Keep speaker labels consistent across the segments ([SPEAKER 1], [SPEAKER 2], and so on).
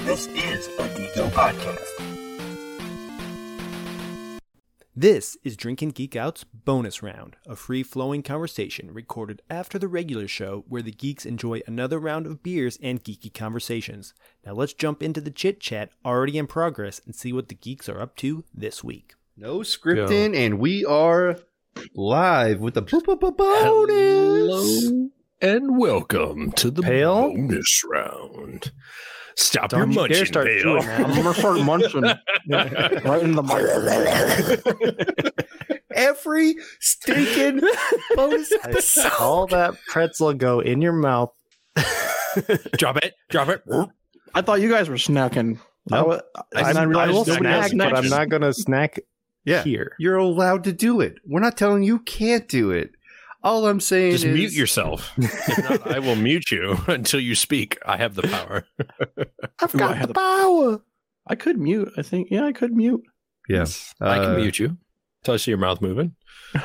[SPEAKER 1] This is a Geeko podcast.
[SPEAKER 2] This is Drink and Geek Out's bonus round, a free flowing conversation recorded after the regular show where the geeks enjoy another round of beers and geeky conversations. Now let's jump into the chit chat already in progress and see what the geeks are up to this week.
[SPEAKER 3] No scripting, and we are live with the bo- bo- bo- bonus.
[SPEAKER 4] Hello and welcome to the
[SPEAKER 2] Pale?
[SPEAKER 4] bonus round. Stop your munching, Pale.
[SPEAKER 5] I'm gonna start munching right in the mic.
[SPEAKER 3] Every stinking bonus episode.
[SPEAKER 5] All that pretzel go in your mouth.
[SPEAKER 4] Drop it. Drop it.
[SPEAKER 5] I thought you guys were snacking. I, wa-
[SPEAKER 4] I-
[SPEAKER 5] I'm-
[SPEAKER 4] I
[SPEAKER 5] I will
[SPEAKER 4] just-
[SPEAKER 5] snack,
[SPEAKER 4] nobody
[SPEAKER 5] but
[SPEAKER 4] else
[SPEAKER 5] I'm not gonna snack
[SPEAKER 3] Yeah,
[SPEAKER 5] here.
[SPEAKER 3] you're allowed to do it. We're not telling you can't do it. All I'm saying
[SPEAKER 4] Just
[SPEAKER 3] is
[SPEAKER 4] mute yourself. If not, I will mute you until you speak. I have the power.
[SPEAKER 5] I've
[SPEAKER 4] got
[SPEAKER 5] the power. I could mute. I think. Yeah, I could mute.
[SPEAKER 3] Yes,
[SPEAKER 4] I can mute you. Until I see your mouth moving.
[SPEAKER 5] I-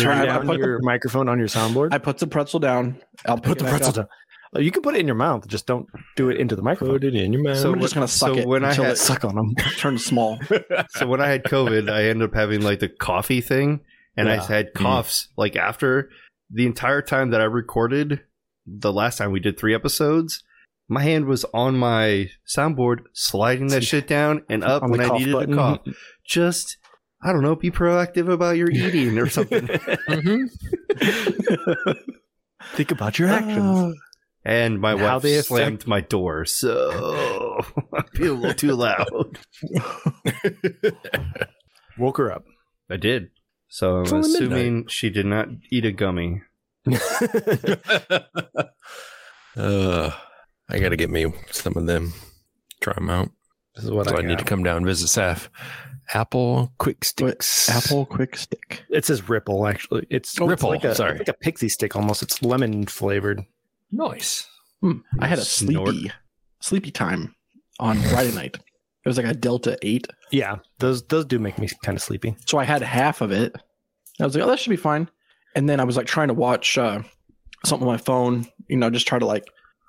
[SPEAKER 2] Turn
[SPEAKER 5] I
[SPEAKER 2] down
[SPEAKER 5] put
[SPEAKER 2] your microphone on your soundboard.
[SPEAKER 5] I put the pretzel down. I'll pick
[SPEAKER 2] put
[SPEAKER 5] it
[SPEAKER 2] the
[SPEAKER 5] back
[SPEAKER 2] pretzel
[SPEAKER 5] up.
[SPEAKER 2] down. Oh, You can put it in your mouth, just don't do it into the microphone.
[SPEAKER 4] Put it in your mouth.
[SPEAKER 3] So
[SPEAKER 5] I'm just
[SPEAKER 3] when-
[SPEAKER 5] gonna suck
[SPEAKER 3] so
[SPEAKER 5] it
[SPEAKER 3] when I
[SPEAKER 5] until
[SPEAKER 3] had-
[SPEAKER 5] it suck on them. Turn small.
[SPEAKER 3] Uh, so when I had COVID, I ended up having like the coffee thing, and I
[SPEAKER 2] Yeah.
[SPEAKER 4] Mm.
[SPEAKER 3] had coughs like after the entire time that I recorded. The last time we did three episodes, my hand was on my soundboard, sliding that shit down and up
[SPEAKER 5] On the
[SPEAKER 3] when I
[SPEAKER 5] cough
[SPEAKER 3] needed
[SPEAKER 5] button.
[SPEAKER 3] to cough. Just I don't know, be proactive about your eating or something.
[SPEAKER 4] Mhm.
[SPEAKER 2] Think about your actions.
[SPEAKER 5] Ah.
[SPEAKER 3] and my
[SPEAKER 2] And how
[SPEAKER 3] wife
[SPEAKER 2] they affect-
[SPEAKER 3] slammed my door, so I feel a little too loud.
[SPEAKER 2] Woke her up.
[SPEAKER 3] I did. So I'm
[SPEAKER 4] It's only midnight.
[SPEAKER 3] assuming she did not eat a gummy.
[SPEAKER 4] uh, I got to get me some of them. Try them out.
[SPEAKER 3] This is what
[SPEAKER 4] So I, need to come down and visit Saf. Apple quick sticks.
[SPEAKER 5] Apple quick stick.
[SPEAKER 2] It says Ripple, actually. It's
[SPEAKER 4] Oh,
[SPEAKER 2] it's
[SPEAKER 4] Ripple,
[SPEAKER 2] like a,
[SPEAKER 4] sorry.
[SPEAKER 2] it's like a pixie stick almost. It's lemon flavored.
[SPEAKER 4] Nice.
[SPEAKER 5] Hmm. I had a
[SPEAKER 3] Snort.
[SPEAKER 5] sleepy, sleepy time on Friday night. It was like a Delta 8.
[SPEAKER 2] Yeah, those those do make me kind of sleepy.
[SPEAKER 5] So I had half of it. I was like, oh, that should be fine. And then I was like trying to watch uh, something on my phone, you know, just try to like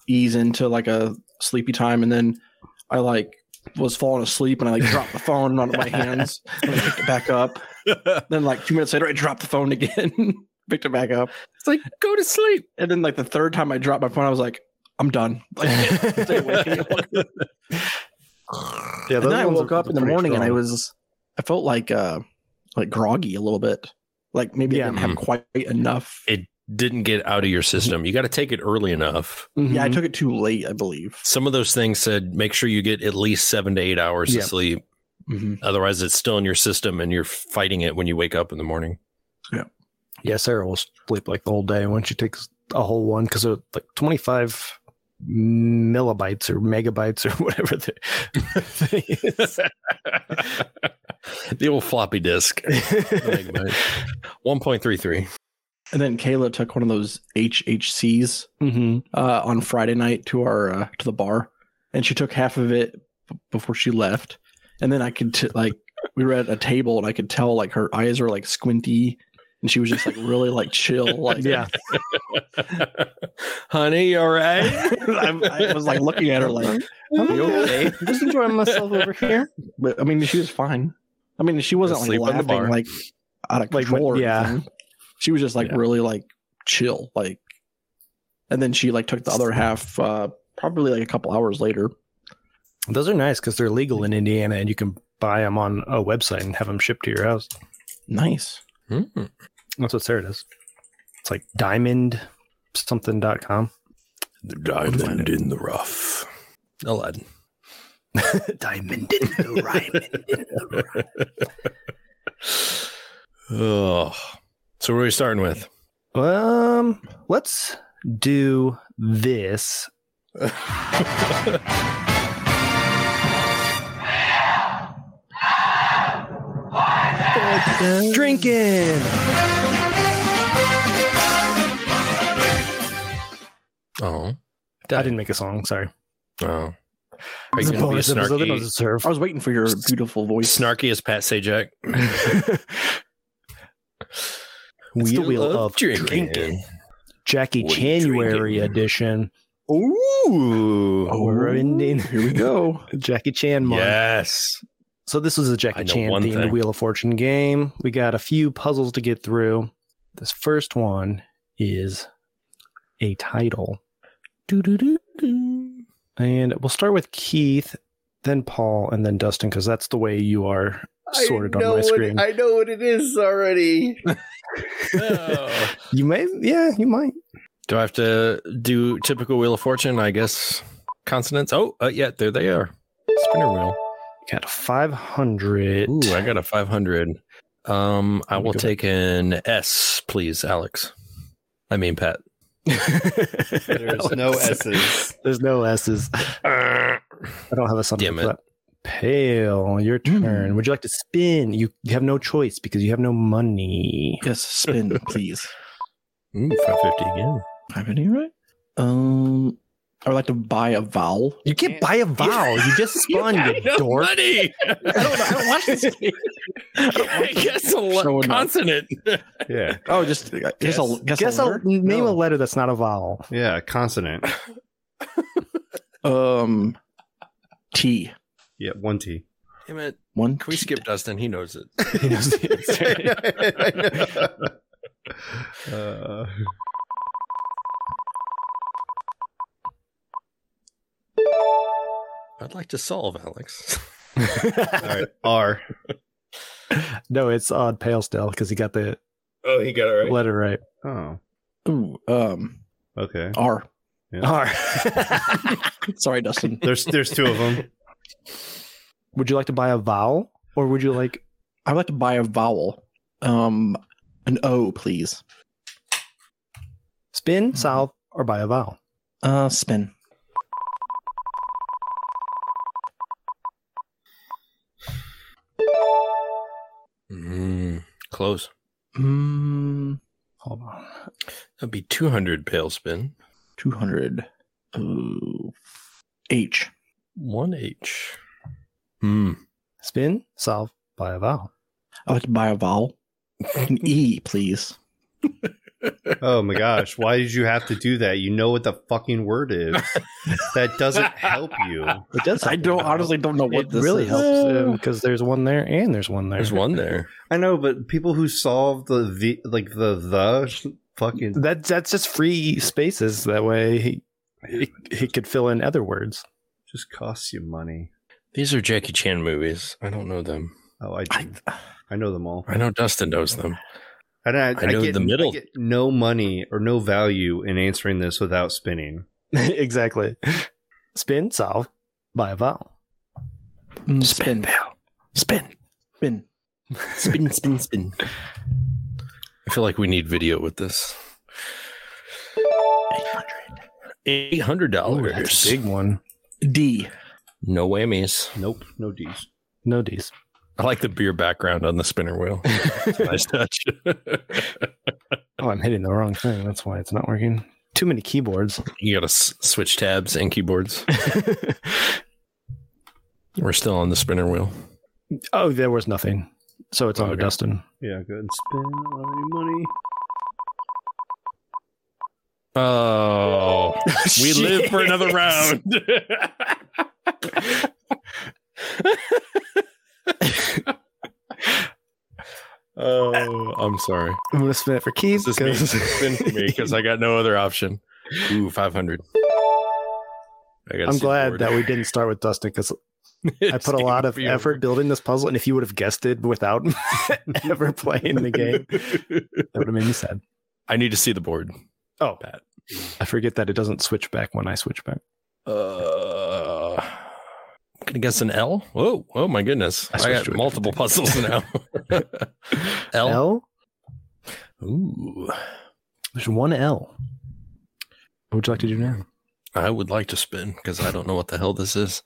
[SPEAKER 5] ease into like a sleepy time. And then I like was falling asleep and I like dropped the phone onto my hands and I picked it back up. Then like two minutes later, I dropped the phone again, picked it back up.
[SPEAKER 4] It's like go to sleep.
[SPEAKER 5] And then like the third time I dropped my phone, I was like, I'm done. Like, stay awake.
[SPEAKER 2] Yeah,
[SPEAKER 5] And then I woke up in the morning and I was, I felt like, uh, like groggy a little bit. Like maybe
[SPEAKER 2] Yeah.
[SPEAKER 5] I didn't have quite enough.
[SPEAKER 4] It didn't get out of your system. You got to take it early enough.
[SPEAKER 5] yeah,
[SPEAKER 2] Mm-hmm.
[SPEAKER 5] I took it too late, I believe.
[SPEAKER 4] Some of those things said make sure you get at least seven to eight hours
[SPEAKER 2] Yeah.
[SPEAKER 4] of sleep.
[SPEAKER 5] Mm-hmm.
[SPEAKER 4] Otherwise, it's still in your system and you're fighting it when you wake up in the morning.
[SPEAKER 2] yeah, Sarah will sleep like the whole day when she takes a whole one because they're like twenty five millibytes or megabytes or whatever the thing is.
[SPEAKER 4] the old floppy disk. Megabyte. 1.33.
[SPEAKER 5] And then Kayla took one of those HHCs
[SPEAKER 2] Mhm.
[SPEAKER 5] uh, on Friday night to our uh, to the bar, and she took half of it b- before she left. And then I could t- like we were at a table, and I could tell like her eyes were like squinty, and she was just like really like chill. Like
[SPEAKER 2] Yeah,
[SPEAKER 4] Honey, you all right?
[SPEAKER 5] I, I was like looking at her like
[SPEAKER 2] I'm
[SPEAKER 5] You
[SPEAKER 2] okay. I'm just enjoying myself over here.
[SPEAKER 5] But I mean, she was fine. I mean, she wasn't like
[SPEAKER 4] Asleep on the bar.
[SPEAKER 5] laughing like out of
[SPEAKER 2] Like,
[SPEAKER 5] control. or
[SPEAKER 2] yeah.
[SPEAKER 5] anything. she was just like
[SPEAKER 4] Yeah.
[SPEAKER 5] really like chill, like. And then she like took the other half, uh, probably like a couple hours later.
[SPEAKER 2] Those are nice because they're legal in Indiana and you can buy them on a website and have them shipped to your house.
[SPEAKER 5] Nice.
[SPEAKER 4] Mm.
[SPEAKER 2] That's what Sarah does. It's like diamond something.com.
[SPEAKER 4] The diamond in the rough. Aladdin.
[SPEAKER 2] diamond in the
[SPEAKER 4] oh. So what are we starting with?
[SPEAKER 2] Um, let's do this. Drinking.
[SPEAKER 4] Oh.
[SPEAKER 2] I didn't make a song. Sorry.
[SPEAKER 4] Oh. Are
[SPEAKER 2] It's
[SPEAKER 4] you
[SPEAKER 2] a
[SPEAKER 4] going to be a
[SPEAKER 2] bonus episode, it
[SPEAKER 4] snarky,
[SPEAKER 2] doesn't serve.
[SPEAKER 5] I was waiting for your beautiful voice.
[SPEAKER 4] snarky as Pat Sajak?
[SPEAKER 2] It's the Wheel of Drinking. Jackie
[SPEAKER 4] What are you
[SPEAKER 2] January
[SPEAKER 4] drinking?
[SPEAKER 2] edition. Ooh,
[SPEAKER 4] Oh.
[SPEAKER 2] we're ending
[SPEAKER 5] Here we go.
[SPEAKER 2] Jackie Chan month.
[SPEAKER 4] Yes.
[SPEAKER 2] So this was a
[SPEAKER 4] I
[SPEAKER 2] Jackie
[SPEAKER 4] know
[SPEAKER 2] Chan
[SPEAKER 4] one
[SPEAKER 2] themed
[SPEAKER 4] thing.
[SPEAKER 2] Wheel of Fortune game. We got a few puzzles to get through. This first one is a title. And we'll start with Keith, then Paul, and then Dustin, because that's the way you are sorted on my screen.
[SPEAKER 3] I know what it is already.
[SPEAKER 2] you may, yeah, you might.
[SPEAKER 4] Do I have to do typical Wheel of Fortune? I guess consonants. Oh, uh, yeah, there they are. Spinner wheel.
[SPEAKER 2] Got 500.
[SPEAKER 4] Ooh, I got a 500. Um, I will take an S, please, Alex. I mean, Pat.
[SPEAKER 3] There's no S's.
[SPEAKER 2] There's no S's. I don't have a something
[SPEAKER 4] Damn
[SPEAKER 2] for
[SPEAKER 4] it.
[SPEAKER 2] that. Pale, your turn. Would you like to spin? You you have no choice because you have no money.
[SPEAKER 5] Yes, spin, please.
[SPEAKER 4] Ooh, 550 again.
[SPEAKER 5] I have any right? Um, I would like to buy a vowel.
[SPEAKER 2] You can't buy a vowel. You just spawn, you, dork.
[SPEAKER 4] Money. I don't, I don't watch this. I guess a
[SPEAKER 5] So
[SPEAKER 4] lo-
[SPEAKER 5] we're not-
[SPEAKER 4] consonant.
[SPEAKER 3] Yeah,
[SPEAKER 5] Oh, just guess, guess a guess,
[SPEAKER 2] Guess
[SPEAKER 5] a
[SPEAKER 2] a,
[SPEAKER 5] letter?
[SPEAKER 2] name a
[SPEAKER 5] No.
[SPEAKER 2] letter that's not a vowel.
[SPEAKER 3] yeah, consonant.
[SPEAKER 5] um T
[SPEAKER 3] Yeah, one T.
[SPEAKER 4] Damn it.
[SPEAKER 5] one.
[SPEAKER 4] Can we
[SPEAKER 5] T.
[SPEAKER 4] skip Dustin? He knows it.
[SPEAKER 2] He knows the answer.
[SPEAKER 3] uh,
[SPEAKER 4] I'd like to solve, Alex.
[SPEAKER 3] all right, R.
[SPEAKER 2] no, it's odd pale still because he got the
[SPEAKER 4] Oh, he got it
[SPEAKER 2] letter right.
[SPEAKER 3] Oh,
[SPEAKER 5] Ooh, um
[SPEAKER 3] okay.
[SPEAKER 5] R.
[SPEAKER 2] All right.
[SPEAKER 5] Sorry, Dustin.
[SPEAKER 3] There's there's two of them.
[SPEAKER 2] Would you like to buy a vowel or would you like
[SPEAKER 5] I'd like to buy a vowel. Um an O, please.
[SPEAKER 2] spin, solve, or buy a vowel?
[SPEAKER 5] Uh spin.
[SPEAKER 4] Mm, close.
[SPEAKER 5] Mm,
[SPEAKER 2] Hold on.
[SPEAKER 4] That'd be 200 pale spin.
[SPEAKER 5] two hundred. Ooh. H.
[SPEAKER 4] 1H. Hmm.
[SPEAKER 2] Spin, solve, buy a vowel.
[SPEAKER 5] I'd like to buy a vowel. An E, please.
[SPEAKER 3] Oh my gosh, why did you have to do that? You know what the fucking word is. That doesn't help you.
[SPEAKER 2] It does.
[SPEAKER 5] I
[SPEAKER 2] help
[SPEAKER 5] don't
[SPEAKER 2] you.
[SPEAKER 5] honestly don't know what
[SPEAKER 2] it
[SPEAKER 5] this
[SPEAKER 2] really
[SPEAKER 5] is. Uh,
[SPEAKER 2] helps him because there's one there and there's one there.
[SPEAKER 4] There's one there.
[SPEAKER 3] I know, but people who solve the the like the the fucking
[SPEAKER 2] That that's just free spaces. That way he he, he could fill in other words.
[SPEAKER 3] just costs you money.
[SPEAKER 4] These are Jackie Chan movies. I don't know them.
[SPEAKER 3] Oh, I
[SPEAKER 5] I,
[SPEAKER 3] do. I know them all.
[SPEAKER 4] I know Dustin knows them.
[SPEAKER 3] And I, I,
[SPEAKER 4] know
[SPEAKER 3] get,
[SPEAKER 4] the middle.
[SPEAKER 3] I get no money or no value in answering this without spinning.
[SPEAKER 2] exactly. Spin, solve, buy a vowel.
[SPEAKER 5] mm, spin.
[SPEAKER 4] Spin.
[SPEAKER 5] Spin.
[SPEAKER 4] Spin, spin, spin. I feel like we need video with this. Eight hundred
[SPEAKER 2] Ooh, Oh, that's a
[SPEAKER 4] dollars.
[SPEAKER 2] big one.
[SPEAKER 5] D.
[SPEAKER 4] No whammies.
[SPEAKER 3] Nope, no D's.
[SPEAKER 2] No D's.
[SPEAKER 4] I like the beer background on the spinner wheel. It's a nice touch.
[SPEAKER 2] Oh, I'm hitting the wrong thing. That's why it's not working. Too many keyboards.
[SPEAKER 4] you got to s- switch tabs and keyboards. We're still on the spinner wheel.
[SPEAKER 2] Oh, there was nothing. So it's on to
[SPEAKER 4] Okay.
[SPEAKER 2] Dustin.
[SPEAKER 3] Yeah, go ahead and spin. I don't have any money.
[SPEAKER 4] Oh, we live for another round. oh, I'm sorry.
[SPEAKER 2] I'm gonna spin it for Keith.
[SPEAKER 4] This is been for me because I got no other option. Ooh, 500. I gotta
[SPEAKER 2] I'm
[SPEAKER 4] see the
[SPEAKER 2] glad
[SPEAKER 4] board.
[SPEAKER 2] that we didn't start with Dustin because I put a lot of effort building this puzzle, and if you would have guessed it without ever playing the game, that would have made me sad.
[SPEAKER 4] I need to see the board.
[SPEAKER 2] Oh,
[SPEAKER 4] Pat.
[SPEAKER 2] I forget that it doesn't switch back when I switch back.
[SPEAKER 4] Uh, I'm gonna guess an L. Whoa, oh my goodness!
[SPEAKER 2] I
[SPEAKER 4] I,
[SPEAKER 2] switched
[SPEAKER 4] got
[SPEAKER 2] to a
[SPEAKER 4] multiple puzzles now. L.
[SPEAKER 2] L?
[SPEAKER 4] Ooh,
[SPEAKER 2] There's one L. What would you like to do now?
[SPEAKER 4] I would like to spin because I don't know what the hell this is.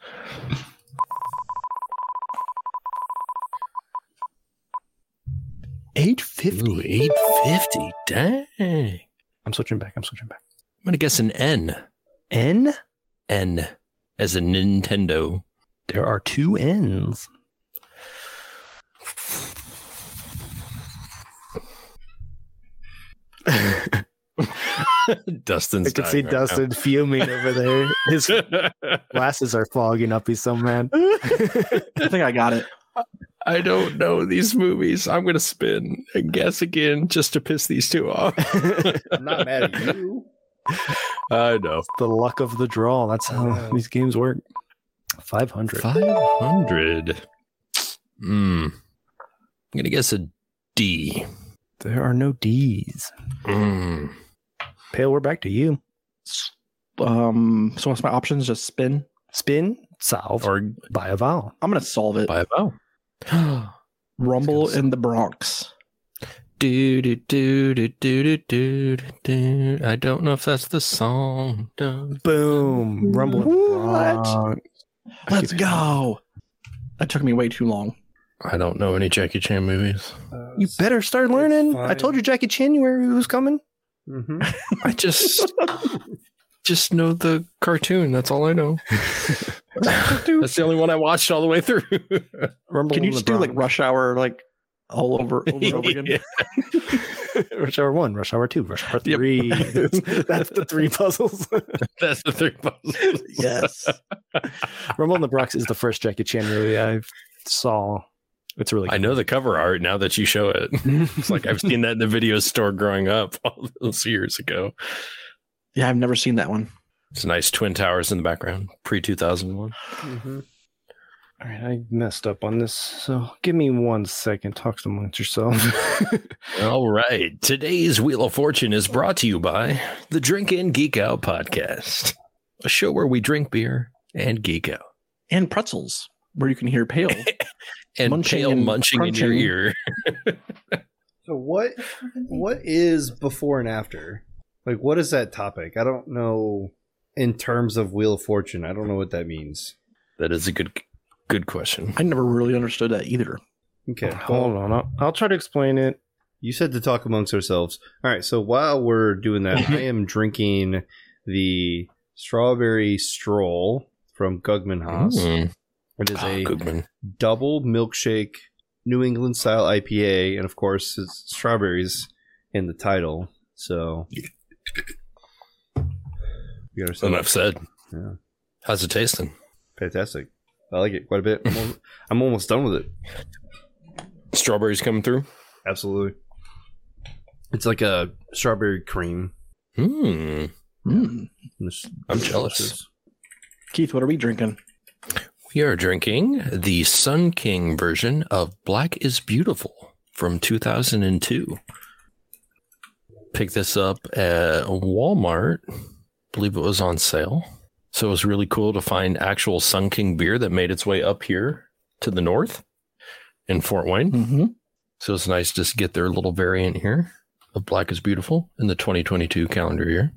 [SPEAKER 2] Eight fifty.
[SPEAKER 4] Ooh, eight fifty. Dang! I'm
[SPEAKER 2] I'm switching back. I'm switching back.
[SPEAKER 4] gonna guess an N.
[SPEAKER 2] N?
[SPEAKER 4] N as in Nintendo.
[SPEAKER 2] There are two N's.
[SPEAKER 4] Dustin's.
[SPEAKER 2] I could see
[SPEAKER 4] dying right
[SPEAKER 2] Dustin fuming over there. His
[SPEAKER 4] now.
[SPEAKER 2] glasses are fogging up. He's so mad.
[SPEAKER 5] I think I got it.
[SPEAKER 4] I don't know these movies. I'm gonna spin and guess again just to piss these two off.
[SPEAKER 3] I'm not mad at you.
[SPEAKER 4] I know.
[SPEAKER 2] the luck of the draw. That's how these games work. 500.
[SPEAKER 4] Five hundred. Hmm. I'm gonna guess a D.
[SPEAKER 2] There are no D's.
[SPEAKER 4] Mm.
[SPEAKER 2] Pale, we're back to you.
[SPEAKER 5] Um, so what's my options? Just spin.
[SPEAKER 2] Spin, solve, or
[SPEAKER 4] Or
[SPEAKER 2] buy a vowel.
[SPEAKER 5] I'm gonna solve it.
[SPEAKER 4] by a vowel.
[SPEAKER 5] Rumble in the Bronx.
[SPEAKER 4] Do do do do do do do do. I don't know if that's the song. Dun.
[SPEAKER 2] Boom. Rumbling.
[SPEAKER 5] What?
[SPEAKER 2] Bronx.
[SPEAKER 5] Let's go. That took me way too long.
[SPEAKER 4] I don't know any Jackie Chan movies.
[SPEAKER 3] Uh,
[SPEAKER 2] You better start learning. I
[SPEAKER 3] fine.
[SPEAKER 2] told you Jackie January was coming.
[SPEAKER 3] hmm
[SPEAKER 4] I just just know the cartoon. That's all I know. that's the only one I watched all the way through.
[SPEAKER 2] Rumble
[SPEAKER 5] Can you
[SPEAKER 2] in
[SPEAKER 5] just
[SPEAKER 2] the
[SPEAKER 5] do like
[SPEAKER 2] Bronx.
[SPEAKER 5] rush hour like all over over, and over again?
[SPEAKER 4] Yeah.
[SPEAKER 2] Rush Hour 1, Rush Hour 2, Rush Hour
[SPEAKER 4] Yep.
[SPEAKER 2] 3. That's the three puzzles.
[SPEAKER 4] That's the third puzzle.
[SPEAKER 5] Yes.
[SPEAKER 2] Rumble in the Bronx is the first Jackie Chan movie I saw. It's really
[SPEAKER 4] I know the cover art now that you show it. It's like I've seen that in the video store growing up all those years ago.
[SPEAKER 5] Yeah, I've never seen that one.
[SPEAKER 4] It's nice twin towers in the background, pre 2001.
[SPEAKER 2] All right, I messed up on this. So give me one second. Talk to amongst yourself.
[SPEAKER 4] All right. Today's Wheel of Fortune is brought to you by the Drink In Geek Out podcast, a show where we drink beer and geek out.
[SPEAKER 5] And pretzels, where you can hear pale.
[SPEAKER 4] And
[SPEAKER 5] Munching
[SPEAKER 4] pale
[SPEAKER 5] and
[SPEAKER 4] munching in your
[SPEAKER 5] crunching.
[SPEAKER 4] ear.
[SPEAKER 3] So what what is before and after? Like what is that topic? I don't know in terms of Wheel of Fortune. I don't know what that means.
[SPEAKER 4] That is a good good question.
[SPEAKER 5] I never really understood that either.
[SPEAKER 3] Okay.
[SPEAKER 2] Hold on. I'll, I'll try to explain it.
[SPEAKER 3] You said to talk amongst ourselves. All right. So while we're doing that, I am drinking the strawberry stroll from Gugman Haas.
[SPEAKER 4] Mm.
[SPEAKER 3] It is
[SPEAKER 4] Ah,
[SPEAKER 3] a
[SPEAKER 4] Goodman.
[SPEAKER 3] double milkshake New England style IPA, and of course, it's strawberries in the title. So you understand?
[SPEAKER 4] Enough said.
[SPEAKER 3] Yeah.
[SPEAKER 4] How's it tasting?
[SPEAKER 3] Fantastic. I like it quite a bit. I'm, al- I'm almost done with it.
[SPEAKER 4] Strawberries coming through?
[SPEAKER 3] Absolutely. It's like a strawberry cream.
[SPEAKER 4] Hmm.
[SPEAKER 5] Mm.
[SPEAKER 3] It's
[SPEAKER 4] I'm jealous.
[SPEAKER 3] delicious.
[SPEAKER 5] Keith, what are we drinking?
[SPEAKER 4] We are drinking the Sun King version of Black is Beautiful from 2002. Picked this up at Walmart. believe it was on sale. So it was really cool to find actual Sun King beer that made its way up here to the north in Fort Wayne.
[SPEAKER 5] Mm-hmm.
[SPEAKER 4] So it's nice just to get their little variant here of Black is Beautiful in the 2022 calendar year.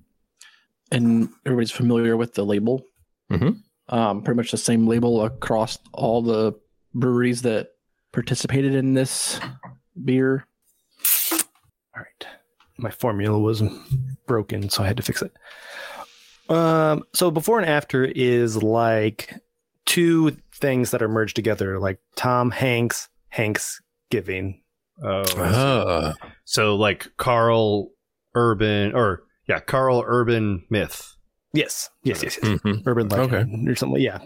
[SPEAKER 5] And everybody's familiar with the label.
[SPEAKER 4] Mhm.
[SPEAKER 5] Um, pretty much the same label across all the breweries that participated in this beer.
[SPEAKER 2] All right. My formula was broken, so I had to fix it. Um, so before and after is like two things that are merged together, like Tom Hanks, Hanks giving.
[SPEAKER 3] Oh,
[SPEAKER 4] Ah,
[SPEAKER 3] so like Carl Urban, or yeah, Carl Urban myth.
[SPEAKER 2] Yes. Yes, yes, yes.
[SPEAKER 4] mhm.
[SPEAKER 2] Urban Legend or something. Yeah.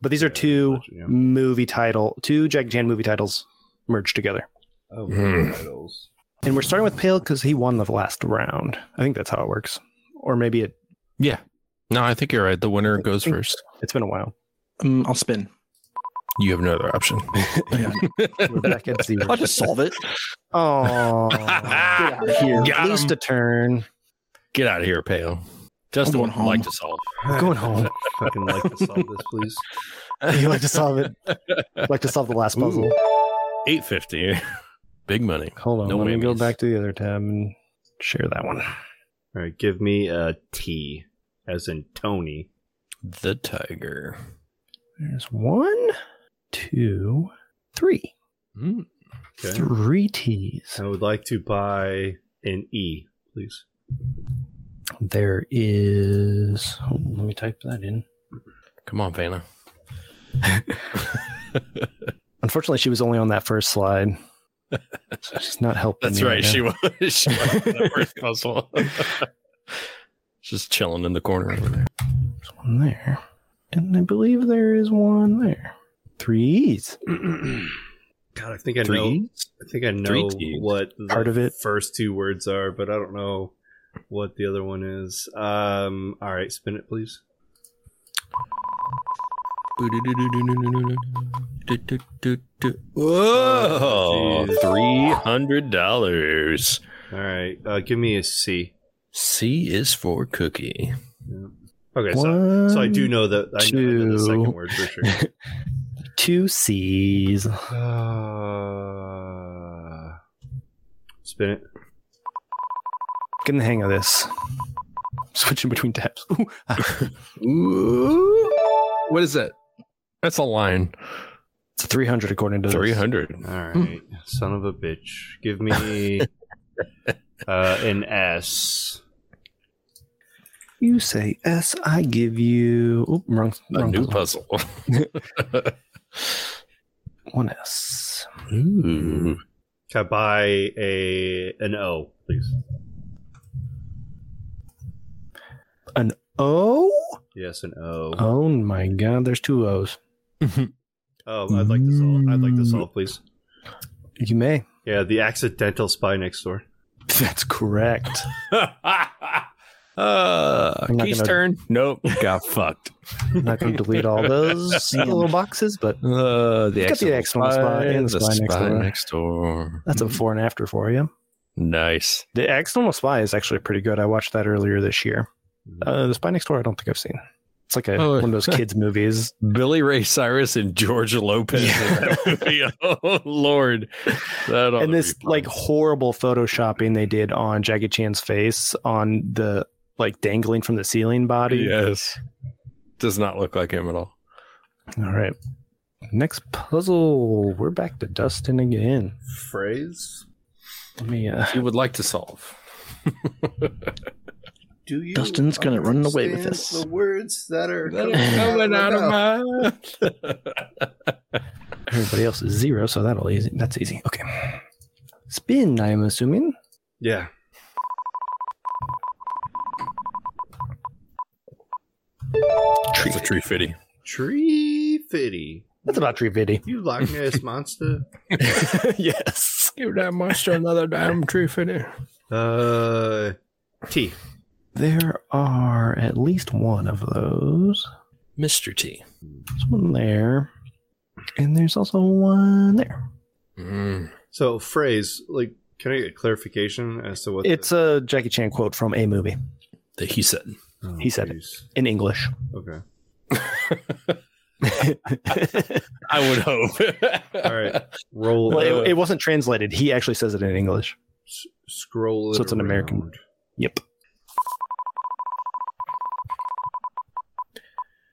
[SPEAKER 2] But these are two
[SPEAKER 3] Yeah.
[SPEAKER 2] movie title, two Jackie Chan movie titles merged together.
[SPEAKER 3] Oh,
[SPEAKER 4] Hmm.
[SPEAKER 3] titles.
[SPEAKER 2] And we're starting with Pale because he won the last round. I think that's how it works. Or maybe it,
[SPEAKER 4] Yeah. No, I think you're right. The winner goes first.
[SPEAKER 2] it's been a while.
[SPEAKER 5] Mm, I'll spin.
[SPEAKER 4] You have no other option.
[SPEAKER 5] Yeah.
[SPEAKER 2] We're back at zero.
[SPEAKER 5] I'll just solve it.
[SPEAKER 2] Oh,
[SPEAKER 5] Get out of here.
[SPEAKER 4] Got
[SPEAKER 2] at least
[SPEAKER 4] him.
[SPEAKER 2] a turn.
[SPEAKER 4] Get out of here, Pale.
[SPEAKER 5] I'm
[SPEAKER 4] Justin
[SPEAKER 5] going
[SPEAKER 4] would
[SPEAKER 5] home.
[SPEAKER 4] like to solve.
[SPEAKER 2] Going home.
[SPEAKER 3] Fucking like to solve this, please.
[SPEAKER 2] You like to solve it? Like to solve the last puzzle?
[SPEAKER 4] Eight fifty. Big money.
[SPEAKER 2] Hold on,
[SPEAKER 4] No
[SPEAKER 2] let me go
[SPEAKER 4] whammies.
[SPEAKER 2] back to the other tab and share that one.
[SPEAKER 3] All right, give me a T, as in Tony.
[SPEAKER 4] The tiger.
[SPEAKER 2] There's one, two, three,
[SPEAKER 4] Mm.
[SPEAKER 3] Okay.
[SPEAKER 2] three T's.
[SPEAKER 3] I would like to buy an E, please.
[SPEAKER 2] There is. oh, let me type that in.
[SPEAKER 4] Come on, Vanna.
[SPEAKER 2] Unfortunately, she was only on that first slide. So she's not helping.
[SPEAKER 4] That's
[SPEAKER 2] me
[SPEAKER 4] right. She
[SPEAKER 2] now.
[SPEAKER 4] was. She was the first puzzle. It's Just chilling in the corner over there.
[SPEAKER 2] There's one there. And I believe there is one there. Three E's.
[SPEAKER 3] God, I think I know.
[SPEAKER 4] Three?
[SPEAKER 3] I think I know
[SPEAKER 4] Three Ts.
[SPEAKER 3] what the
[SPEAKER 2] Part of it.
[SPEAKER 3] First two words are, but I don't know what the other one is. Um. All right, spin it, please.
[SPEAKER 4] Whoa!
[SPEAKER 3] Jeez.
[SPEAKER 4] $300.
[SPEAKER 3] All right, uh, give me a C.
[SPEAKER 4] C is for cookie.
[SPEAKER 3] Okay, so, so I do know that I know the second
[SPEAKER 2] two.
[SPEAKER 3] word for sure.
[SPEAKER 2] Two C's.
[SPEAKER 3] Uh, spin it.
[SPEAKER 2] Getting the hang of this. Switching between tabs. Ooh,
[SPEAKER 4] Ooh. What is that? That's a line.
[SPEAKER 2] it's a 300 according to this.
[SPEAKER 4] 300.
[SPEAKER 3] All
[SPEAKER 5] Hmm.
[SPEAKER 3] right, son of a bitch. Give me uh, an S.
[SPEAKER 2] You say S, I give you. Oop, wrong.
[SPEAKER 4] A
[SPEAKER 2] wrong
[SPEAKER 4] new
[SPEAKER 2] puzzle.
[SPEAKER 4] puzzle.
[SPEAKER 2] One S.
[SPEAKER 4] Ooh.
[SPEAKER 3] Can I buy a an O, please?
[SPEAKER 2] Oh?
[SPEAKER 3] Yes, an O.
[SPEAKER 5] Uh,
[SPEAKER 2] Oh my god, there's two O's.
[SPEAKER 3] Oh, I'd like to solve. I'd like to
[SPEAKER 5] mm.
[SPEAKER 3] solve, please.
[SPEAKER 2] You may.
[SPEAKER 3] Yeah, the accidental spy next door.
[SPEAKER 2] That's correct.
[SPEAKER 4] uh,
[SPEAKER 2] I'm not
[SPEAKER 4] Keith's
[SPEAKER 2] gonna-
[SPEAKER 4] turn. Nope. Got fucked.
[SPEAKER 2] I'm not going to delete all those little boxes, but
[SPEAKER 4] Uh, the
[SPEAKER 2] Got the
[SPEAKER 4] excellent
[SPEAKER 2] excellent spy and the
[SPEAKER 4] the
[SPEAKER 2] spy next
[SPEAKER 4] spy
[SPEAKER 2] door. Uh.
[SPEAKER 4] next door.
[SPEAKER 2] that's a before and after for you.
[SPEAKER 4] Nice.
[SPEAKER 2] The External Spy is actually pretty good. I watched that earlier this year. Uh, the Spy Next Door, I don't think I've seen. It's like a,
[SPEAKER 4] Oh.
[SPEAKER 2] one of those kids' movies.
[SPEAKER 4] Billy Ray Cyrus and George Lopez. in that movie. Oh Lord, that ought to
[SPEAKER 2] and this
[SPEAKER 4] be fun.
[SPEAKER 2] like horrible photoshopping they did on Jackie Chan's face on the like dangling from the ceiling body.
[SPEAKER 4] yes, does not look like him at all.
[SPEAKER 2] All right. Next puzzle. We're back to Dustin again.
[SPEAKER 3] Phrase.
[SPEAKER 2] Let me uh
[SPEAKER 4] You would like to solve.
[SPEAKER 3] Do you?
[SPEAKER 5] Dustin's gonna run away with
[SPEAKER 3] understand
[SPEAKER 5] this.
[SPEAKER 3] The words that are
[SPEAKER 4] coming out of
[SPEAKER 3] mouth?
[SPEAKER 4] my
[SPEAKER 2] everybody else is zero, so that'll easy that's easy. Okay. Spin, I am assuming.
[SPEAKER 3] Yeah.
[SPEAKER 4] It's a tree fitty.
[SPEAKER 3] Tree fitty.
[SPEAKER 2] That's about tree fitty.
[SPEAKER 3] You Loch Ness monster.
[SPEAKER 2] yes.
[SPEAKER 4] Give that monster another damn tree fitty.
[SPEAKER 3] Uh, T.
[SPEAKER 2] There are at least one of those.
[SPEAKER 4] Mr. T.
[SPEAKER 2] There's one there. And there's also one there.
[SPEAKER 4] Mm.
[SPEAKER 3] So phrase. Like, can I get clarification as to what?
[SPEAKER 2] It's a Jackie Chan quote from a movie
[SPEAKER 4] That he said.
[SPEAKER 3] the, Oh,
[SPEAKER 2] he said it.
[SPEAKER 3] geez.
[SPEAKER 2] in English.
[SPEAKER 3] Okay.
[SPEAKER 4] I would hope.
[SPEAKER 3] All right. Roll.
[SPEAKER 2] well,
[SPEAKER 3] uh,
[SPEAKER 2] it, it wasn't translated. He actually says it in English.
[SPEAKER 3] s- scroll. It
[SPEAKER 2] So it's an American-
[SPEAKER 3] around.
[SPEAKER 2] Yep.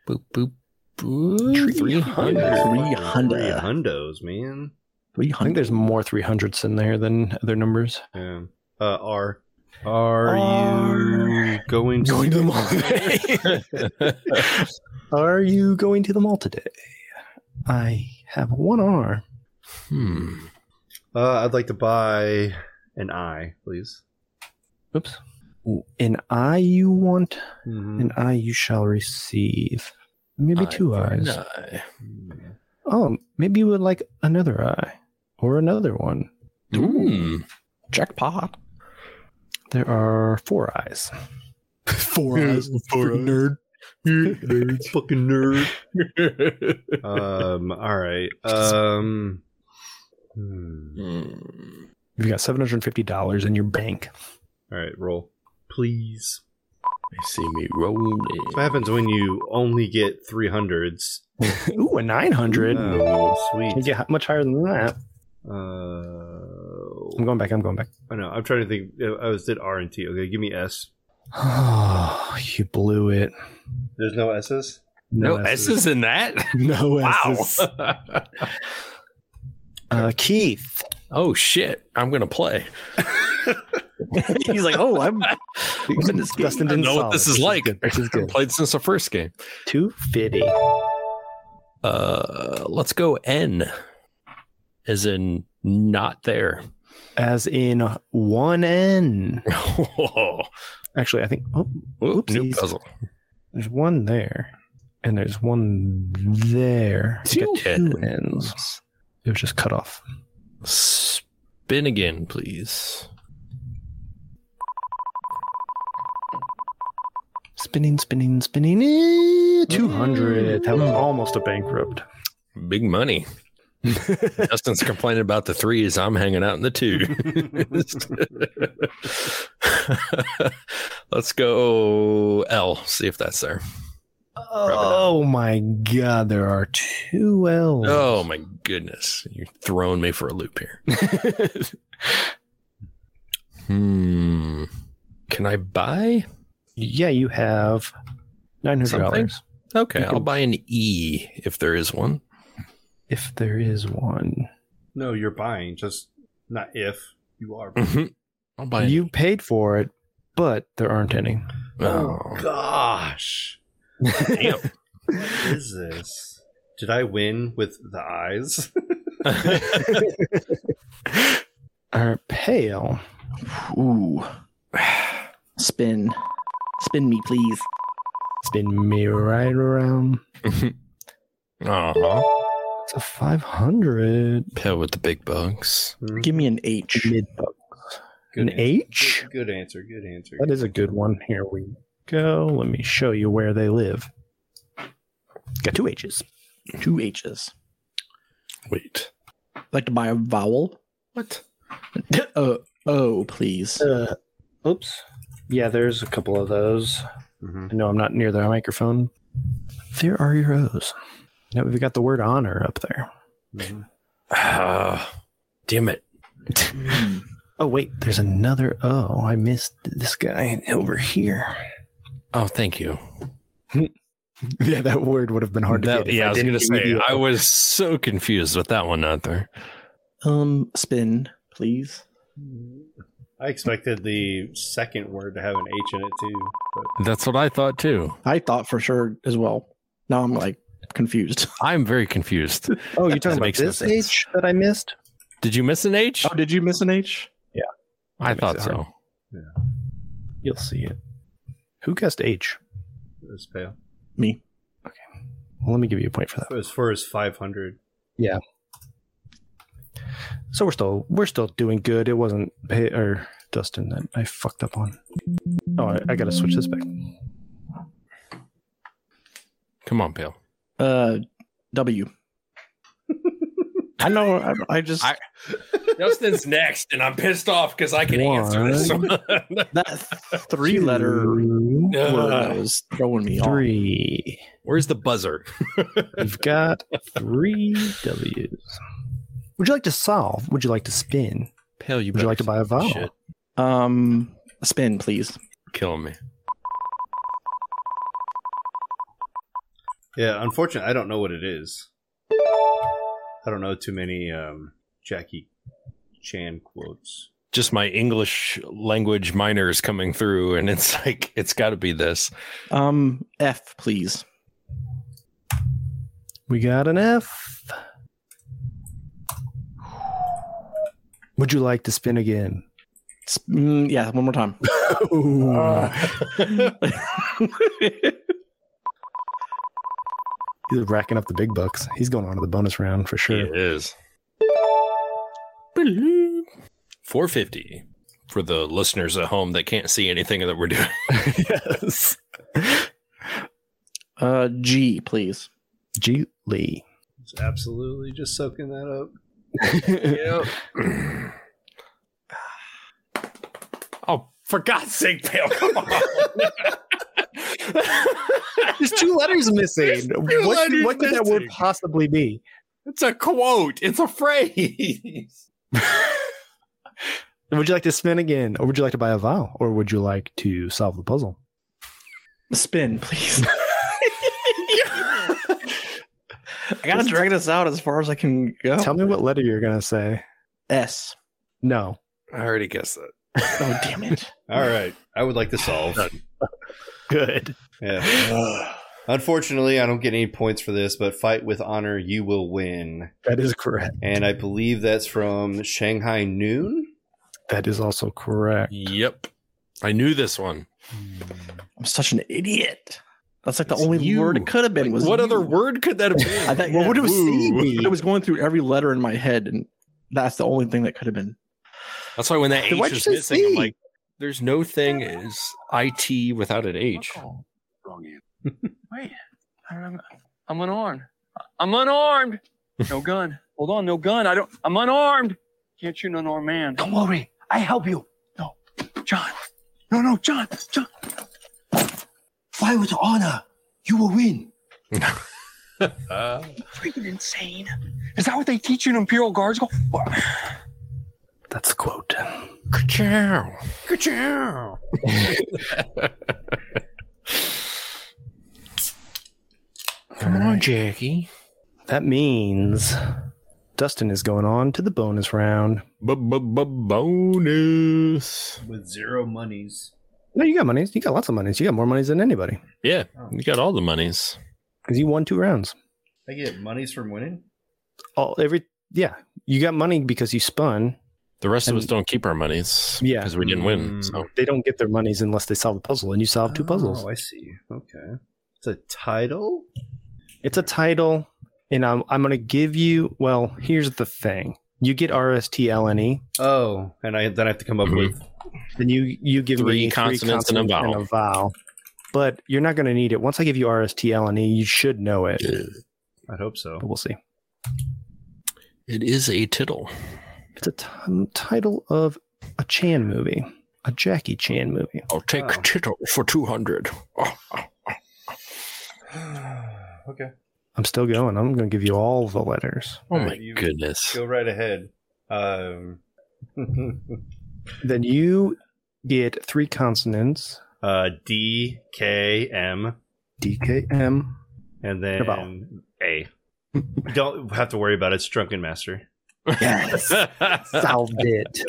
[SPEAKER 4] Boop boop boop.
[SPEAKER 5] Three hundred. Three
[SPEAKER 3] Three
[SPEAKER 5] hundred.
[SPEAKER 3] hundos, man.
[SPEAKER 5] Three
[SPEAKER 2] I think
[SPEAKER 5] hundred.
[SPEAKER 2] there's more 300s in there than other numbers.
[SPEAKER 3] Yeah. Uh, R. Are you
[SPEAKER 2] Are-
[SPEAKER 3] going to
[SPEAKER 2] Going to the mall today. Are you going to the mall today? I have one R.
[SPEAKER 4] Hmm.
[SPEAKER 3] Uh, I'd like to buy an eye, please.
[SPEAKER 2] Oops. An eye you want,
[SPEAKER 3] Mm-hmm.
[SPEAKER 2] an eye you shall receive. Maybe
[SPEAKER 4] Eye
[SPEAKER 2] two eyes. Oh, maybe you would like another eye or another one.
[SPEAKER 4] Hmm.
[SPEAKER 5] jackpot.
[SPEAKER 2] There are four eyes.
[SPEAKER 5] Four
[SPEAKER 4] Hmm.
[SPEAKER 5] eyes. Four nerd.
[SPEAKER 3] Fucking nerd. um. All right. Um. hmm.
[SPEAKER 4] Hmm.
[SPEAKER 2] You've got $750 in your bank.
[SPEAKER 3] All right. Roll, please.
[SPEAKER 4] They see me rolling.
[SPEAKER 3] What happens when you only get three hundreds?
[SPEAKER 2] Ooh, a 900.
[SPEAKER 3] Oh,
[SPEAKER 2] Can't
[SPEAKER 3] sweet.
[SPEAKER 2] get much higher than that.
[SPEAKER 3] Uh.
[SPEAKER 2] I'm going back. I'm going back.
[SPEAKER 3] I know. I'm trying to think. I was did R and T. Okay, give me S.
[SPEAKER 2] Oh, you blew it.
[SPEAKER 3] There's no S's.
[SPEAKER 4] No S's in that?
[SPEAKER 2] No
[SPEAKER 4] Wow.
[SPEAKER 2] Uh, Keith.
[SPEAKER 4] oh, shit. I'm going to play.
[SPEAKER 5] He's like, oh, I'm.
[SPEAKER 2] Dustin
[SPEAKER 4] I
[SPEAKER 2] didn't
[SPEAKER 4] know
[SPEAKER 2] solve
[SPEAKER 4] what this
[SPEAKER 2] it,
[SPEAKER 4] is like.
[SPEAKER 2] Which is
[SPEAKER 4] I
[SPEAKER 2] good.
[SPEAKER 4] played since the first game.
[SPEAKER 2] Two fifty.
[SPEAKER 4] Uh, let's go N as in not there.
[SPEAKER 2] As in one N.
[SPEAKER 4] Oh,
[SPEAKER 2] Actually, I think oh,
[SPEAKER 4] Ooh, new
[SPEAKER 2] Oopsies.
[SPEAKER 4] puzzle.
[SPEAKER 2] there's one there, and there's one there. It's got
[SPEAKER 4] Two
[SPEAKER 2] two ends. It was just cut off.
[SPEAKER 4] Spin again, please.
[SPEAKER 2] Spinning, spinning, spinning. Two
[SPEAKER 3] Mm,
[SPEAKER 2] hundred. That was
[SPEAKER 4] Mm.
[SPEAKER 2] almost a bankrupt.
[SPEAKER 4] Big money. Justin's complaining about the threes. I'm hanging out in the two. Let's go L. See if that's there.
[SPEAKER 2] Oh my god, there are two L's.
[SPEAKER 4] Oh my goodness. You're throwing me for a loop here. hmm. Can I buy?
[SPEAKER 2] Yeah, you have nine hundred
[SPEAKER 4] Something?
[SPEAKER 2] dollars.
[SPEAKER 4] Okay,
[SPEAKER 2] You can-
[SPEAKER 4] I'll buy an E if there is one.
[SPEAKER 2] If there is one.
[SPEAKER 3] No, you're buying. Just not if you are.
[SPEAKER 2] Oh.
[SPEAKER 4] Mhm. I'll buy an
[SPEAKER 2] Mm-hmm. You
[SPEAKER 4] E.
[SPEAKER 2] paid for it, but there aren't any.
[SPEAKER 4] Oh,
[SPEAKER 3] gosh.
[SPEAKER 4] damn.
[SPEAKER 3] What is this? Did I win with the eyes?
[SPEAKER 2] Our pale.
[SPEAKER 5] Ooh. Spin. Spin me, please.
[SPEAKER 2] Spin me right around.
[SPEAKER 4] uh-huh.
[SPEAKER 2] It's a five hundred.
[SPEAKER 4] Pill with the big bugs.
[SPEAKER 5] Give me an H.
[SPEAKER 2] Mid An H?
[SPEAKER 3] Good, good answer. Good answer.
[SPEAKER 2] That is a good one. Here we go. Let me show you where they live. Got two H's.
[SPEAKER 5] Two H's.
[SPEAKER 4] Wait.
[SPEAKER 5] I'd like to buy a vowel.
[SPEAKER 4] What?
[SPEAKER 5] uh, oh, please.
[SPEAKER 2] Uh, oops. Yeah, there's a couple of those.
[SPEAKER 3] Mhm.
[SPEAKER 2] I know I'm not near the microphone. There are your O's. Now we've got the word honor up there.
[SPEAKER 3] mm-hmm.
[SPEAKER 4] Ah, damn it.
[SPEAKER 5] Hmm.
[SPEAKER 2] Oh wait, there's another O. I missed this guy over here.
[SPEAKER 4] Oh, thank you.
[SPEAKER 2] Yeah, that word would have been hard
[SPEAKER 4] That-
[SPEAKER 2] to get. if
[SPEAKER 4] yeah, I, was
[SPEAKER 2] didn't
[SPEAKER 4] going to
[SPEAKER 2] give you
[SPEAKER 4] say,
[SPEAKER 2] the O.
[SPEAKER 4] I was so confused with that one out there.
[SPEAKER 5] um, spin, please.
[SPEAKER 3] I expected the second word to have an H in it too. But
[SPEAKER 4] That's what I thought too.
[SPEAKER 5] I thought for sure as well. Now I'm like confused.
[SPEAKER 4] I'm very confused.
[SPEAKER 2] Oh, you're talking
[SPEAKER 4] That
[SPEAKER 2] about
[SPEAKER 4] makes no
[SPEAKER 2] this
[SPEAKER 4] sense.
[SPEAKER 2] H that I missed?
[SPEAKER 4] Did you miss an H?
[SPEAKER 5] Oh, did you miss an H?
[SPEAKER 4] I
[SPEAKER 2] that
[SPEAKER 4] thought
[SPEAKER 2] makes it
[SPEAKER 4] so.
[SPEAKER 2] You'll see it. Who guessed H?
[SPEAKER 3] it was pale.
[SPEAKER 5] Me.
[SPEAKER 2] Well, let me give you a point for that.
[SPEAKER 3] As far as five hundred,
[SPEAKER 2] So we're still we're still doing good. It wasn't Pa- or Dustin that I fucked up on. Oh, I, I gotta switch this back.
[SPEAKER 4] Come on, Pale.
[SPEAKER 5] Uh, W. I know. I, I just
[SPEAKER 4] I- Justin's next, and I'm pissed off because I can answer this
[SPEAKER 2] One.
[SPEAKER 4] one.
[SPEAKER 5] that three letter
[SPEAKER 2] Two,
[SPEAKER 5] word
[SPEAKER 4] Uh,
[SPEAKER 5] that was throwing me off.
[SPEAKER 2] three.
[SPEAKER 4] Where's the buzzer?
[SPEAKER 2] We've got three W's. Would you like to solve? Would you like to spin?
[SPEAKER 4] Pale, you
[SPEAKER 2] Would you like to buy a vowel?
[SPEAKER 4] Shit.
[SPEAKER 5] Um, spin, please.
[SPEAKER 4] Killing me.
[SPEAKER 3] yeah. Unfortunately, I don't know what it is. I don't know too many um, Jackie Chan quotes.
[SPEAKER 4] Just my English language minor is coming through, and it's like it's got to be this.
[SPEAKER 5] Um, F, please.
[SPEAKER 2] We got an F. Would you like to spin again?
[SPEAKER 5] Sp- mm, yeah, one more time.
[SPEAKER 2] Oh. He's racking up the big bucks. He's going on to the bonus round for sure.
[SPEAKER 4] It is. 450 for the listeners at home that can't see anything that we're doing.
[SPEAKER 2] yes.
[SPEAKER 5] uh, G, please.
[SPEAKER 2] G Lee.
[SPEAKER 3] It's absolutely just soaking that up.
[SPEAKER 4] Yep. oh, for God's sake, Pale, come on.
[SPEAKER 2] There's two letters
[SPEAKER 4] There's
[SPEAKER 2] missing.
[SPEAKER 4] two
[SPEAKER 2] what
[SPEAKER 4] letters
[SPEAKER 2] what could that word
[SPEAKER 4] missing.
[SPEAKER 2] possibly be?
[SPEAKER 4] it's a quote, it's a phrase.
[SPEAKER 2] Would you like to spin again, or would you like to buy a vowel, or would you like to solve the puzzle?
[SPEAKER 5] Spin, please. I gotta drag this out as far as I can go.
[SPEAKER 2] Tell me what letter you're gonna say.
[SPEAKER 5] S.
[SPEAKER 2] No.
[SPEAKER 4] I already guessed that.
[SPEAKER 5] Oh, damn it.
[SPEAKER 3] All right, I would like to solve.
[SPEAKER 2] Good.
[SPEAKER 3] Yeah. Unfortunately, I don't get any points for this, but fight with honor, you will win.
[SPEAKER 2] That is correct.
[SPEAKER 3] And I believe that's from Shanghai Noon.
[SPEAKER 2] That is also correct.
[SPEAKER 4] Yep. I knew this one.
[SPEAKER 5] I'm such an idiot. That's like the
[SPEAKER 4] It's
[SPEAKER 5] only
[SPEAKER 4] you.
[SPEAKER 5] word it could have been. was
[SPEAKER 4] what other
[SPEAKER 5] you.
[SPEAKER 4] word could that have
[SPEAKER 5] I
[SPEAKER 4] been?
[SPEAKER 5] thought,
[SPEAKER 4] What
[SPEAKER 5] what
[SPEAKER 4] would it
[SPEAKER 5] was
[SPEAKER 4] be?
[SPEAKER 5] I was going through every letter in my head, and that's the only thing that could have been.
[SPEAKER 4] That's why when that H
[SPEAKER 5] Why'd
[SPEAKER 4] is
[SPEAKER 5] you say
[SPEAKER 4] missing, I'm
[SPEAKER 5] C?
[SPEAKER 4] like, there's no thing is IT without an H.
[SPEAKER 6] Wrong answer. Wait, I remember. I'm unarmed. I'm unarmed. No gun. Hold on, no gun. I don't. I'm unarmed. Can't shoot an unarmed man. Don't worry. I help you. No, John. No, no, John. John. Fight with honor. You will win.
[SPEAKER 4] Uh,
[SPEAKER 6] Freaking insane. Is that what they teach you in Imperial Guards? Go.
[SPEAKER 2] That's the quote.
[SPEAKER 4] ka-chow. Come on, Jackie.
[SPEAKER 2] That means Dustin is going on to the bonus round.
[SPEAKER 4] Bonus.
[SPEAKER 1] With zero monies.
[SPEAKER 2] No, you got monies. You got lots of monies. You got more monies than anybody
[SPEAKER 4] Yeah, you got all the monies.
[SPEAKER 2] because you won two rounds.
[SPEAKER 3] I get monies from winning.
[SPEAKER 2] All every yeah, you got money because you spun.
[SPEAKER 4] The rest of us
[SPEAKER 2] And-
[SPEAKER 4] don't keep our monies.
[SPEAKER 2] Yeah.
[SPEAKER 4] because we didn't win.
[SPEAKER 3] Mm.
[SPEAKER 4] So
[SPEAKER 2] They don't get their monies unless they solve a puzzle, and you solved two puzzles.
[SPEAKER 3] Oh, I see. Okay. It's a title.
[SPEAKER 2] It's a title, and I'm I'm gonna give you. Well, here's the thing: you get RSTLNE,
[SPEAKER 3] Oh, and I then I have to come up
[SPEAKER 4] Mhm.
[SPEAKER 3] with.
[SPEAKER 2] E, and you you give
[SPEAKER 4] Three
[SPEAKER 2] me
[SPEAKER 4] consonants and a vowel.
[SPEAKER 2] vowel. But you're not gonna need it. Once I give you RSTLNE, E, you should know it.
[SPEAKER 3] I'd hope so.
[SPEAKER 2] But we'll see.
[SPEAKER 4] it is a tittle.
[SPEAKER 2] It's a t- title of a Chan movie, a Jackie Chan movie.
[SPEAKER 4] I'll take
[SPEAKER 3] Oh.
[SPEAKER 4] tittle for two hundred.
[SPEAKER 3] okay.
[SPEAKER 2] I'm still going. I'm gonna give you all the letters.
[SPEAKER 4] Oh
[SPEAKER 3] Alright,
[SPEAKER 4] my
[SPEAKER 3] you-
[SPEAKER 4] goodness.
[SPEAKER 3] Go right ahead. Um.
[SPEAKER 2] Then you get three consonants.
[SPEAKER 3] uh, D K M
[SPEAKER 2] DKM.
[SPEAKER 3] and then
[SPEAKER 2] About.
[SPEAKER 3] A. Don't have to worry about it. It's Drunken Master.
[SPEAKER 5] Yes,
[SPEAKER 2] Solved it.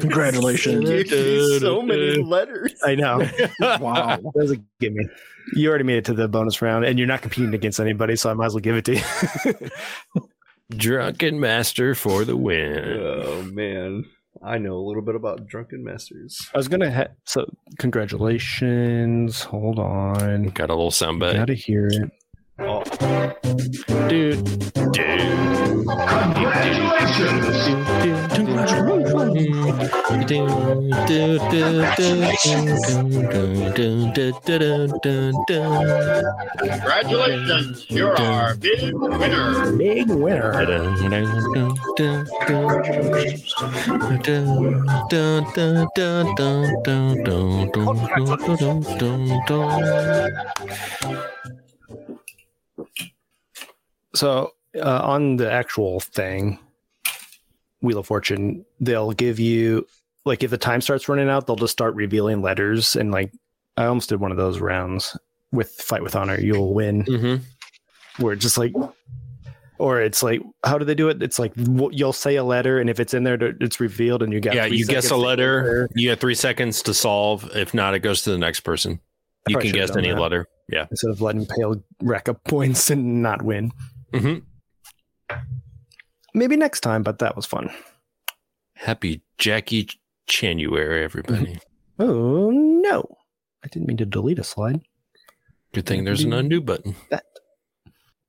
[SPEAKER 5] Congratulations.
[SPEAKER 3] It is so many letters.
[SPEAKER 2] I know.
[SPEAKER 5] wow.
[SPEAKER 2] That was a gimme. You already made it to the bonus round, and you're not competing against anybody, so I might as well give it to you.
[SPEAKER 4] Drunken master for the win.
[SPEAKER 3] Oh man, I know a little bit about Drunken Masters.
[SPEAKER 2] I was gonna. Ha- so congratulations. Hold on.
[SPEAKER 4] Got a little sound bite.
[SPEAKER 2] Gotta hear it.
[SPEAKER 3] Oh,
[SPEAKER 4] Dude. Congratulations.
[SPEAKER 7] Congratulations, you're our big winner.
[SPEAKER 2] Big winner. So uh, on the actual thing, Wheel of Fortune, they'll give you like if the time starts running out, they'll just start revealing letters and like I almost did one of those rounds with Fight with Honor, you'll win.
[SPEAKER 4] Mm-hmm.
[SPEAKER 2] Where it's just like, or it's like, how do they do it? It's like wh- you'll say a letter, and if it's in there, it's revealed, and you got
[SPEAKER 4] Yeah,
[SPEAKER 2] three
[SPEAKER 4] you
[SPEAKER 2] seconds
[SPEAKER 4] guess a
[SPEAKER 2] to get
[SPEAKER 4] letter.
[SPEAKER 2] there.
[SPEAKER 4] You have three seconds to solve. If not, it goes to the next person.
[SPEAKER 2] I
[SPEAKER 4] You
[SPEAKER 2] probably
[SPEAKER 4] can
[SPEAKER 2] should've
[SPEAKER 4] guess
[SPEAKER 2] done
[SPEAKER 4] any
[SPEAKER 2] that.
[SPEAKER 4] letter. Yeah.
[SPEAKER 2] instead of letting Pale rack up points and not win.
[SPEAKER 4] hmm
[SPEAKER 2] Maybe next time, but that was fun.
[SPEAKER 4] Happy Jackie January, everybody.
[SPEAKER 2] Oh no, I didn't mean to delete a slide.
[SPEAKER 4] Good thing there's an undo button.
[SPEAKER 2] That.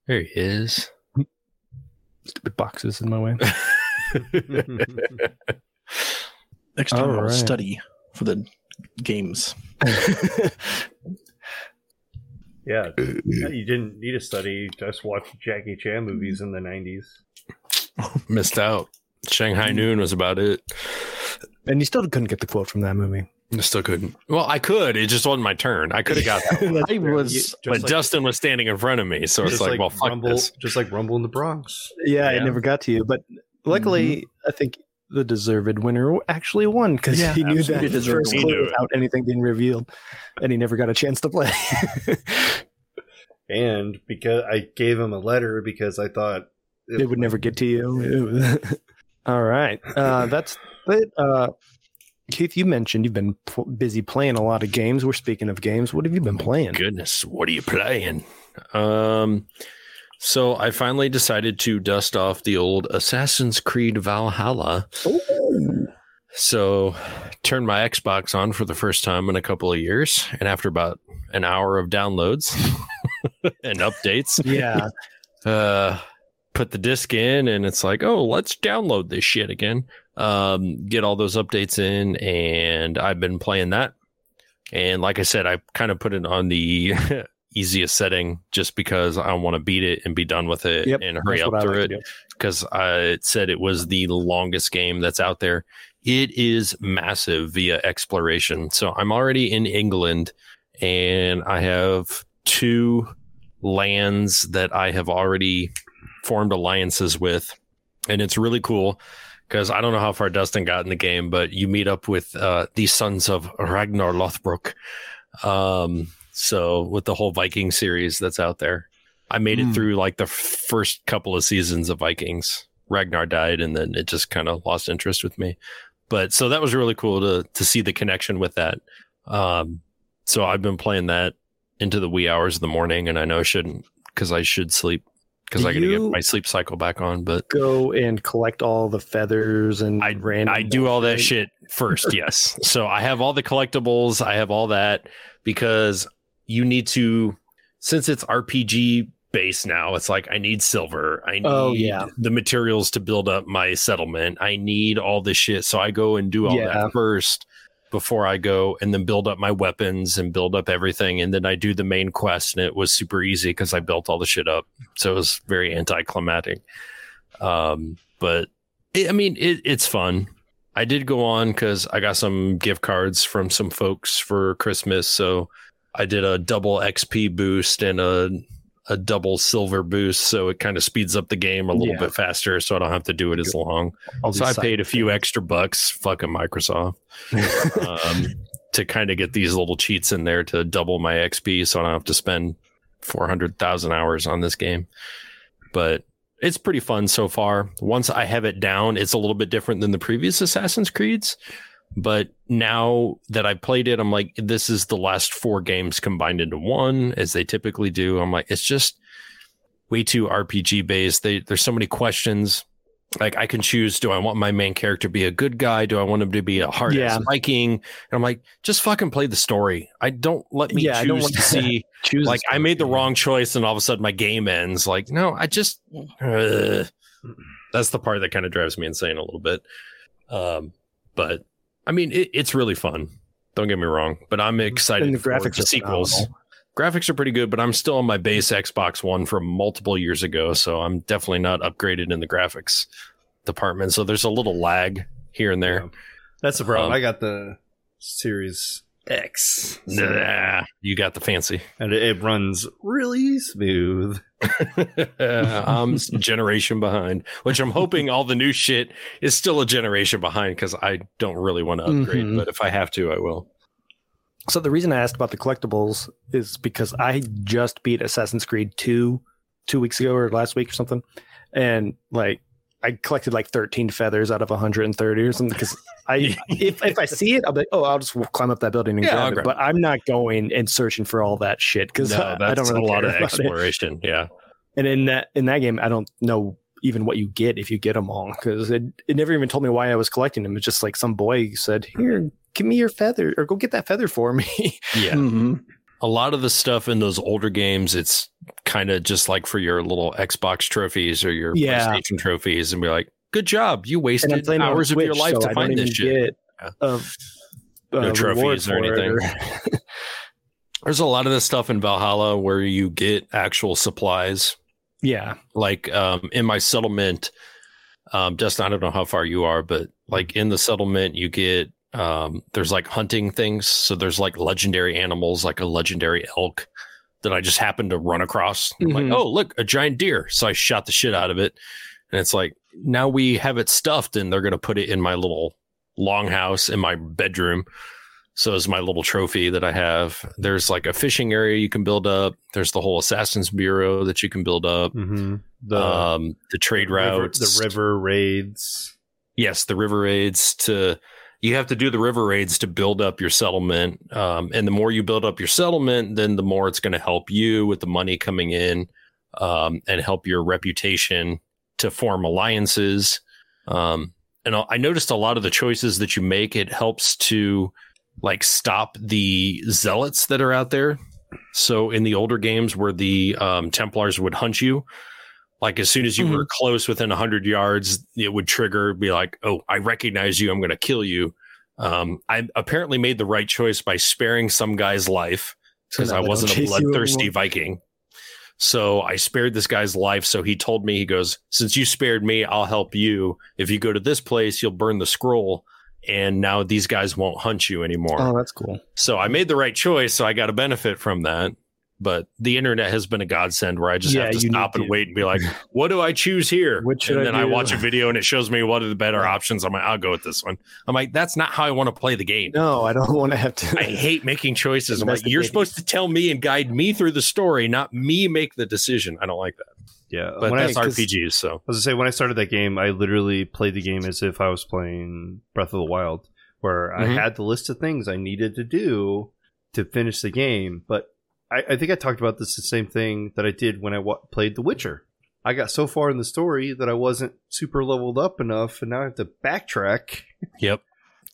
[SPEAKER 4] There he is.
[SPEAKER 2] Stupid boxes in my way.
[SPEAKER 5] Next time I'll
[SPEAKER 2] Alright.
[SPEAKER 5] study for the games.
[SPEAKER 3] yeah, you didn't need to study. Just watch Jackie Chan movies in the nineties.
[SPEAKER 4] Missed out. Shanghai Noon was about it.
[SPEAKER 2] And you still couldn't get the quote from that movie.
[SPEAKER 4] I still couldn't. Well, I could. It just wasn't my turn. I could have got that. one.
[SPEAKER 5] I was
[SPEAKER 4] but Justin was standing in front of me, so it's like, well, fuck
[SPEAKER 3] Rumble,
[SPEAKER 4] this.
[SPEAKER 3] just like Rumble in the Bronx.
[SPEAKER 2] Yeah,
[SPEAKER 4] Yeah. Mm-hmm.
[SPEAKER 2] I never got to you. But luckily, I think the deserved winner actually won because
[SPEAKER 5] Yeah,
[SPEAKER 2] he knew
[SPEAKER 5] absolutely
[SPEAKER 2] that
[SPEAKER 5] deserved
[SPEAKER 2] first
[SPEAKER 4] winner. He
[SPEAKER 2] clue
[SPEAKER 4] knew it.
[SPEAKER 2] without anything being revealed, and he never got a chance to play.
[SPEAKER 3] And because I gave him a letter because I thought
[SPEAKER 2] it would never get to you. All right, uh, that's it. Uh, Keith, you mentioned you've been pl- busy playing a lot of games. We're speaking of games. What have you been playing?
[SPEAKER 4] Goodness, what are you playing? Um, so I finally decided to dust off the old Assassin's Creed Valhalla. So, turned my Xbox on for the first time in a couple of years, and after about an hour of downloads and updates,
[SPEAKER 2] Yeah.
[SPEAKER 4] uh, put the disc in, and it's like, oh, let's download this shit again. Um, get all those updates in, and I've been playing that. And like I said, I kind of put it on the easiest setting just because I want to beat it and be done with it
[SPEAKER 2] Yep,
[SPEAKER 4] and hurry
[SPEAKER 2] That's
[SPEAKER 4] up
[SPEAKER 2] what I
[SPEAKER 4] through
[SPEAKER 2] like
[SPEAKER 4] it
[SPEAKER 2] to do.
[SPEAKER 4] because I said it was the longest game that's out there. It is massive via exploration. So I'm already in England and I have two lands that I have already formed alliances with. And it's really cool because I don't know how far Dustin got in the game, but you meet up with uh, the sons of Ragnar Lothbrok. Um, so with the whole Viking series that's out there. I made it
[SPEAKER 2] Hmm.
[SPEAKER 4] through like the first couple of seasons of Vikings. Ragnar died, and then it just kind of lost interest with me. But so that was really cool to to see the connection with that. Um, so I've been playing that into the wee hours of the morning, and I know I shouldn't because I should sleep because
[SPEAKER 2] Do
[SPEAKER 4] I got to
[SPEAKER 2] you-
[SPEAKER 4] get my sleep cycle back on. But
[SPEAKER 2] Go and collect all the feathers and
[SPEAKER 4] I
[SPEAKER 2] random.
[SPEAKER 4] I do all that
[SPEAKER 2] shit.
[SPEAKER 4] shit first, yes. So I have all the collectibles, I have all that because you need to since it's RPG based now, it's like I need silver, I need
[SPEAKER 2] Oh, yeah.
[SPEAKER 4] the materials to build up my settlement. I need all this shit. So I go and do all
[SPEAKER 2] Yeah.
[SPEAKER 4] that first before I go and then build up my weapons and build up everything and then I do the main quest and it was super easy cuz I built all the shit up. So it was very anticlimactic. Um but it, I mean it, it's fun. I did go on because I got some gift cards from some folks for Christmas. So I did a double XP boost and a a double silver boost. So it kind of speeds up the game a little
[SPEAKER 2] Yeah.
[SPEAKER 4] bit faster. So I don't have to do it as long.
[SPEAKER 2] All
[SPEAKER 4] So I
[SPEAKER 2] these
[SPEAKER 4] paid a few extra bucks, fucking Microsoft, um, to kind of get these little cheats in there to double my XP, so I don't have to spend four hundred thousand hours on this game. But it's pretty fun so far. Once I have it down, it's a little bit different than the previous Assassin's Creeds. But now that I played it, I'm like, this is the last four games combined into one, as they typically do. I'm like, it's just way too RPG based. They, there's so many questions like I can choose do I want my main character to be a good guy? Do I want him to be a hard ass
[SPEAKER 2] Yeah.
[SPEAKER 4] Viking? And I'm like, just fucking play the story. I don't let me
[SPEAKER 2] Yeah, I don't
[SPEAKER 4] choose
[SPEAKER 2] want
[SPEAKER 4] to
[SPEAKER 2] to-
[SPEAKER 4] see
[SPEAKER 2] chooses
[SPEAKER 4] like I
[SPEAKER 2] to-
[SPEAKER 4] made the wrong choice and all of a sudden my game ends. Like, no, I just Ugh. that's the part that kind of drives me insane a little bit. Um, but I mean it, it's really fun. Don't get me wrong, but I'm excited
[SPEAKER 2] And the
[SPEAKER 4] for
[SPEAKER 2] graphics
[SPEAKER 4] the
[SPEAKER 2] are
[SPEAKER 4] sequels.
[SPEAKER 2] phenomenal.
[SPEAKER 4] Graphics are pretty good, but I'm still on my base Xbox One from multiple years ago, so I'm definitely not upgraded in the graphics department. So there's a little lag here and there.
[SPEAKER 3] That's the problem.
[SPEAKER 4] Um,
[SPEAKER 3] I got the Series X,
[SPEAKER 4] Nah, you got the fancy.
[SPEAKER 3] and it, it runs really smooth.
[SPEAKER 4] I'm s- generation behind, which I'm hoping all the new shit is still a generation behind because I don't really want to upgrade,
[SPEAKER 2] Mhm.
[SPEAKER 4] but if I have to, I will.
[SPEAKER 2] So the reason I asked about the collectibles is because I just beat Assassin's Creed 2 2 weeks ago or last week or something and like I collected like 13 feathers out of 130 or something cuz I if if I see it I'll be like, oh I'll just climb up that building and
[SPEAKER 4] Yeah,
[SPEAKER 2] grab
[SPEAKER 4] I'll
[SPEAKER 2] it
[SPEAKER 4] grab
[SPEAKER 2] but I'm not going and searching for all that shit cuz I, don't really
[SPEAKER 4] a lot
[SPEAKER 2] care
[SPEAKER 4] of
[SPEAKER 2] about it.
[SPEAKER 4] exploration. Yeah.
[SPEAKER 2] And in that in that game I don't know even what you get if you get them all cuz it, it never even told me why I was collecting them it's just like some boy said here give me your feather or go get that feather for me
[SPEAKER 4] Yeah.
[SPEAKER 5] Mhm.
[SPEAKER 4] a lot of the stuff in those older games, it's kind of just like for your little Xbox trophies or your
[SPEAKER 2] Yeah.
[SPEAKER 4] PlayStation trophies, and be like, "Good job, you
[SPEAKER 2] and I'm
[SPEAKER 4] wasted
[SPEAKER 2] playing
[SPEAKER 4] hours
[SPEAKER 2] on Switch,
[SPEAKER 4] of your life
[SPEAKER 2] so
[SPEAKER 4] to
[SPEAKER 2] I
[SPEAKER 4] find
[SPEAKER 2] don't
[SPEAKER 4] this
[SPEAKER 2] even
[SPEAKER 4] shit."
[SPEAKER 2] Get
[SPEAKER 4] Yeah.
[SPEAKER 2] a, a
[SPEAKER 4] No
[SPEAKER 2] reward
[SPEAKER 4] trophies or
[SPEAKER 2] for it
[SPEAKER 4] anything. There's a lot of the stuff in Valhalla where you get actual supplies
[SPEAKER 2] yeah,
[SPEAKER 4] like um in my settlement um Dustin, I don't know how far you are, but like in the settlement you get um there's like hunting things. So there's like legendary animals, like a legendary elk that I just happened to run across. I'm
[SPEAKER 2] Mhm.
[SPEAKER 4] Like, oh look, a giant deer. So I shot the shit out of it. And it's like now we have it stuffed and they're gonna put it in my little longhouse in my bedroom. So is my little trophy that I have. There's like a fishing area you can build up. There's the whole Assassin's Bureau that you can build up
[SPEAKER 3] Mm-hmm.
[SPEAKER 4] the um, the trade routes,
[SPEAKER 3] the river raids.
[SPEAKER 4] Yes, the river raids. To you have to do the river raids to build up your settlement, um, and the more you build up your settlement, then the more it's going to help you with the money coming in, um, and help your reputation to form alliances. Um, and I noticed a lot of the choices that you make. It helps to like stop the zealots that are out there. So in the older games where the um, Templars would hunt you, like as soon as you were
[SPEAKER 2] Mm-hmm.
[SPEAKER 4] close within hundred yards, it would trigger, be like, "Oh, I recognize you. I'm going to kill you." Um, I apparently made the right choice by sparing some guy's life because
[SPEAKER 2] So now
[SPEAKER 4] I
[SPEAKER 2] they
[SPEAKER 4] wasn't
[SPEAKER 2] don't
[SPEAKER 4] a
[SPEAKER 2] chase you
[SPEAKER 4] bloodthirsty
[SPEAKER 2] anymore.
[SPEAKER 4] Viking. So I spared this guy's life. So he told me, he goes, Since you spared me, I'll help you. If you go to this place, you'll burn the scroll. And now these guys won't hunt you anymore.
[SPEAKER 2] Oh, that's cool.
[SPEAKER 4] So I made the right choice. So I got a benefit from that. But the internet has been a godsend where I just
[SPEAKER 2] Yeah,
[SPEAKER 4] have to
[SPEAKER 2] you
[SPEAKER 4] stop
[SPEAKER 2] need
[SPEAKER 4] and
[SPEAKER 2] to-
[SPEAKER 4] wait and be like, what do I choose here?
[SPEAKER 2] What should
[SPEAKER 4] and
[SPEAKER 2] I
[SPEAKER 4] then I,
[SPEAKER 2] do?
[SPEAKER 4] watch a video and it shows me what are the better options. I'm like, I'll go with this one. I'm like, that's not how I want to play the game.
[SPEAKER 2] No, I don't want to have to.
[SPEAKER 4] I hate making choices. I'm
[SPEAKER 2] That's
[SPEAKER 4] like,
[SPEAKER 2] the
[SPEAKER 4] you're
[SPEAKER 2] thing.
[SPEAKER 4] supposed to tell me and guide me through the story, not me make the decision. I don't like that.
[SPEAKER 3] Yeah,
[SPEAKER 2] Uh,
[SPEAKER 4] But
[SPEAKER 3] when I-
[SPEAKER 4] that's
[SPEAKER 3] 'cause-
[SPEAKER 4] RPGs, so
[SPEAKER 3] I was gonna say when I started that game, I literally played the game as if I was playing Breath of the Wild, where
[SPEAKER 4] Mhm.
[SPEAKER 2] Mm-hmm.
[SPEAKER 3] I had the list of things I needed to do to finish the game. But I, I think I talked about this the same thing that I did when I wa- played The Witcher. I got so far in the story that I wasn't super leveled up enough, and now I have to backtrack,
[SPEAKER 4] yep.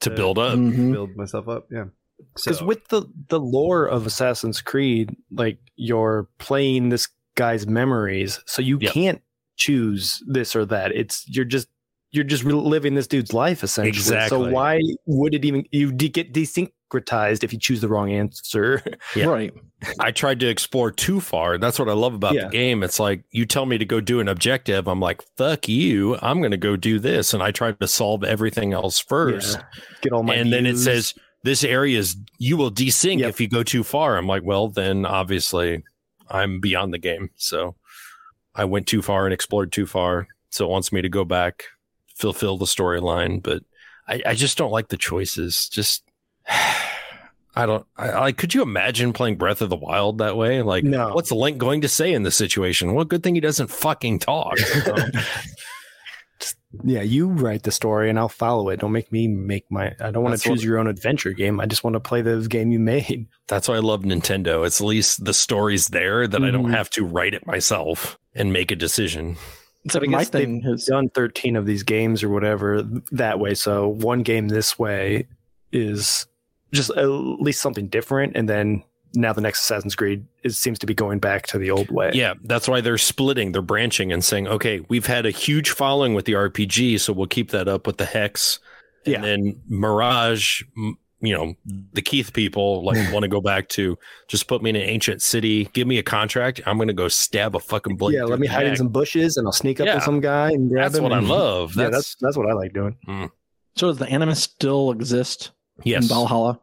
[SPEAKER 4] To
[SPEAKER 3] Uh,
[SPEAKER 4] build up.
[SPEAKER 5] Mhm.
[SPEAKER 3] build myself up. Yeah,
[SPEAKER 2] Mm-hmm. because
[SPEAKER 3] So-
[SPEAKER 2] with the the lore of Assassin's Creed, like you're playing this guy's memories, so you
[SPEAKER 4] Yep.
[SPEAKER 2] can't choose this or that. It's you're just you're just reliving this dude's life essentially. So
[SPEAKER 4] Exactly.
[SPEAKER 2] why would it even you de- get desyncretized if you choose the wrong answer?
[SPEAKER 4] Yeah.
[SPEAKER 5] Right.
[SPEAKER 4] I tried to explore too far. That's what I love about
[SPEAKER 2] Yeah.
[SPEAKER 4] the game. It's like you tell me to go do an objective. I'm like, fuck you. I'm going to go do this. And I tried to solve everything else first.
[SPEAKER 2] Yeah. Get all Oh my
[SPEAKER 4] and then it
[SPEAKER 2] views.
[SPEAKER 4] says, this area is, you will desync
[SPEAKER 2] Yep.
[SPEAKER 4] if you go too far. I'm like, well, then obviously I'm beyond the game. So I went too far and explored too far. So it wants me to go back, fulfill the storyline. But I, I just don't like the choices. Just. I don't. I, I could you imagine playing Breath of the Wild that way? Like,
[SPEAKER 2] No.
[SPEAKER 4] what's Link going to say in this situation? Well, good thing he doesn't fucking talk.
[SPEAKER 2] yeah, you write the story and I'll follow it. Don't make me make my. I don't want
[SPEAKER 4] That's
[SPEAKER 2] to choose
[SPEAKER 4] what-
[SPEAKER 2] your own adventure game. I just want to play the game you made.
[SPEAKER 4] That's why I love Nintendo. It's at least the story's there that I don't
[SPEAKER 2] Mhm.
[SPEAKER 4] have to write it myself and make a decision.
[SPEAKER 5] Except my
[SPEAKER 2] guess they've
[SPEAKER 5] thing is
[SPEAKER 2] done 13 of these games or whatever that way. So one game this way is just at least something different. And then now the next Assassin's Creed is, seems to be going back to the old way.
[SPEAKER 4] Yeah, that's why they're splitting, they're branching and saying, okay, we've had a huge following with the RPG, so we'll keep that up with the Hex. And
[SPEAKER 2] Yeah.
[SPEAKER 4] then Mirage, m- you know, the Keith people like want to go back to just put me in an ancient city, give me a contract. I'm going to go stab a fucking blade.
[SPEAKER 2] yeah,
[SPEAKER 4] through
[SPEAKER 2] let me
[SPEAKER 4] the
[SPEAKER 2] hide in
[SPEAKER 4] neck.
[SPEAKER 2] some bushes and I'll sneak up
[SPEAKER 4] Yeah.
[SPEAKER 2] to some guy and grab
[SPEAKER 4] That's
[SPEAKER 2] him.
[SPEAKER 4] what I
[SPEAKER 2] and-
[SPEAKER 4] love.
[SPEAKER 2] Yeah,
[SPEAKER 4] That's,
[SPEAKER 2] that's that's what I like doing.
[SPEAKER 5] so does the animus still exist in
[SPEAKER 4] yes.
[SPEAKER 5] Valhalla?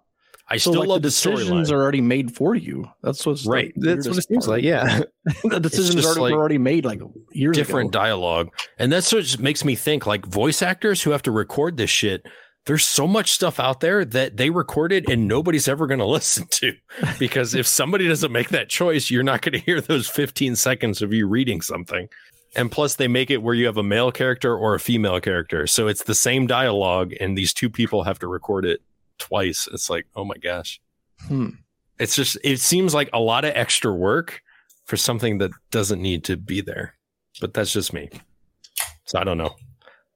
[SPEAKER 4] I
[SPEAKER 5] so
[SPEAKER 4] still
[SPEAKER 5] like,
[SPEAKER 4] love
[SPEAKER 5] the
[SPEAKER 4] the,
[SPEAKER 5] decisions
[SPEAKER 4] storyline.
[SPEAKER 5] are already made for you. That's what's the
[SPEAKER 4] Right.
[SPEAKER 2] That's what it
[SPEAKER 5] weirdest
[SPEAKER 2] seems
[SPEAKER 5] part.
[SPEAKER 2] like. Yeah,
[SPEAKER 5] the decisions
[SPEAKER 4] just
[SPEAKER 5] are
[SPEAKER 4] like
[SPEAKER 5] were already made like years
[SPEAKER 4] different
[SPEAKER 5] ago.
[SPEAKER 4] dialogue. And that's what just makes me think like voice actors who have to record this shit, there's so much stuff out there that they recorded and nobody's ever going to listen to. Because if somebody doesn't make that choice, you're not going to hear those 15 seconds of you reading something. And plus, they make it where you have a male character or a female character. So it's the same dialogue, and these two people have to record it twice. It's like, oh my gosh.
[SPEAKER 5] Hmm.
[SPEAKER 4] It's just, it seems like a lot of extra work for something that doesn't need to be there but that's just me. So I don't know.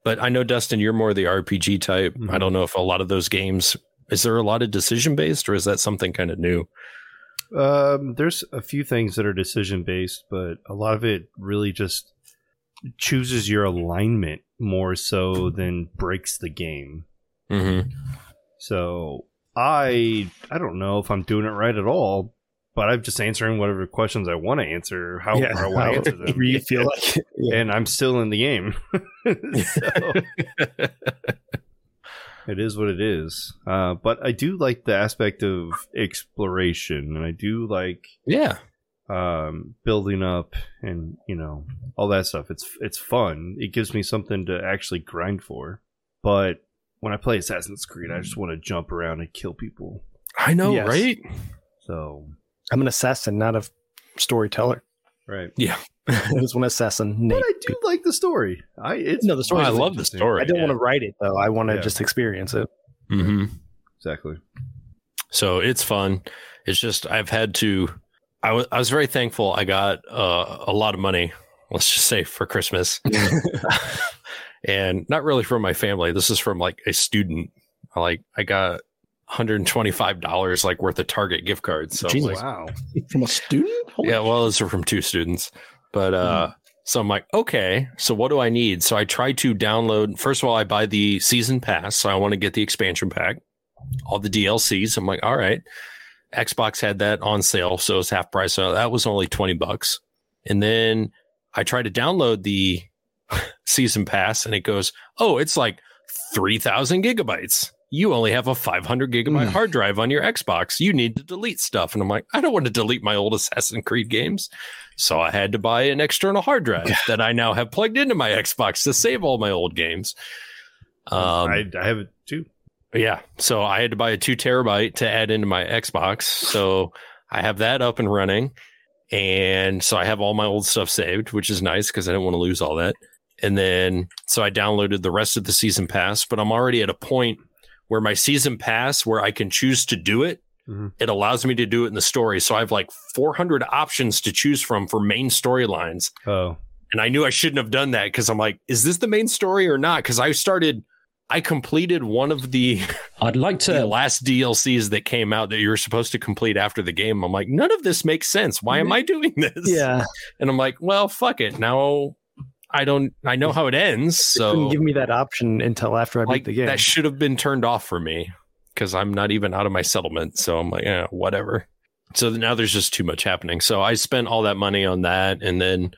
[SPEAKER 4] But I know Dustin, you're more the RPG type. I don't know if a lot of those games is there a lot of decision based or is that something kind of new?
[SPEAKER 3] Um, there's a few things that are decision based, but a lot of it really just chooses your alignment more so than breaks the game.
[SPEAKER 4] Mm-hmm.
[SPEAKER 3] So I I don't know if I'm doing it right at all, but I'm just answering whatever questions I want to answer, how
[SPEAKER 2] Yeah.
[SPEAKER 3] I want to answer them,
[SPEAKER 2] you feel like it. Yeah.
[SPEAKER 3] and I'm still in the game. so it is what it is. Uh, but I do like the aspect of exploration, and I do like
[SPEAKER 4] Yeah.
[SPEAKER 3] um, building up and you know all that stuff. It's it's fun. It gives me something to actually grind for. But when I play Assassin's Creed, I just want to jump around and kill people.
[SPEAKER 4] I know,
[SPEAKER 2] Yes.
[SPEAKER 4] right?
[SPEAKER 3] So
[SPEAKER 2] I'm an assassin, not a f- storyteller.
[SPEAKER 3] right,
[SPEAKER 2] I just want to assassin.
[SPEAKER 3] but
[SPEAKER 2] Nate.
[SPEAKER 3] I do like the story. I it's
[SPEAKER 2] No, the story
[SPEAKER 4] I
[SPEAKER 2] is
[SPEAKER 4] love the
[SPEAKER 3] interesting.
[SPEAKER 4] story.
[SPEAKER 2] I don't
[SPEAKER 4] yeah.
[SPEAKER 2] want to write it though. I want to
[SPEAKER 3] Yeah.
[SPEAKER 2] just experience it.
[SPEAKER 4] Mhm.
[SPEAKER 3] exactly.
[SPEAKER 4] So it's fun. It's just I've had to. I wa- I was very thankful. I got uh, a lot of money. Let's just say for Christmas, and not really from my family. This is from like a student. Like I got $125 like worth of Target gift cards. So
[SPEAKER 2] Jesus.
[SPEAKER 4] like,
[SPEAKER 2] Wow.
[SPEAKER 5] From a student? Holy
[SPEAKER 4] yeah, well, those are from two students. But uh so I'm like, okay, so what do I need? So I try to download first of all, I buy the season pass, so I want to get the expansion pack, all the DLCs. I'm like, all right. Xbox had that on sale, so it's half price. So that was only 20 bucks. And then I try to download the season pass and it goes, oh, it's like 3,000 gigabytes. You only have a 500 gigabyte
[SPEAKER 5] Mm.
[SPEAKER 4] hard drive on your Xbox. You need to delete stuff. And I'm like, I don't want to delete my old Assassin's Creed games. So I had to buy an external hard drive that I now have plugged into my Xbox to save all my old games. Um,
[SPEAKER 3] I, I have it too.
[SPEAKER 4] yeah. So I had to buy a two terabyte to add into my Xbox. So I have that up and running. And so I have all my old stuff saved, which is nice because I didn't want to lose all that. And then so I downloaded the rest of the season pass, but I'm already at a point where my season pass, where I can choose to do it,
[SPEAKER 3] Mhm.
[SPEAKER 4] it allows me to do it in the story. So I have like 400 options to choose from for main storylines.
[SPEAKER 3] Oh,
[SPEAKER 4] And I knew I shouldn't have done that because I'm like, is this the main story or not? Because I started, I completed one of the
[SPEAKER 8] I'd like
[SPEAKER 4] the
[SPEAKER 8] to.
[SPEAKER 4] last DLCs that came out that you were supposed to complete after the game. I'm like, none of this makes sense. Why am I doing this?
[SPEAKER 2] Yeah.
[SPEAKER 4] And I'm like, well, fuck it. Now I don't, I know how it ends.
[SPEAKER 2] So,
[SPEAKER 4] So
[SPEAKER 2] Couldn't give me that option until after I
[SPEAKER 4] like,
[SPEAKER 2] beat the game.
[SPEAKER 4] that should have been turned off for me because I'm not even out of my settlement. So I'm like, yeah, whatever. So now there's just too much happening. So I spent all that money on that. And then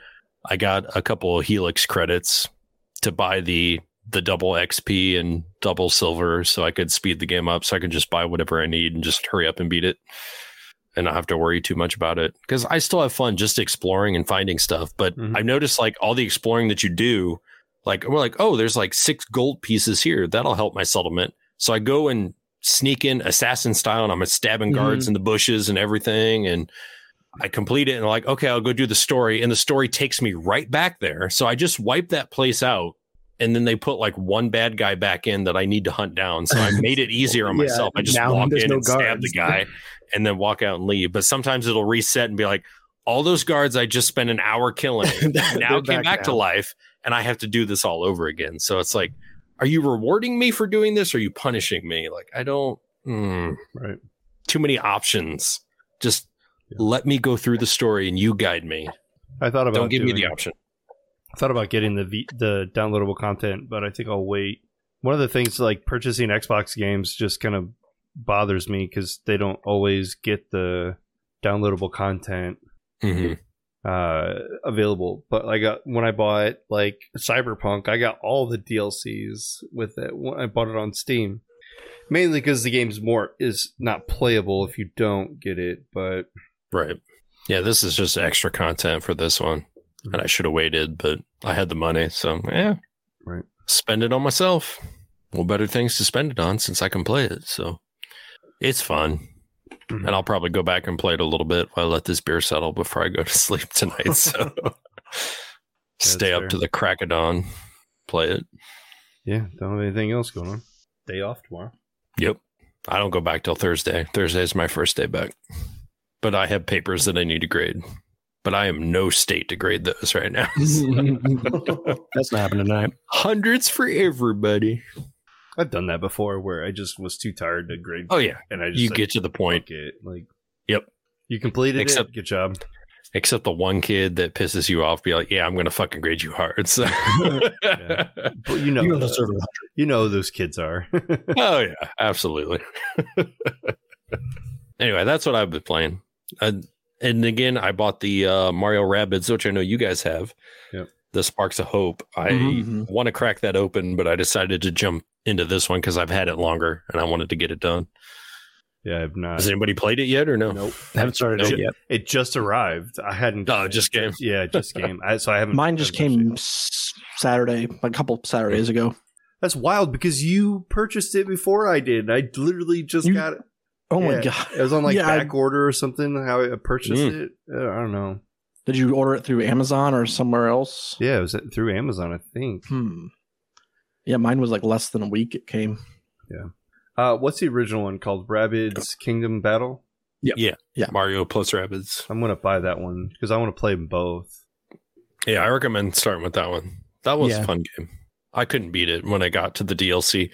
[SPEAKER 4] I got a couple of Helix credits to buy the, the double XP and double silver so I could speed the game up so I could just buy whatever I need and just hurry up and beat it and not have to worry too much about it because I still have fun just exploring and finding stuff. But
[SPEAKER 3] Mhm.
[SPEAKER 4] I've noticed like all the exploring that you do, like we're like, oh, there's like six gold pieces here. That'll help my settlement. So I go and sneak in assassin style and I'm stabbing guards in the bushes and everything. And I complete it and like, okay, I'll go do the story. And the story takes me right back there. So I just wipe that place out. And then they put like one bad guy back in that I need to hunt down. So I made it easier on
[SPEAKER 2] Yeah,
[SPEAKER 4] myself. I just
[SPEAKER 2] now
[SPEAKER 4] walk
[SPEAKER 2] there's
[SPEAKER 4] in
[SPEAKER 2] no
[SPEAKER 4] and stab the
[SPEAKER 2] guards.
[SPEAKER 4] guy and then walk out and leave. But sometimes it'll reset and be like, all those guards I just spent an hour killing now
[SPEAKER 2] They're
[SPEAKER 4] came back, to
[SPEAKER 2] now.
[SPEAKER 4] life and I have to do this all over again. So it's like, are you rewarding me for doing this? Or are you punishing me? Like, I don't, mm,
[SPEAKER 3] right.
[SPEAKER 4] too many options. Just let me go through the story and you guide me.
[SPEAKER 3] I thought about
[SPEAKER 4] Don't give me
[SPEAKER 3] doing
[SPEAKER 4] the
[SPEAKER 3] it.
[SPEAKER 4] option.
[SPEAKER 3] I thought about getting the v- the downloadable content, but I think I'll wait. One of the things like purchasing Xbox games just kind of bothers me because they don't always get the downloadable content
[SPEAKER 4] Mm-hmm.
[SPEAKER 3] uh, available. But like uh, when I bought like Cyberpunk, I got all the DLCs with it. When I bought it on Steam, mainly because the game's more is not playable if you don't get it. But
[SPEAKER 4] Right. Yeah, this is just extra content for this one.
[SPEAKER 3] Mm-hmm.
[SPEAKER 4] And I should have waited, but I had the money. So, yeah.
[SPEAKER 3] Right.
[SPEAKER 4] Spend it on myself. Well, better things to spend it on since I can play it. So it's fun.
[SPEAKER 3] Mhm.
[SPEAKER 4] And I'll probably go back and play it a little bit while I let this beer settle before I go to sleep tonight. So stay up
[SPEAKER 3] fair.
[SPEAKER 4] to the crack of dawn, play it.
[SPEAKER 3] yeah, don't have anything else going on. Day off tomorrow.
[SPEAKER 4] Yep. I don't go back till Thursday. Thursday is my first day back. But I have papers that I need to grade. But I am no state to grade those right now.
[SPEAKER 2] That's not happening tonight.
[SPEAKER 4] Hundreds for everybody.
[SPEAKER 3] I've done that before where I just was too tired to grade
[SPEAKER 4] Oh yeah.
[SPEAKER 3] and I just
[SPEAKER 4] You
[SPEAKER 3] like,
[SPEAKER 4] get to the point.
[SPEAKER 3] fuck it. Like,
[SPEAKER 4] Yep.
[SPEAKER 3] you completed
[SPEAKER 4] Except-
[SPEAKER 3] it. Good job.
[SPEAKER 4] Except the one kid that pisses you off, be like, Yeah, I'm gonna fucking grade you hard. So
[SPEAKER 3] Yeah. But you know,
[SPEAKER 2] You
[SPEAKER 3] you
[SPEAKER 2] don't
[SPEAKER 3] know,
[SPEAKER 2] deserve it.
[SPEAKER 3] you know who those kids are.
[SPEAKER 4] Oh yeah, absolutely. anyway, that's what I've been playing. Uh, and again, I bought the uh, Mario Rabbids, which I know you guys have.
[SPEAKER 3] Yep.
[SPEAKER 4] The Sparks of Hope. I
[SPEAKER 5] Mhm.
[SPEAKER 4] want to crack that open, but I decided to jump into this one because I've had it longer and I wanted to get it done.
[SPEAKER 3] yeah, I've not.
[SPEAKER 4] Has anybody played it yet or no?
[SPEAKER 3] Nope.
[SPEAKER 2] I haven't started
[SPEAKER 4] Nope.
[SPEAKER 2] it yet.
[SPEAKER 3] It just arrived. I hadn't.
[SPEAKER 4] No, it just came.
[SPEAKER 3] Yeah, it just came. I, so I haven't.
[SPEAKER 5] Mine just
[SPEAKER 3] I've
[SPEAKER 5] came
[SPEAKER 3] actually-
[SPEAKER 5] s- Saturday, like a couple Saturdays ago.
[SPEAKER 3] That's wild because you purchased it before I did. I literally just
[SPEAKER 5] You-
[SPEAKER 3] got it.
[SPEAKER 5] Oh my
[SPEAKER 3] Yeah.
[SPEAKER 5] god!
[SPEAKER 3] It was on like
[SPEAKER 5] Yeah, I-
[SPEAKER 3] back order or something. How I purchased
[SPEAKER 4] Mm.
[SPEAKER 3] it. Uh, I don't know.
[SPEAKER 5] Did you order it through Amazon or somewhere else?
[SPEAKER 3] Yeah, it was through Amazon, I think.
[SPEAKER 5] Hmm. Yeah, mine was like less than a week. It came.
[SPEAKER 3] Uh, what's the original one called? Rabbids Kingdom Battle.
[SPEAKER 4] Mario plus Rabbids.
[SPEAKER 3] I'm gonna buy that one because I want to play them both.
[SPEAKER 4] Yeah, I recommend starting with that one. That one's
[SPEAKER 2] Yeah.
[SPEAKER 4] a fun game. I couldn't beat it when I got to the DLC.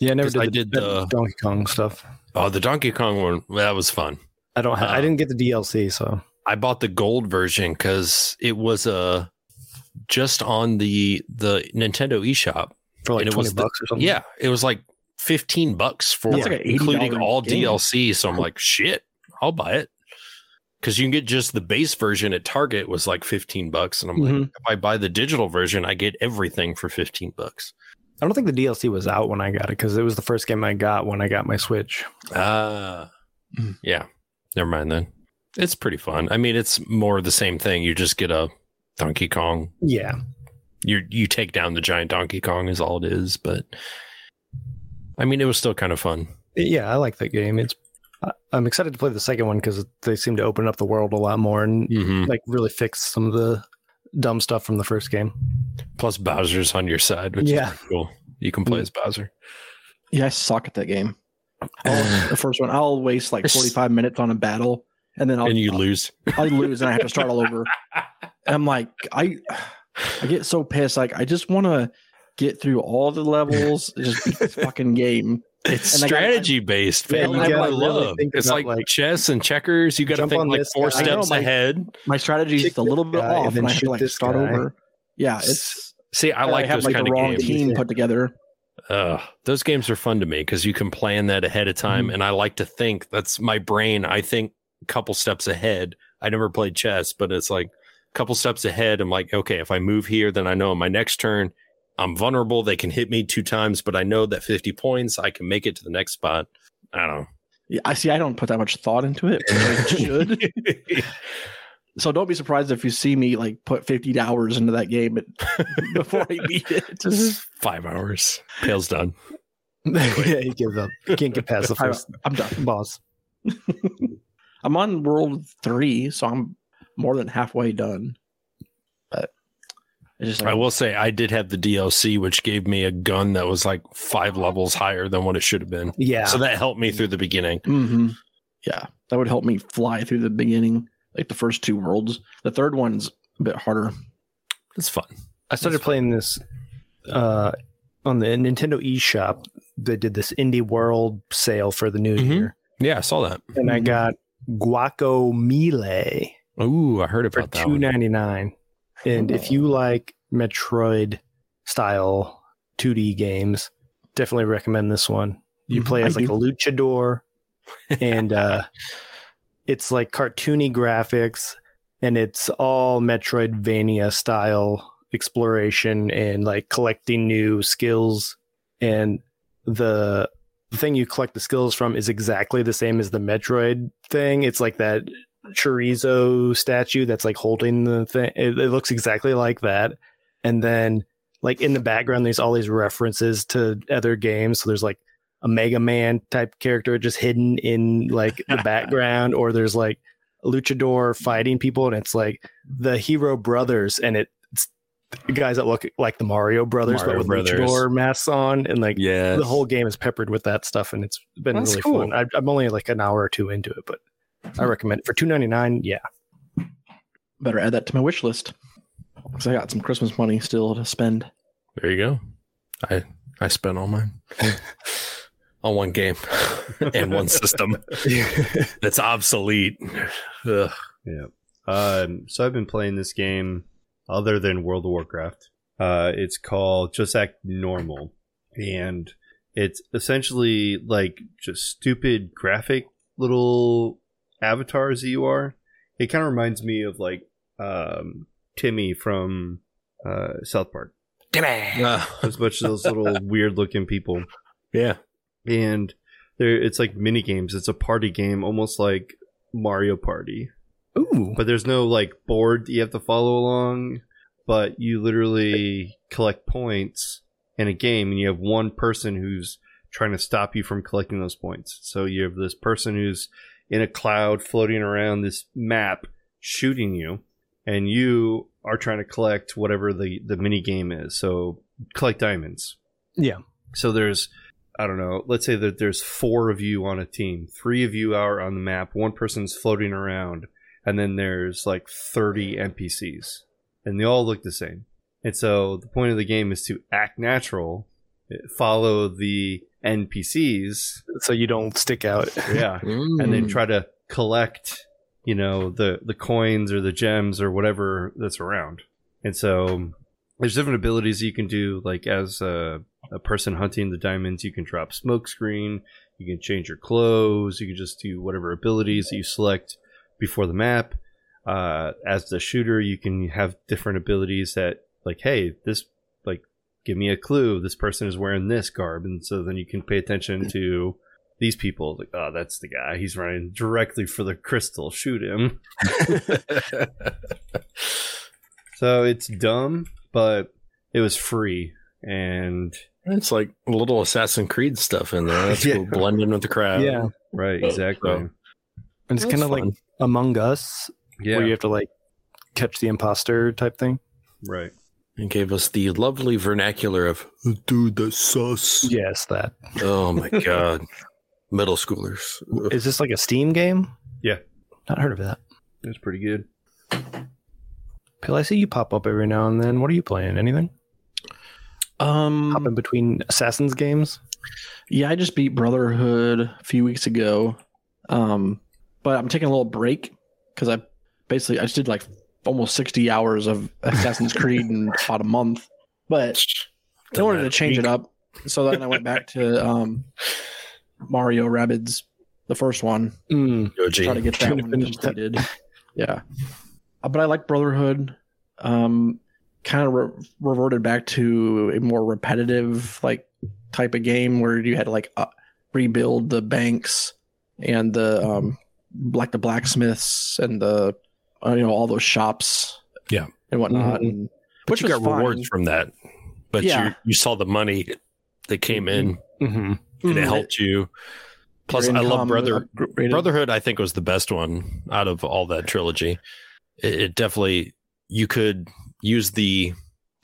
[SPEAKER 2] Yeah, I never
[SPEAKER 4] 'Cause
[SPEAKER 2] did,
[SPEAKER 4] I
[SPEAKER 2] the,
[SPEAKER 4] did the-
[SPEAKER 2] Donkey Kong stuff.
[SPEAKER 4] Oh, the Donkey Kong one that was fun.
[SPEAKER 2] I don't. Ha- I
[SPEAKER 4] Uh,
[SPEAKER 2] didn't get the DLC, so
[SPEAKER 4] I bought the gold version because it was uh, just on the the Nintendo eShop.
[SPEAKER 2] for like
[SPEAKER 4] and it
[SPEAKER 2] twenty
[SPEAKER 4] was the-
[SPEAKER 2] bucks or something.
[SPEAKER 4] Yeah, it was like fifteen bucks for
[SPEAKER 5] Mm-hmm. That's like an
[SPEAKER 4] including
[SPEAKER 5] $80
[SPEAKER 4] all
[SPEAKER 5] game.
[SPEAKER 4] DLC. So I'm like, shit, I'll buy it because you can get just the base version at Target was like fifteen bucks, and I'm like,
[SPEAKER 5] Mm-hmm.
[SPEAKER 2] Mhm.
[SPEAKER 4] if I buy the digital version, I get everything for fifteen bucks.
[SPEAKER 2] I don't think the DLC was out when I got it because it was the first game I got when I got my Switch.
[SPEAKER 4] Ah,
[SPEAKER 5] Mm.
[SPEAKER 4] yeah. Never mind then. It's pretty fun. I mean, it's more of the same thing. You just get a Donkey Kong.
[SPEAKER 2] Yeah,
[SPEAKER 4] You you take down the giant Donkey Kong is all it is, but I mean, it was still kind of fun.
[SPEAKER 2] yeah, I like that game. It's I- I'm excited to play the second one because they seem to open up the world a lot more and
[SPEAKER 4] Mm-hmm.
[SPEAKER 2] like really fix some of the dumb stuff from the first game.
[SPEAKER 4] Plus Bowser's on your side, which
[SPEAKER 2] Yeah.
[SPEAKER 4] is pretty cool. You can play as Bowser.
[SPEAKER 5] Yeah, I suck at that game. All- the first one, I'll waste like 45 minutes on a battle, and then I'll
[SPEAKER 4] and you lose.
[SPEAKER 5] I lose and I have to start all over. And I'm like, I I get so pissed. Like, I just want to get through all the levels, just beat this fucking game.
[SPEAKER 4] It's
[SPEAKER 5] And I gotta-
[SPEAKER 4] strategy based,
[SPEAKER 2] Yeah,
[SPEAKER 4] man.
[SPEAKER 5] you
[SPEAKER 4] That's what I
[SPEAKER 5] gotta
[SPEAKER 2] really
[SPEAKER 4] love.
[SPEAKER 2] think
[SPEAKER 4] It's
[SPEAKER 2] about,
[SPEAKER 4] like,
[SPEAKER 2] like,
[SPEAKER 4] chess and checkers. You got to
[SPEAKER 2] jump
[SPEAKER 4] think
[SPEAKER 2] on
[SPEAKER 4] like
[SPEAKER 2] this
[SPEAKER 4] four
[SPEAKER 2] guy. I
[SPEAKER 5] know,
[SPEAKER 4] steps
[SPEAKER 5] like-
[SPEAKER 4] ahead.
[SPEAKER 5] My strategy
[SPEAKER 2] Kick
[SPEAKER 5] is a little
[SPEAKER 2] this
[SPEAKER 5] bit
[SPEAKER 2] guy
[SPEAKER 5] off,
[SPEAKER 2] and then
[SPEAKER 5] and I have
[SPEAKER 2] shoot
[SPEAKER 5] to like
[SPEAKER 2] this
[SPEAKER 5] start
[SPEAKER 2] guy.
[SPEAKER 5] over. Yeah, it's
[SPEAKER 4] See, I
[SPEAKER 5] and
[SPEAKER 4] like
[SPEAKER 5] have
[SPEAKER 4] those
[SPEAKER 5] like
[SPEAKER 4] kind
[SPEAKER 5] the
[SPEAKER 4] of
[SPEAKER 5] wrong
[SPEAKER 4] games.
[SPEAKER 5] team put together.
[SPEAKER 4] Ugh, those games are fun to me because you can plan that ahead of time, and I like to think. That's my brain. I think a couple steps ahead. I never played chess, but it's like a couple steps ahead. I'm like, okay, if I move here, then I know on my next turn, I'm vulnerable. They can hit me two times, but I know that 50 points, I can make it to the next spot. I don't
[SPEAKER 5] Yeah, I see. I don't put that much thought into it. but I should.
[SPEAKER 4] know.
[SPEAKER 5] So don't be surprised if you see me like put 50 hours into that game but- before I beat it.
[SPEAKER 4] this is five hours. Pale's done.
[SPEAKER 2] yeah, he gives up. He can't get past the
[SPEAKER 5] I-
[SPEAKER 2] first
[SPEAKER 5] I'm done.
[SPEAKER 2] boss.
[SPEAKER 5] I'm on world three, so I'm more than halfway done. But it's just
[SPEAKER 4] I
[SPEAKER 5] like,
[SPEAKER 4] will say I did have the DLC, which gave me a gun that was like five levels higher than what it should have been.
[SPEAKER 2] Yeah,
[SPEAKER 4] So that helped me through the beginning.
[SPEAKER 5] Mhm. yeah, that would help me fly through the beginning, like the first two worlds. The third one's a bit harder.
[SPEAKER 4] It's fun.
[SPEAKER 2] I started playing this uh, on the Nintendo eShop. They did this indie world sale for the new
[SPEAKER 4] Mhm.
[SPEAKER 2] year,
[SPEAKER 4] Yeah, I saw that.
[SPEAKER 2] and I
[SPEAKER 5] Mhm.
[SPEAKER 2] got Guacamole
[SPEAKER 4] Ooh, I heard
[SPEAKER 2] for
[SPEAKER 4] about that.
[SPEAKER 2] two
[SPEAKER 4] One.
[SPEAKER 2] ninety nine. And if you like Metroid style two D games, definitely recommend this one. You
[SPEAKER 5] Mhm.
[SPEAKER 2] play
[SPEAKER 5] I
[SPEAKER 2] as like
[SPEAKER 5] do.
[SPEAKER 2] a luchador, and uh, it's like cartoony graphics, and it's all Metroidvania style exploration and like collecting new skills. And the the thing you collect the skills from is exactly the same as the Metroid thing. It's like that chorizo statue that's like holding the thing. It, it looks exactly like that. And then, like in the background, there's all these references to other games. So there's like a Mega Man type character just hidden in like the background, or there's like a luchador fighting people, and it's like the Hero Brothers, and it- it's guys that look like the Mario Brothers,
[SPEAKER 4] Mario
[SPEAKER 2] but with
[SPEAKER 4] Brothers.
[SPEAKER 2] luchador masks on, and like
[SPEAKER 4] Yeah,
[SPEAKER 2] the whole game is peppered with that stuff, and it's been
[SPEAKER 4] That's
[SPEAKER 2] really
[SPEAKER 4] cool.
[SPEAKER 2] fun. I, I'm only like an hour or two into it, but I recommend it for two ninety nine. Yeah,
[SPEAKER 5] Better add that to my wish list because I got some Christmas money still to spend.
[SPEAKER 4] There you go. I I spent all mine on one game and one system that's obsolete. Ugh.
[SPEAKER 3] Um, so I've been playing this game other than World of Warcraft. Uh, it's called Just Act Normal, and it's essentially like just stupid graphic little avatars that you are. It kind of reminds me of like um, Timmy from uh, South Park,
[SPEAKER 4] Uh,
[SPEAKER 3] as much as those little weird looking people
[SPEAKER 4] yeah.
[SPEAKER 3] and there it's like mini games. It's a party game, almost like Mario Party. Ooh! But there's no like board that you have to follow along. But you literally collect points in a game, and you have one person who's trying to stop you from collecting those points. So you have this person who's in a cloud floating around this map, shooting you, and you are trying to collect whatever the the mini game is. So collect diamonds.
[SPEAKER 2] Yeah.
[SPEAKER 3] So there's I don't know, let's say that there's four of you on a team. Three of you are on the map, one person's floating around, and then there's like 30 NPCs. And they all look the same. And so the point of the game is to act natural, follow the NPCs,
[SPEAKER 2] so you don't stick out.
[SPEAKER 3] yeah, and then try to collect, you know, the the coins or the gems or whatever that's around. And so um, there's different abilities you can do. Like as a, a person hunting the diamonds, you can drop smoke screen, you can change your clothes, you can just do whatever abilities that you select before the map. Uh, as the shooter, you can have different abilities that, like, hey, this, like, give me a clue. This person is wearing this garb, and so then you can pay attention to these people. Like, oh, that's the guy. He's running directly for the crystal. Shoot him. So it's dumb, but it was free, and
[SPEAKER 4] it's like a little Assassin's Creed stuff in there. That's
[SPEAKER 3] Yeah.
[SPEAKER 4] cool. Blend in with the crowd.
[SPEAKER 2] yeah,
[SPEAKER 3] right, exactly.
[SPEAKER 4] So-
[SPEAKER 2] and it's
[SPEAKER 4] That's
[SPEAKER 2] kind of like
[SPEAKER 4] fun.
[SPEAKER 2] Among Us,
[SPEAKER 3] yeah,
[SPEAKER 2] where you have to like catch the imposter type thing.
[SPEAKER 3] right.
[SPEAKER 4] It gave us the lovely vernacular of "dude, that's sus."
[SPEAKER 2] Yes, that
[SPEAKER 4] Oh my god, middle schoolers. Ugh.
[SPEAKER 2] is this like a Steam game?
[SPEAKER 3] Yeah.
[SPEAKER 2] not heard of that.
[SPEAKER 3] It's pretty good.
[SPEAKER 2] Pill, I see you pop up every now and then. What are you playing? Anything? Hop in
[SPEAKER 5] Um,
[SPEAKER 2] between Assassin's games.
[SPEAKER 5] yeah, I just beat Brotherhood a few weeks ago, um, but I'm taking a little break because I basically I just did like almost 60 hours of Assassin's Creed in about a month, but I wanted to change it up, so then I went back to um, Mario Rabbids, the first one.
[SPEAKER 2] Mm.
[SPEAKER 4] Yoji.
[SPEAKER 5] try to get
[SPEAKER 2] Trying
[SPEAKER 5] that
[SPEAKER 2] to
[SPEAKER 5] one
[SPEAKER 2] finish that.
[SPEAKER 5] completed. yeah, Uh, but I like Brotherhood. Um, kind of re- reverted back to a more repetitive like type of game where you had to like uh, rebuild the banks and the um, like the blacksmiths and the uh, you know all those shops.
[SPEAKER 4] Yeah.
[SPEAKER 5] and whatnot. And,
[SPEAKER 4] But
[SPEAKER 5] which
[SPEAKER 4] you
[SPEAKER 5] was
[SPEAKER 4] got
[SPEAKER 5] fun.
[SPEAKER 4] rewards from that. But
[SPEAKER 5] Yeah.
[SPEAKER 4] you you saw the money that came in
[SPEAKER 2] hmm
[SPEAKER 4] and it
[SPEAKER 5] Mhm.
[SPEAKER 4] helped you. Plus,
[SPEAKER 5] Your
[SPEAKER 4] I love
[SPEAKER 5] income
[SPEAKER 4] brother
[SPEAKER 5] upgraded.
[SPEAKER 4] Brotherhood. I think was the best one out of all that trilogy. It, it definitely you could use the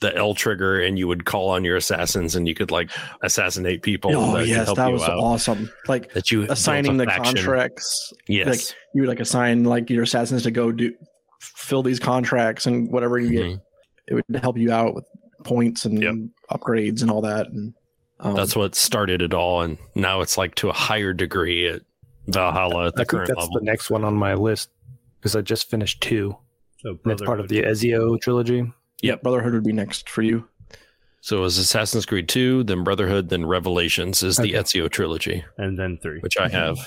[SPEAKER 4] the L trigger and you would call on your assassins and you could like assassinate people.
[SPEAKER 5] Oh
[SPEAKER 4] that could
[SPEAKER 5] yes,
[SPEAKER 4] help
[SPEAKER 5] that
[SPEAKER 4] you
[SPEAKER 5] was
[SPEAKER 4] out.
[SPEAKER 5] awesome. Like
[SPEAKER 4] That you built
[SPEAKER 5] assigning
[SPEAKER 4] a
[SPEAKER 5] the
[SPEAKER 4] faction.
[SPEAKER 5] contracts
[SPEAKER 4] Yes.
[SPEAKER 5] like you would like assign like your assassins to go do fill these contracts and whatever you get
[SPEAKER 4] Mhm.
[SPEAKER 5] it would help you out with points and
[SPEAKER 4] Yep.
[SPEAKER 5] upgrades and all that and um,
[SPEAKER 4] that's what started it all, and now it's like to a higher degree at Valhalla at the
[SPEAKER 2] I think
[SPEAKER 4] current
[SPEAKER 2] that's
[SPEAKER 4] level.
[SPEAKER 2] the next one on my list because I just finished two.
[SPEAKER 3] So
[SPEAKER 2] And it's part of the Ezio trilogy.
[SPEAKER 5] yeah brotherhood would be next for you
[SPEAKER 4] So it was Assassin's Creed 2, then Brotherhood, then Revelations is the Ezio trilogy,
[SPEAKER 3] and then three.
[SPEAKER 4] which I have.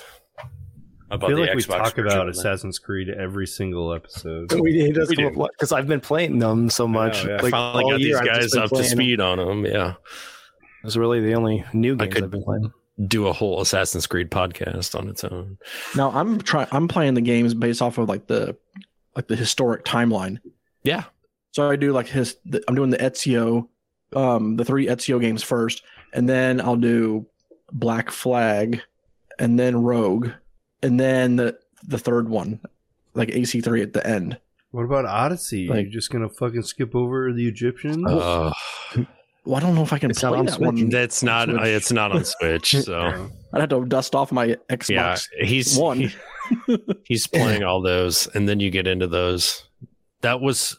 [SPEAKER 4] I
[SPEAKER 3] I
[SPEAKER 4] bought
[SPEAKER 3] feel
[SPEAKER 4] the
[SPEAKER 3] like we
[SPEAKER 4] Xbox
[SPEAKER 3] talk
[SPEAKER 4] version
[SPEAKER 3] about
[SPEAKER 4] of that.
[SPEAKER 3] Assassin's Creed every single episode.
[SPEAKER 2] We
[SPEAKER 3] We do.
[SPEAKER 2] because I've been playing them so much.
[SPEAKER 3] yeah.
[SPEAKER 4] I
[SPEAKER 2] Like
[SPEAKER 4] finally
[SPEAKER 2] all
[SPEAKER 4] got
[SPEAKER 2] year,
[SPEAKER 4] these
[SPEAKER 2] I've just
[SPEAKER 4] guys
[SPEAKER 2] been
[SPEAKER 4] up to
[SPEAKER 2] playing them.
[SPEAKER 4] speed on them. Yeah.
[SPEAKER 2] Those are really the only new games
[SPEAKER 4] could-
[SPEAKER 2] I've been playing.
[SPEAKER 4] Do a whole Assassin's Creed podcast on its own.
[SPEAKER 5] now i'm trying i'm playing the games based off of like the like the historic timeline
[SPEAKER 4] Yeah.
[SPEAKER 5] so i do like his the, i'm doing the ezio um the three ezio games first and then i'll do black flag and then rogue and then the the third one like ac3 at the end
[SPEAKER 3] What about Odyssey?
[SPEAKER 5] Like-
[SPEAKER 3] You're just gonna fucking skip over the Egyptians?
[SPEAKER 4] Uh,
[SPEAKER 5] Well, I don't know if I can
[SPEAKER 2] It's not
[SPEAKER 5] play
[SPEAKER 2] on
[SPEAKER 5] that
[SPEAKER 2] Switch.
[SPEAKER 5] one.
[SPEAKER 4] that's not,
[SPEAKER 5] Switch.
[SPEAKER 4] it's not on Switch. So,
[SPEAKER 3] Oh.
[SPEAKER 5] I'd have to dust off my Xbox
[SPEAKER 4] yeah. He's,
[SPEAKER 5] One.
[SPEAKER 4] he's playing all those and then you get into those that was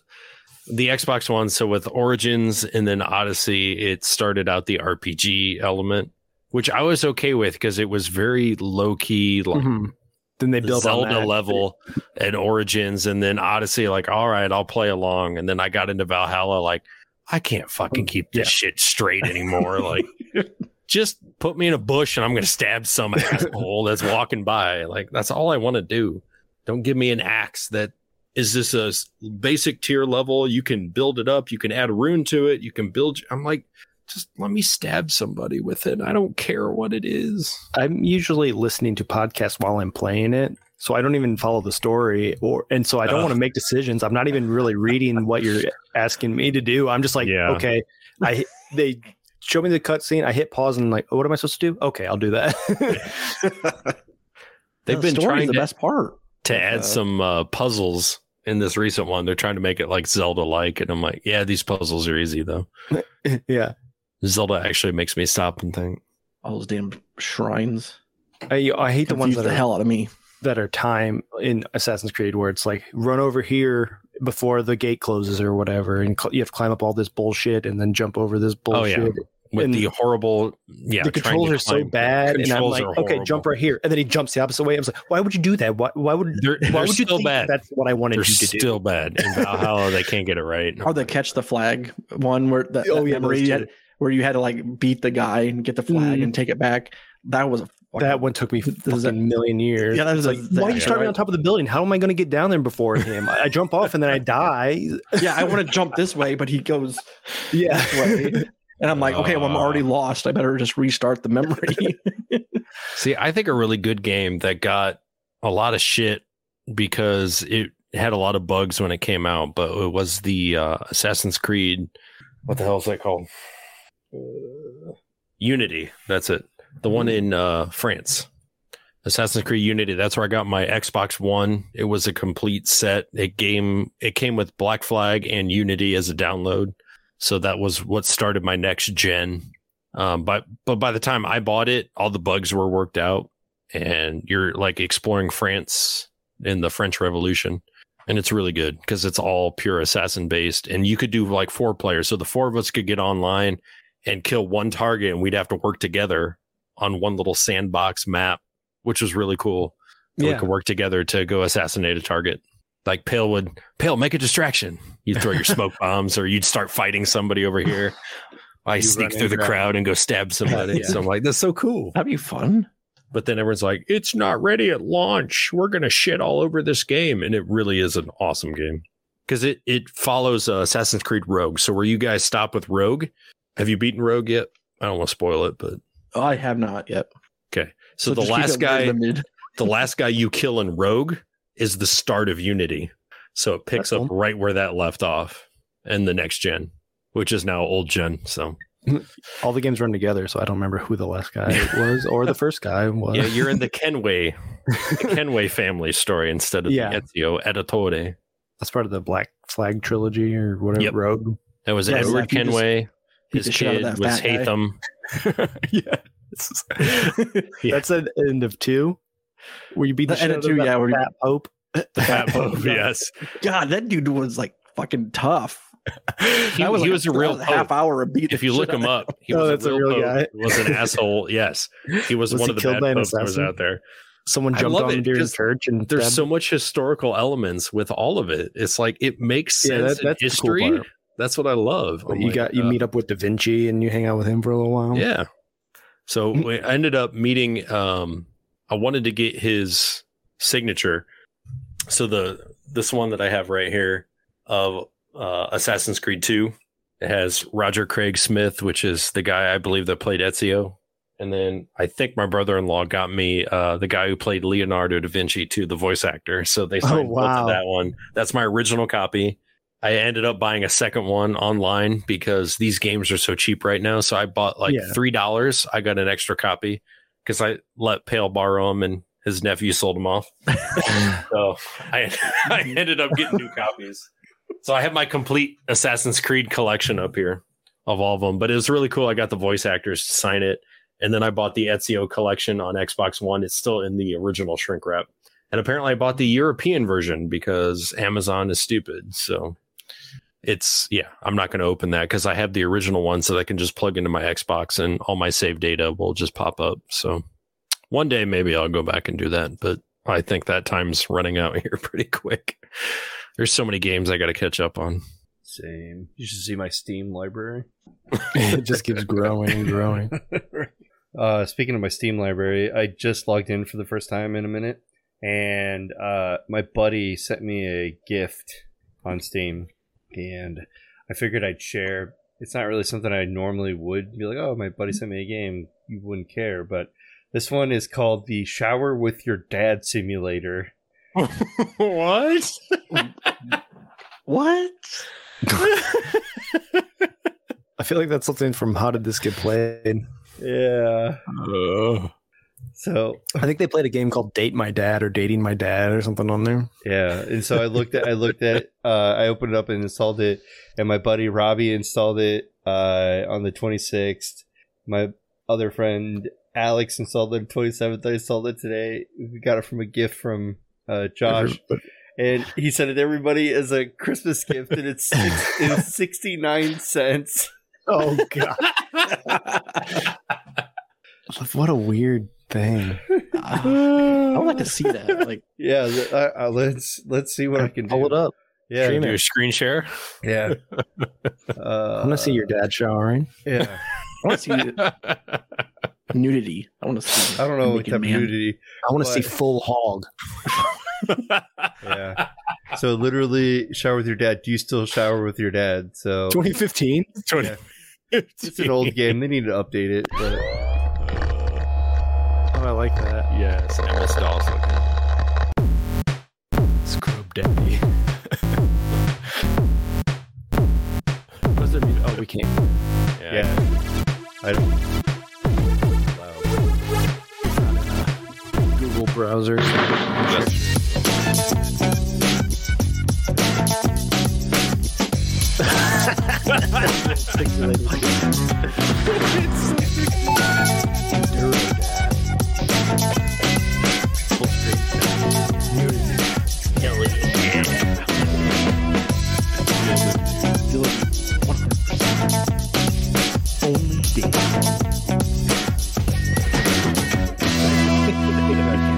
[SPEAKER 4] the xbox one so with origins and then odyssey it started out the rpg element which i was okay with because it was very low key like
[SPEAKER 2] Mhm. Then they built on
[SPEAKER 4] Zelda
[SPEAKER 2] that.
[SPEAKER 4] level and Origins, and then Odyssey. Like, all right, I'll play along. And then I got into Valhalla. Like, I can't fucking keep this shit straight anymore. like, just put me in a bush and I'm gonna stab some asshole that's walking by. Like, that's all I want to do. Don't give me an axe. That is this a s- basic tier level? You can build it up. You can add a rune to it. You can build. I'm like. Just let me stab somebody with it. I don't care what it is.
[SPEAKER 2] I'm usually listening to podcasts while I'm playing it, so I don't even follow the story, or and so I don't
[SPEAKER 4] Ugh.
[SPEAKER 2] want to make decisions. I'm not even really reading what you're asking me to do. I'm just like,
[SPEAKER 4] Yeah.
[SPEAKER 2] okay, I hit- they show me the cutscene, I hit pause, and I'm like, oh, what am I supposed to do? Okay, I'll do that.
[SPEAKER 4] They've
[SPEAKER 5] The
[SPEAKER 4] been
[SPEAKER 5] story's
[SPEAKER 4] trying
[SPEAKER 5] the
[SPEAKER 4] to
[SPEAKER 5] best part.
[SPEAKER 4] to
[SPEAKER 5] Like,
[SPEAKER 4] add
[SPEAKER 5] uh,
[SPEAKER 4] some uh, puzzles in this recent one. They're trying to make it like Zelda like, and I'm like, yeah, these puzzles are easy though.
[SPEAKER 2] yeah,
[SPEAKER 4] Zelda actually makes me stop and think.
[SPEAKER 5] All those damn shrines.
[SPEAKER 2] I, I hate the
[SPEAKER 5] Get
[SPEAKER 2] ones that
[SPEAKER 5] the
[SPEAKER 2] are
[SPEAKER 5] hell out of me.
[SPEAKER 2] that are time in Assassin's Creed where it's like run over here, before the gate closes or whatever, and cl- you have to climb up all this bullshit and then jump over this
[SPEAKER 4] Oh, yeah.
[SPEAKER 2] bullshit.
[SPEAKER 4] with
[SPEAKER 2] And
[SPEAKER 4] the horrible yeah
[SPEAKER 2] the
[SPEAKER 4] trying to
[SPEAKER 2] controls are so
[SPEAKER 4] climb-
[SPEAKER 2] bad, and I'm
[SPEAKER 4] controls
[SPEAKER 2] like,
[SPEAKER 4] are
[SPEAKER 2] okay, jump
[SPEAKER 4] horrible.
[SPEAKER 2] right here, and then he jumps the opposite way. I was like, why would you do that? Why, why would
[SPEAKER 4] they're,
[SPEAKER 2] why
[SPEAKER 4] they're
[SPEAKER 2] would you
[SPEAKER 4] still
[SPEAKER 2] think
[SPEAKER 4] bad
[SPEAKER 2] that's what I wanted
[SPEAKER 4] they're
[SPEAKER 2] you to do?
[SPEAKER 4] still bad in valhalla they can't get it right
[SPEAKER 5] Or the catch the flag one where that,
[SPEAKER 2] Oh,
[SPEAKER 5] that
[SPEAKER 2] yeah,
[SPEAKER 5] memory
[SPEAKER 2] those
[SPEAKER 5] you had- where you had to like beat the guy and get the flag
[SPEAKER 2] Mhm.
[SPEAKER 5] and take it back. That was a fucking-
[SPEAKER 2] that one took me
[SPEAKER 5] This is
[SPEAKER 2] fucking a million years.
[SPEAKER 5] Yeah, that
[SPEAKER 2] It's
[SPEAKER 5] was
[SPEAKER 2] like, why are
[SPEAKER 5] a
[SPEAKER 2] you
[SPEAKER 5] disaster,
[SPEAKER 2] starting
[SPEAKER 5] right?
[SPEAKER 2] on top of the building? How am I going to get down there before him? I, I jump off and then I die.
[SPEAKER 5] yeah, I want to jump this way, but he goes
[SPEAKER 2] Yeah.
[SPEAKER 5] this way. And I'm like, okay, well, I'm already lost. I better just restart the memory.
[SPEAKER 4] See, I think a really good game that got a lot of shit because it had a lot of bugs when it came out, but it was the uh, Assassin's Creed. What the hell is that called? Uh, Unity. That's it. The one in uh, France. Assassin's Creed Unity. That's where I got my Xbox One. It was a complete set. It game. It came with Black Flag and Unity as a download. So that was what started my next gen um, but but by the time I bought it, all the bugs were worked out, and you're like exploring France in the French Revolution, and it's really good because it's all pure assassin based, and you could do like four players, so the four of us could get online and kill one target, and we'd have to work together on one little sandbox map, which was really cool. So We
[SPEAKER 2] Yeah.
[SPEAKER 4] could work together to go assassinate a target. Like Pale would, Pale make a distraction. You would throw your smoke bombs, or you'd start fighting somebody over here. I
[SPEAKER 3] You
[SPEAKER 4] sneak
[SPEAKER 3] run
[SPEAKER 4] through the
[SPEAKER 3] into that.
[SPEAKER 4] crowd and go stab somebody.
[SPEAKER 2] Yeah.
[SPEAKER 4] So I'm like, that's so cool.
[SPEAKER 5] That'd be fun.
[SPEAKER 4] But then everyone's like, it's not ready at launch. We're gonna shit all over this game, and it really is an awesome game because it it follows uh, Assassin's Creed Rogue. So where you guys stop with Rogue? Have you beaten Rogue yet? I don't want to spoil it, but
[SPEAKER 5] I have not yet.
[SPEAKER 4] so, the
[SPEAKER 5] just keep
[SPEAKER 4] last
[SPEAKER 5] it
[SPEAKER 4] guy,
[SPEAKER 5] limited.
[SPEAKER 4] the last guy you kill in Rogue is the start of Unity. So it picks
[SPEAKER 2] That's
[SPEAKER 4] up right where that left off in the next gen, which is now old gen. So
[SPEAKER 2] All the games run together, so I don't remember who the last guy was or the first guy was.
[SPEAKER 4] Yeah, you're in the Kenway, the Kenway family story instead of
[SPEAKER 2] Yeah.
[SPEAKER 4] the Ezio Editore.
[SPEAKER 2] That's part of the Black Flag trilogy or whatever.
[SPEAKER 4] Yep.
[SPEAKER 2] Rogue.
[SPEAKER 4] That was
[SPEAKER 5] Yeah, it's
[SPEAKER 4] Edward
[SPEAKER 5] like you just
[SPEAKER 4] Kenway.
[SPEAKER 5] beat
[SPEAKER 4] His
[SPEAKER 5] the shit out of
[SPEAKER 4] kid
[SPEAKER 5] that
[SPEAKER 4] was
[SPEAKER 5] fat guy.
[SPEAKER 4] Hatham.
[SPEAKER 2] yeah. That's the end of two. Where you beat the,
[SPEAKER 5] The
[SPEAKER 2] end
[SPEAKER 5] end
[SPEAKER 2] of
[SPEAKER 5] of two, yeah,
[SPEAKER 2] Where
[SPEAKER 5] where you-
[SPEAKER 2] fat Pope.
[SPEAKER 4] The fat pope. Yes,
[SPEAKER 5] God, that dude was like fucking tough.
[SPEAKER 4] he,
[SPEAKER 5] That
[SPEAKER 4] was, he
[SPEAKER 5] like
[SPEAKER 4] was a real
[SPEAKER 5] that was half
[SPEAKER 4] pope.
[SPEAKER 5] hour of beat.
[SPEAKER 4] If you look him up, he was
[SPEAKER 2] Oh, that's
[SPEAKER 4] a real, pope.
[SPEAKER 2] guy.
[SPEAKER 4] He was an asshole. Yes, he was,
[SPEAKER 2] Was
[SPEAKER 4] one
[SPEAKER 2] he
[SPEAKER 4] of the
[SPEAKER 2] killed
[SPEAKER 4] bad
[SPEAKER 2] by an
[SPEAKER 4] popes that was
[SPEAKER 2] assassin?
[SPEAKER 4] out there.
[SPEAKER 2] Someone
[SPEAKER 4] I
[SPEAKER 2] jumped
[SPEAKER 4] love
[SPEAKER 2] on
[SPEAKER 4] it,
[SPEAKER 2] him during
[SPEAKER 4] 'cause
[SPEAKER 2] church, and
[SPEAKER 4] There's
[SPEAKER 2] stabbed
[SPEAKER 4] so
[SPEAKER 2] him.
[SPEAKER 4] much historical elements with all of it. It's like it makes sense
[SPEAKER 2] Yeah, that-
[SPEAKER 4] in
[SPEAKER 2] that's the cool
[SPEAKER 4] history.
[SPEAKER 2] part.
[SPEAKER 4] that's what I love.
[SPEAKER 2] But
[SPEAKER 4] I'm
[SPEAKER 2] you
[SPEAKER 4] like,
[SPEAKER 2] got you
[SPEAKER 4] uh,
[SPEAKER 2] meet up with Da Vinci and you hang out with him Mm. for a little while.
[SPEAKER 4] Yeah. So we I ended up meeting. Um, I wanted to get his signature. So the this one that I have right here of uh, Assassin's Creed Two it has Roger Craig Smith, which is the guy I believe that played Ezio, and then I think my brother in law got me uh, the guy who played Leonardo da Vinci to the voice actor. So they
[SPEAKER 2] Oh,
[SPEAKER 4] signed both
[SPEAKER 2] wow.
[SPEAKER 4] of that one. That's my original copy. I ended up buying a second one online because these games are so cheap right now. So I bought like
[SPEAKER 2] Yeah.
[SPEAKER 4] three dollars. I got an extra copy because I let Pale borrow him and his nephew sold them off. so I, I ended up getting two copies. So I have my complete Assassin's Creed collection up here of all of them. But it was really cool. I got the voice actors to sign it, and then I bought the Ezio collection on Xbox One. It's still in the original shrink wrap. And apparently, I bought the European version because Amazon is stupid. So it's yeah, I'm not going to open that because I have the original one, so that I can just plug into my Xbox and all my save data will just pop up. So one day maybe I'll go back and do that, but I think that time's running out here pretty quick. There's so many games I got to catch up on.
[SPEAKER 3] Same. You should see my Steam library.
[SPEAKER 2] it just keeps growing and growing.
[SPEAKER 3] uh, speaking of my Steam library, I just logged in for the first time in a minute, and uh, my buddy sent me a gift on Steam, and I figured I'd share. It's not really something I normally would be like, oh, my buddy sent me a game. You wouldn't care, but this one is called the Shower with Your Dad Simulator.
[SPEAKER 4] what?
[SPEAKER 5] What?
[SPEAKER 2] I feel like that's something from How Did This Get Played?
[SPEAKER 3] Yeah. So
[SPEAKER 2] I think they played a game called Date My Dad or Dating My Dad or something on there.
[SPEAKER 3] Yeah, and so I looked at I looked at it, uh, I opened it up and installed it, and my buddy Robbie installed it uh, on the twenty sixth. My other friend Alex installed it on twenty seventh. I installed it today. We got it from a gift from uh, Josh, and he sent it to everybody as a Christmas gift, and it's six, it was sixty nine cents.
[SPEAKER 2] Oh god. what a weird thing.
[SPEAKER 4] Ah.
[SPEAKER 5] I would like to see that. Like,
[SPEAKER 3] Yeah, th- I- I- let's let's see what I can do.
[SPEAKER 2] Pull it up.
[SPEAKER 3] Yeah,
[SPEAKER 2] Stream
[SPEAKER 4] Do
[SPEAKER 2] it.
[SPEAKER 4] a screen share.
[SPEAKER 3] yeah. Uh,
[SPEAKER 2] I'm gonna see your dad showering.
[SPEAKER 3] Yeah,
[SPEAKER 5] I want to see nudity. I want to see.
[SPEAKER 3] I don't know what
[SPEAKER 5] Naked
[SPEAKER 3] type of
[SPEAKER 5] man.
[SPEAKER 3] nudity.
[SPEAKER 2] I want
[SPEAKER 3] But-
[SPEAKER 2] to see full hog.
[SPEAKER 3] Yeah. So literally, shower with your dad. Do you still shower with your dad? So
[SPEAKER 2] 2015.
[SPEAKER 3] Yeah. it's an old game. They need to update it. But
[SPEAKER 2] Oh, I like that.
[SPEAKER 4] Yes, Amos Dawson.
[SPEAKER 2] Scrub daddy. what does it mean? Oh, we can't.
[SPEAKER 3] yeah, I don't. Wow.
[SPEAKER 2] Google browser.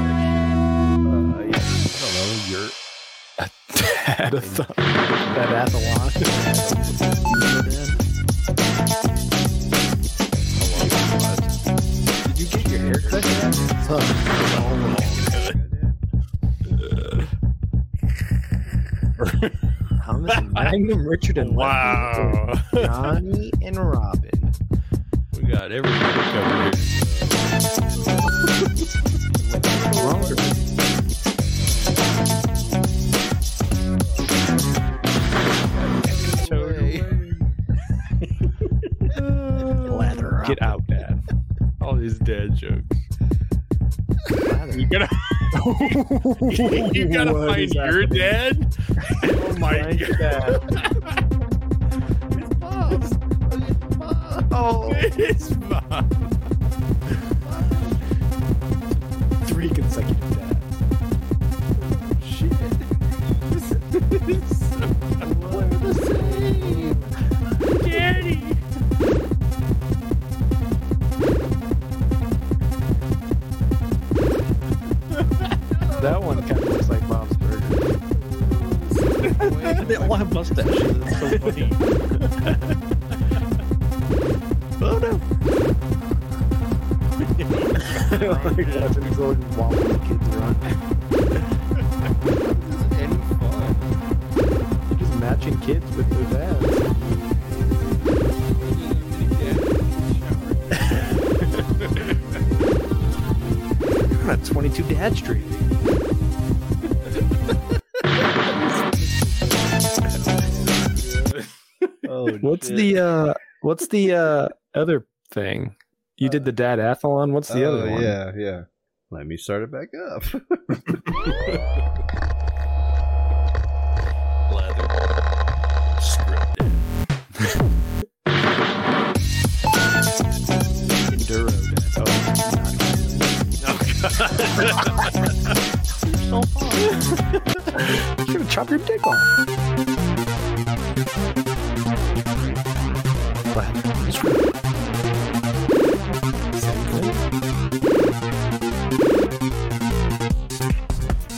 [SPEAKER 3] Uh, yeah, I don't know. You're
[SPEAKER 2] Hadathon. Hadathon. Thomas and Magnum, Richard and
[SPEAKER 4] Wow.
[SPEAKER 2] Leslie, Johnny and Robin.
[SPEAKER 4] we got everything covered here.
[SPEAKER 5] Lather up.
[SPEAKER 2] Get out, Dad.
[SPEAKER 4] All these dad jokes. You gotta, you gotta
[SPEAKER 2] What
[SPEAKER 4] find
[SPEAKER 2] is
[SPEAKER 4] your
[SPEAKER 2] happening?
[SPEAKER 4] dad. Oh my god!
[SPEAKER 5] Oh,
[SPEAKER 4] It's Bob.
[SPEAKER 2] Three consecutive dads. Shit. That one kind of looks like Bob's Burger.
[SPEAKER 5] They all have mustaches. It's so funny.
[SPEAKER 2] like watching Gordon wobble the kids around. They're just matching kids with their dads. God, 22 Dad Street.
[SPEAKER 3] oh,
[SPEAKER 2] What's the uh what's the uh other thing? You did the dadathlon. What's the
[SPEAKER 3] oh,
[SPEAKER 2] other one?
[SPEAKER 3] Yeah, yeah. Let me start it back up.
[SPEAKER 4] Leather. Scripted.
[SPEAKER 2] You're gonna chop your dick off.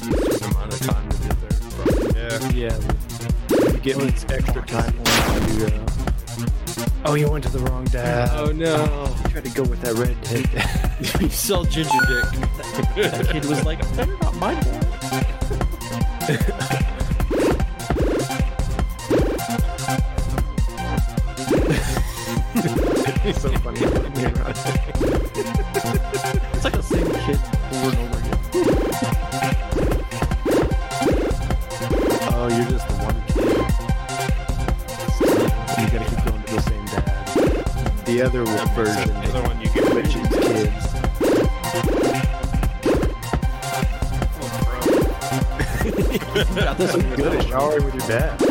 [SPEAKER 4] Amount of time to get there.
[SPEAKER 3] yeah.
[SPEAKER 2] Yeah. You get extra time. Oh, you went to the wrong dad.
[SPEAKER 4] Oh no!
[SPEAKER 2] I tried to go with that redhead dad.
[SPEAKER 4] You sell ginger dick.
[SPEAKER 5] That kid was like, "They're not my dad."
[SPEAKER 2] It's so funny.
[SPEAKER 5] It's like the same kid over and over again.
[SPEAKER 2] oh, you're just the one kid. You gotta keep going to the same dad. The other version,
[SPEAKER 4] Another one you get.
[SPEAKER 2] Richie's kids.
[SPEAKER 5] Got this one
[SPEAKER 2] Good
[SPEAKER 5] good.
[SPEAKER 2] at showering with your dad. Knock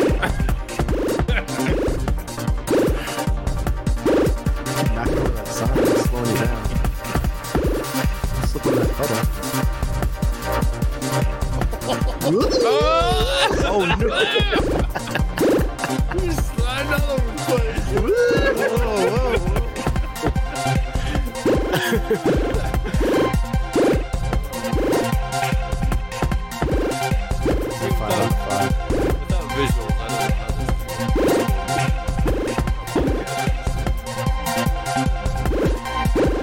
[SPEAKER 2] over that sign, it's slowing you down. Slip on that puddle.
[SPEAKER 4] oh no! Another one. Without visuals, I don't know how this-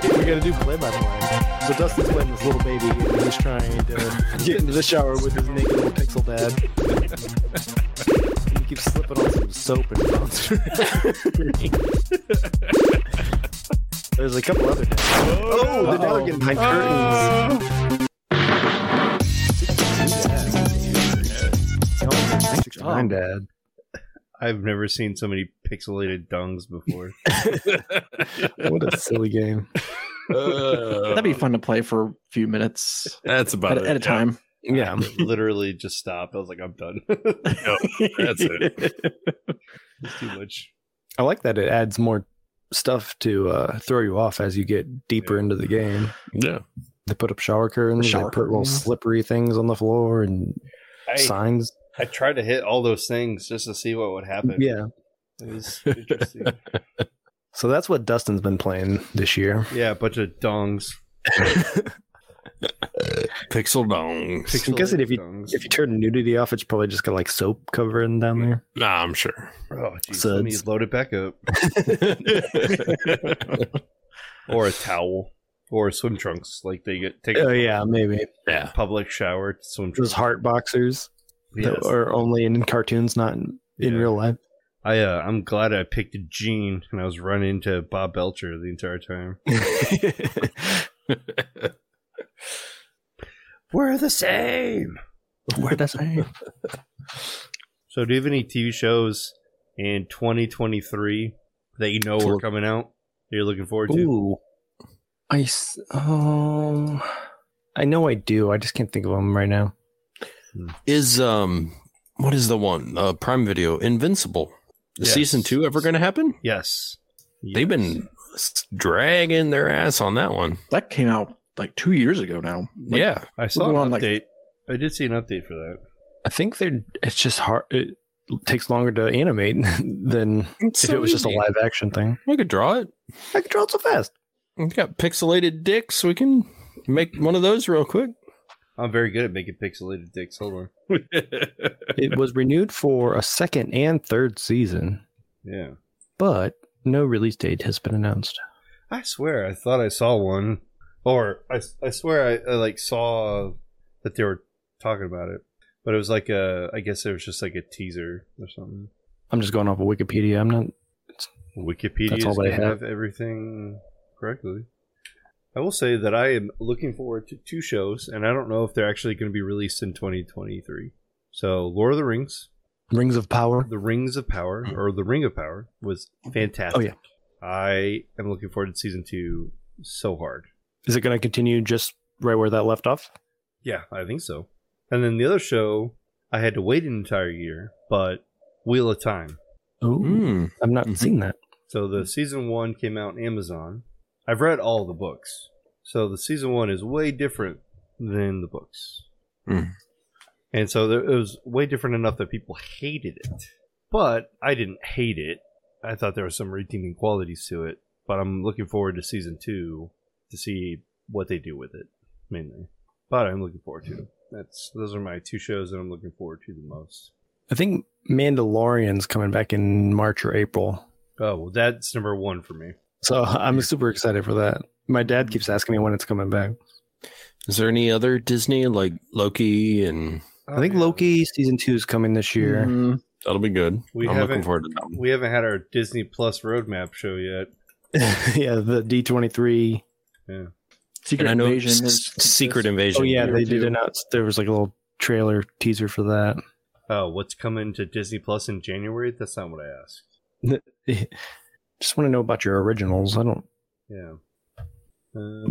[SPEAKER 2] We're gonna do play by play. So Dustin's playing this little baby, and he's trying to get into the shower with his naked little pixel dad. And he keeps slipping on some soap and bouncing. There's a couple other dads.
[SPEAKER 3] Oh, the dog getting behind curtains.
[SPEAKER 5] Oh.
[SPEAKER 2] dad.
[SPEAKER 3] I've never seen so many pixelated dungs before.
[SPEAKER 2] Oh. What a silly game.
[SPEAKER 5] That'd be fun to play for a few minutes
[SPEAKER 4] That's about
[SPEAKER 5] at,
[SPEAKER 4] it.
[SPEAKER 5] at a time.
[SPEAKER 2] Yeah.
[SPEAKER 3] Literally just stopped. I was like, I'm done.
[SPEAKER 4] That's it.
[SPEAKER 3] it's too much.
[SPEAKER 2] I like that it adds more stuff to uh, throw you off as you get deeper into the game.
[SPEAKER 4] Yeah.
[SPEAKER 2] They put up shower curtains,
[SPEAKER 5] Shower
[SPEAKER 2] they put little
[SPEAKER 5] curtains.
[SPEAKER 2] slippery things on the floor and
[SPEAKER 3] I,
[SPEAKER 2] signs.
[SPEAKER 3] I tried to hit all those things just to see what would happen.
[SPEAKER 2] Yeah.
[SPEAKER 3] It was interesting.
[SPEAKER 2] So that's what Dustin's been playing this year.
[SPEAKER 3] yeah, a bunch of dongs.
[SPEAKER 4] Pixel dong.
[SPEAKER 2] I'm guessing if you-
[SPEAKER 3] Dungs.
[SPEAKER 2] If you turn nudity off, it's probably just got like soap covering down there.
[SPEAKER 4] Nah, I'm sure.
[SPEAKER 3] oh, geez,
[SPEAKER 2] So
[SPEAKER 3] let me
[SPEAKER 2] it's-
[SPEAKER 3] load it back up. Or a towel. Or swim trunks. Like they get take
[SPEAKER 2] Oh
[SPEAKER 3] a
[SPEAKER 2] yeah, maybe
[SPEAKER 4] yeah.
[SPEAKER 3] public shower to swim
[SPEAKER 2] those
[SPEAKER 3] trunks.
[SPEAKER 2] heart boxers
[SPEAKER 3] Yes.
[SPEAKER 2] that are only in cartoons, not in, in
[SPEAKER 3] Yeah.
[SPEAKER 2] real life.
[SPEAKER 3] I uh, I'm glad I picked a Gene and I was running into Bob Belcher the entire time. We're the same.
[SPEAKER 5] Where does I?
[SPEAKER 3] So do you have any TV shows in 2023 that you know are coming out that you're looking forward to?
[SPEAKER 2] Ooh,
[SPEAKER 5] I s- um,
[SPEAKER 2] I know I do. I just can't think of them right now.
[SPEAKER 4] Is um what is the one? Uh Prime Video Invincible. Is
[SPEAKER 3] Yes.
[SPEAKER 4] season 2 ever going to happen?
[SPEAKER 3] Yes.
[SPEAKER 4] They've been s- dragging their ass on that one.
[SPEAKER 5] that came out like two years ago now. Like,
[SPEAKER 4] yeah.
[SPEAKER 3] I saw
[SPEAKER 5] We're
[SPEAKER 3] an
[SPEAKER 5] on, like-
[SPEAKER 3] update. I did see an update for that.
[SPEAKER 2] I think they're. It's just hard. It takes longer to animate than if it was just a live action thing.
[SPEAKER 4] We could draw it.
[SPEAKER 2] I could draw it so fast.
[SPEAKER 4] We got pixelated dicks. We can make one of those real quick.
[SPEAKER 3] I'm very good at making pixelated dicks. Hold on.
[SPEAKER 2] It was renewed for a second and third season,
[SPEAKER 3] Yeah.
[SPEAKER 2] but no release date has been announced.
[SPEAKER 3] I swear I thought I saw one. Or I, I swear I, I like saw that they were talking about it. But it was like a I guess it was just like a teaser or something.
[SPEAKER 2] I'm just going off of Wikipedia. I'm not.
[SPEAKER 3] Wikipedia
[SPEAKER 2] That's all they
[SPEAKER 3] they
[SPEAKER 2] have.
[SPEAKER 3] have everything correctly. I will say that I am looking forward to two shows, and I don't know if they're actually going to be released in 2023. So, Lord of the Rings,
[SPEAKER 2] Rings of Power.
[SPEAKER 3] The Rings of Power, or The Ring of Power, was
[SPEAKER 2] Hmm. Oh,
[SPEAKER 3] fantastic.
[SPEAKER 2] yeah.
[SPEAKER 3] I am looking forward to season two so hard.
[SPEAKER 2] Is it going to continue just right where that left off?
[SPEAKER 3] Yeah, I think so. And then the other show, I had to wait an entire year, but Wheel of Time.
[SPEAKER 2] Oh,
[SPEAKER 4] Hmm.
[SPEAKER 2] I've not
[SPEAKER 4] Mhm.
[SPEAKER 2] seen that.
[SPEAKER 3] So the season one came out on Amazon. I've read all the books. So the season one is way different than the books.
[SPEAKER 4] Hmm.
[SPEAKER 3] And so there, it was way different enough that people hated it. But I didn't hate it. I thought there were some redeeming qualities to it. But I'm looking forward to season two to see what they do with it, mainly. But I'm looking forward to it. That's those are my two shows that I'm looking forward to the most.
[SPEAKER 2] I think Mandalorian's coming back in March or April.
[SPEAKER 3] Oh well, that's number one for me.
[SPEAKER 2] So I'm super excited for that. My dad keeps asking me when it's coming back.
[SPEAKER 4] Is there any other Disney like Loki and
[SPEAKER 2] I think Loki season two is coming this year.
[SPEAKER 5] Mm,
[SPEAKER 4] that'll be good.
[SPEAKER 3] We
[SPEAKER 4] I'm looking
[SPEAKER 3] haven't-
[SPEAKER 4] forward to that one.
[SPEAKER 3] We haven't had our Disney Plus roadmap show yet.
[SPEAKER 2] yeah, the D23.
[SPEAKER 5] Secret
[SPEAKER 4] And I know
[SPEAKER 5] Invasion.
[SPEAKER 4] S-
[SPEAKER 5] is-
[SPEAKER 4] Secret Invasion.
[SPEAKER 2] Oh, yeah,
[SPEAKER 5] year
[SPEAKER 2] they
[SPEAKER 5] or
[SPEAKER 2] did
[SPEAKER 5] two.
[SPEAKER 2] announce there was like a little trailer teaser for that.
[SPEAKER 3] Oh, what's coming to Disney Plus in January? That's not what I asked.
[SPEAKER 2] Just want to know about your originals. I don't.
[SPEAKER 3] Yeah. Uh,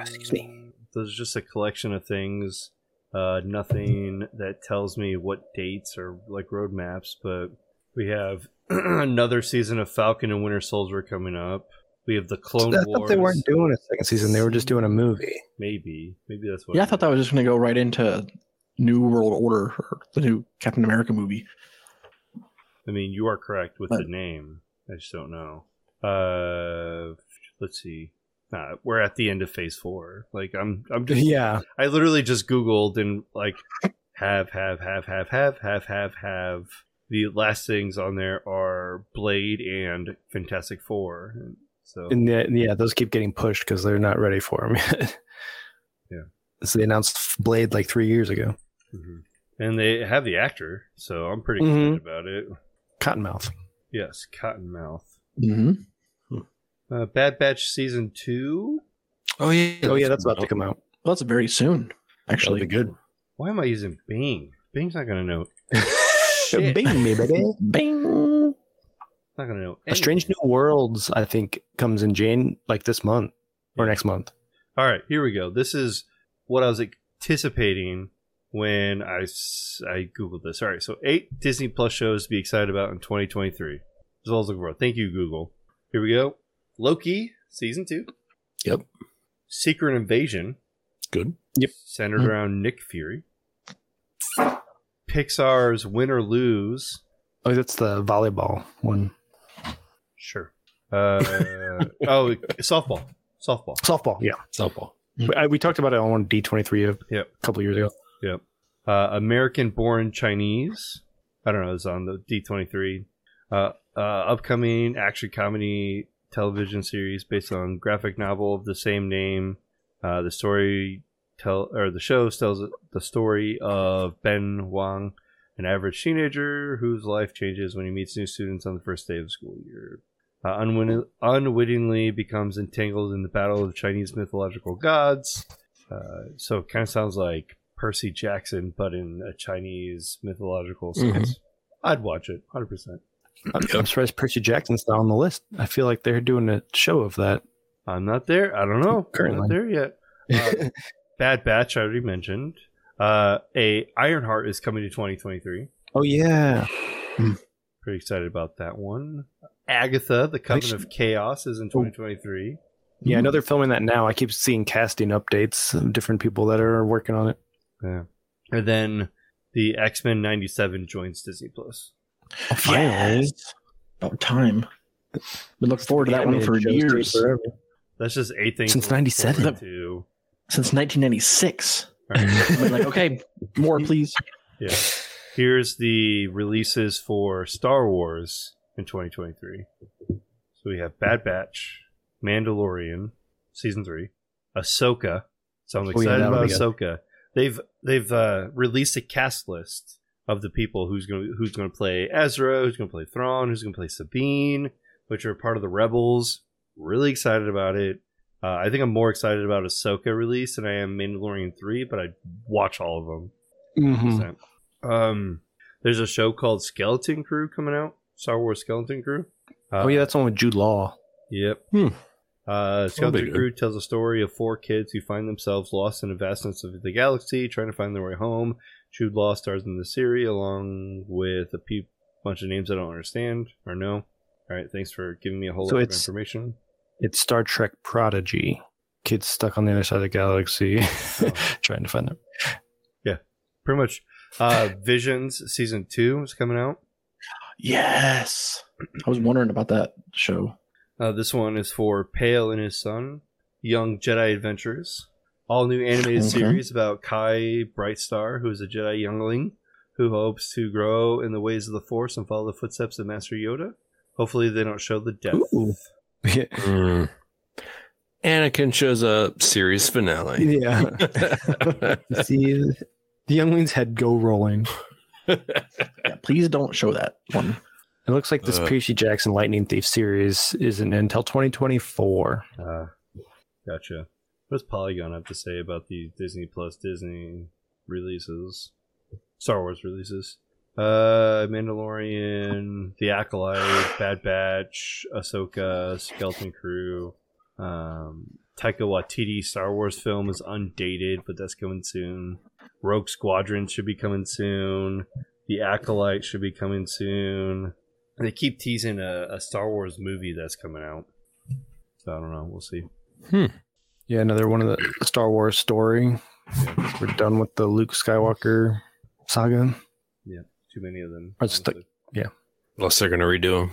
[SPEAKER 2] Excuse me.
[SPEAKER 3] There's just a collection of things. Uh, nothing that tells me what dates or like roadmaps, but we have another season of Falcon and Winter Soldier coming up. We have the Clone
[SPEAKER 2] I thought
[SPEAKER 3] Wars.
[SPEAKER 2] they weren't doing a second season. They were just doing a movie.
[SPEAKER 3] Maybe, maybe that's what.
[SPEAKER 5] Yeah, I
[SPEAKER 3] it
[SPEAKER 5] thought
[SPEAKER 3] is.
[SPEAKER 5] that was just going to go right into New World Order or the new Captain America movie.
[SPEAKER 3] I mean, you are correct with the
[SPEAKER 5] Right.
[SPEAKER 3] name. I just don't know. Uh, let's see. Nah, we're at the end of phase four. Like I'm, I'm just.
[SPEAKER 2] Yeah.
[SPEAKER 3] I literally just Googled and like have have have have have have have have. The last things on there are Blade and Fantastic Four. And so
[SPEAKER 2] And the, yeah, those keep getting pushed because they're not ready for them yet.
[SPEAKER 3] Yeah.
[SPEAKER 2] So they announced Blade like three years ago.
[SPEAKER 3] Mhm. and they have the actor, so I'm pretty
[SPEAKER 2] Mm-hmm.
[SPEAKER 3] excited about it.
[SPEAKER 2] Cottonmouth.
[SPEAKER 3] Yes, Cottonmouth.
[SPEAKER 5] Mm-hmm.
[SPEAKER 3] Uh, Bad Batch season two.
[SPEAKER 4] Oh yeah.
[SPEAKER 2] Oh yeah, that's about to come out.
[SPEAKER 5] Well, that's very soon, actually.
[SPEAKER 2] good.
[SPEAKER 3] Why am I using Bing? Bing's not gonna know.
[SPEAKER 2] Bing me, baby.
[SPEAKER 5] Bing.
[SPEAKER 3] Not gonna know.
[SPEAKER 2] A Strange New Worlds, I think, comes in Jane like this month or next month.
[SPEAKER 3] All right, here we go. This is what I was anticipating when I, s- I googled this. All right, so eight Disney Plus shows to be excited about in 2023. As well as looking for. Thank you, Google. Here we go. Loki season two.
[SPEAKER 4] Yep.
[SPEAKER 3] Secret Invasion
[SPEAKER 4] Good.
[SPEAKER 3] centered around Nick Fury. Pixar's Win or Lose.
[SPEAKER 2] Oh, that's the volleyball one.
[SPEAKER 3] Sure. Uh, oh, softball. Softball.
[SPEAKER 2] Softball. Yeah.
[SPEAKER 4] Softball.
[SPEAKER 2] We, I, we talked about it on one D23 a
[SPEAKER 3] Yep.
[SPEAKER 2] couple years ago.
[SPEAKER 3] uh, American born Chinese. I don't know, it's on the D23. Uh, uh, upcoming action comedy television series based on graphic novel of the same name. Uh, the story tell or the show tells the story of Ben Wang, an average teenager whose life changes when he meets new students on the first day of school year. Uh, unwin- unwittingly becomes entangled in the battle of Chinese mythological gods. Uh, so it kind of sounds like Percy Jackson, but in a Chinese mythological sense. I'd watch it 100%.
[SPEAKER 2] I'm, I'm surprised Percy Jackson's not on the list. I feel like they're doing a show of that.
[SPEAKER 3] I'm not there. I don't know. I'm
[SPEAKER 2] Currently.
[SPEAKER 3] not there yet. Uh, Bad Batch, I already mentioned. Uh, a Ironheart is coming to 2023.
[SPEAKER 2] Oh yeah.
[SPEAKER 3] Pretty excited about that one. Agatha, the Coven of Chaos, is in 2023.
[SPEAKER 2] Yeah, I
[SPEAKER 5] Mm-hmm.
[SPEAKER 2] know they're filming that now. I keep seeing casting updates of different people that are working on it.
[SPEAKER 3] And then the X Men 97 joins Disney Plus.
[SPEAKER 5] Oh, Finally. About time. Been looking forward to that one for years.
[SPEAKER 3] That's just eight things
[SPEAKER 2] Since
[SPEAKER 3] to look
[SPEAKER 2] 97.
[SPEAKER 3] forward to.
[SPEAKER 5] Since 1996.
[SPEAKER 3] All right.
[SPEAKER 5] I've been like, okay, more, please.
[SPEAKER 3] Yeah. Here's the releases for Star Wars in 2023. So we have Bad Batch, Mandalorian, season three, Ahsoka. So I'm
[SPEAKER 2] Oh, yeah,
[SPEAKER 3] excited
[SPEAKER 2] that'll
[SPEAKER 3] about
[SPEAKER 2] be good.
[SPEAKER 3] Ahsoka. They've they've uh, released a cast list of the people who's going to who's going to play Ezra, who's going to play Thrawn, who's going to play Sabine, which are part of the Rebels. Really excited about it. Uh, I think I'm more excited about Ahsoka release than I am Mandalorian three, but I watch all of them.
[SPEAKER 2] Mhm.
[SPEAKER 3] percent. Um, there's a show called Skeleton Crew coming out. Star Wars Skeleton Crew. Uh,
[SPEAKER 2] Oh yeah, that's the one with Jude Law.
[SPEAKER 3] Yep.
[SPEAKER 4] Hmm.
[SPEAKER 3] Uh, Skeleton
[SPEAKER 4] good.
[SPEAKER 3] Crew tells a story of four kids who find themselves lost in the vastness of the galaxy, trying to find their way home. Jude Law stars in the series along with a pe- bunch of names I don't understand or know. All right, thanks for giving me a whole
[SPEAKER 2] So
[SPEAKER 3] lot of
[SPEAKER 2] it's-
[SPEAKER 3] information.
[SPEAKER 2] It's Star Trek Prodigy. Kids stuck on the other side of the galaxy, trying to find them.
[SPEAKER 3] Pretty much, uh, Visions season two is coming out.
[SPEAKER 5] Yes. I was wondering about that show.
[SPEAKER 3] Uh, this one is for Pale and his son, Young Jedi Adventures, all new animated
[SPEAKER 5] Okay.
[SPEAKER 3] series about Kai Brightstar, who is a Jedi youngling who hopes to grow in the ways of the Force and follow the footsteps of Master Yoda. Hopefully, they don't show the death.
[SPEAKER 2] Ooh. Yeah.
[SPEAKER 4] Mm. Anakin shows a series finale.
[SPEAKER 2] yeah. See, the youngling's head go rolling.
[SPEAKER 5] Yeah, please don't show that one.
[SPEAKER 2] It looks like this
[SPEAKER 4] Uh.
[SPEAKER 2] Percy Jackson Lightning Thief series isn't until 2024.
[SPEAKER 3] Uh, gotcha. What does Polygon have to say about these Disney Plus Disney releases? Star Wars releases. Uh, Mandalorian, The Acolyte, Bad Batch, Ahsoka, Skeleton Crew. Um, Taika Waititi Star Wars film is undated, but that's coming soon. Rogue Squadron should be coming soon. The Acolyte should be coming soon. And they keep teasing a, a Star Wars movie that's coming out. So I don't know. We'll see.
[SPEAKER 2] Yeah, another one of the Star Wars story We're done with the Luke Skywalker saga.
[SPEAKER 3] Too many of them.
[SPEAKER 2] Or just like-
[SPEAKER 4] Unless they're going to redo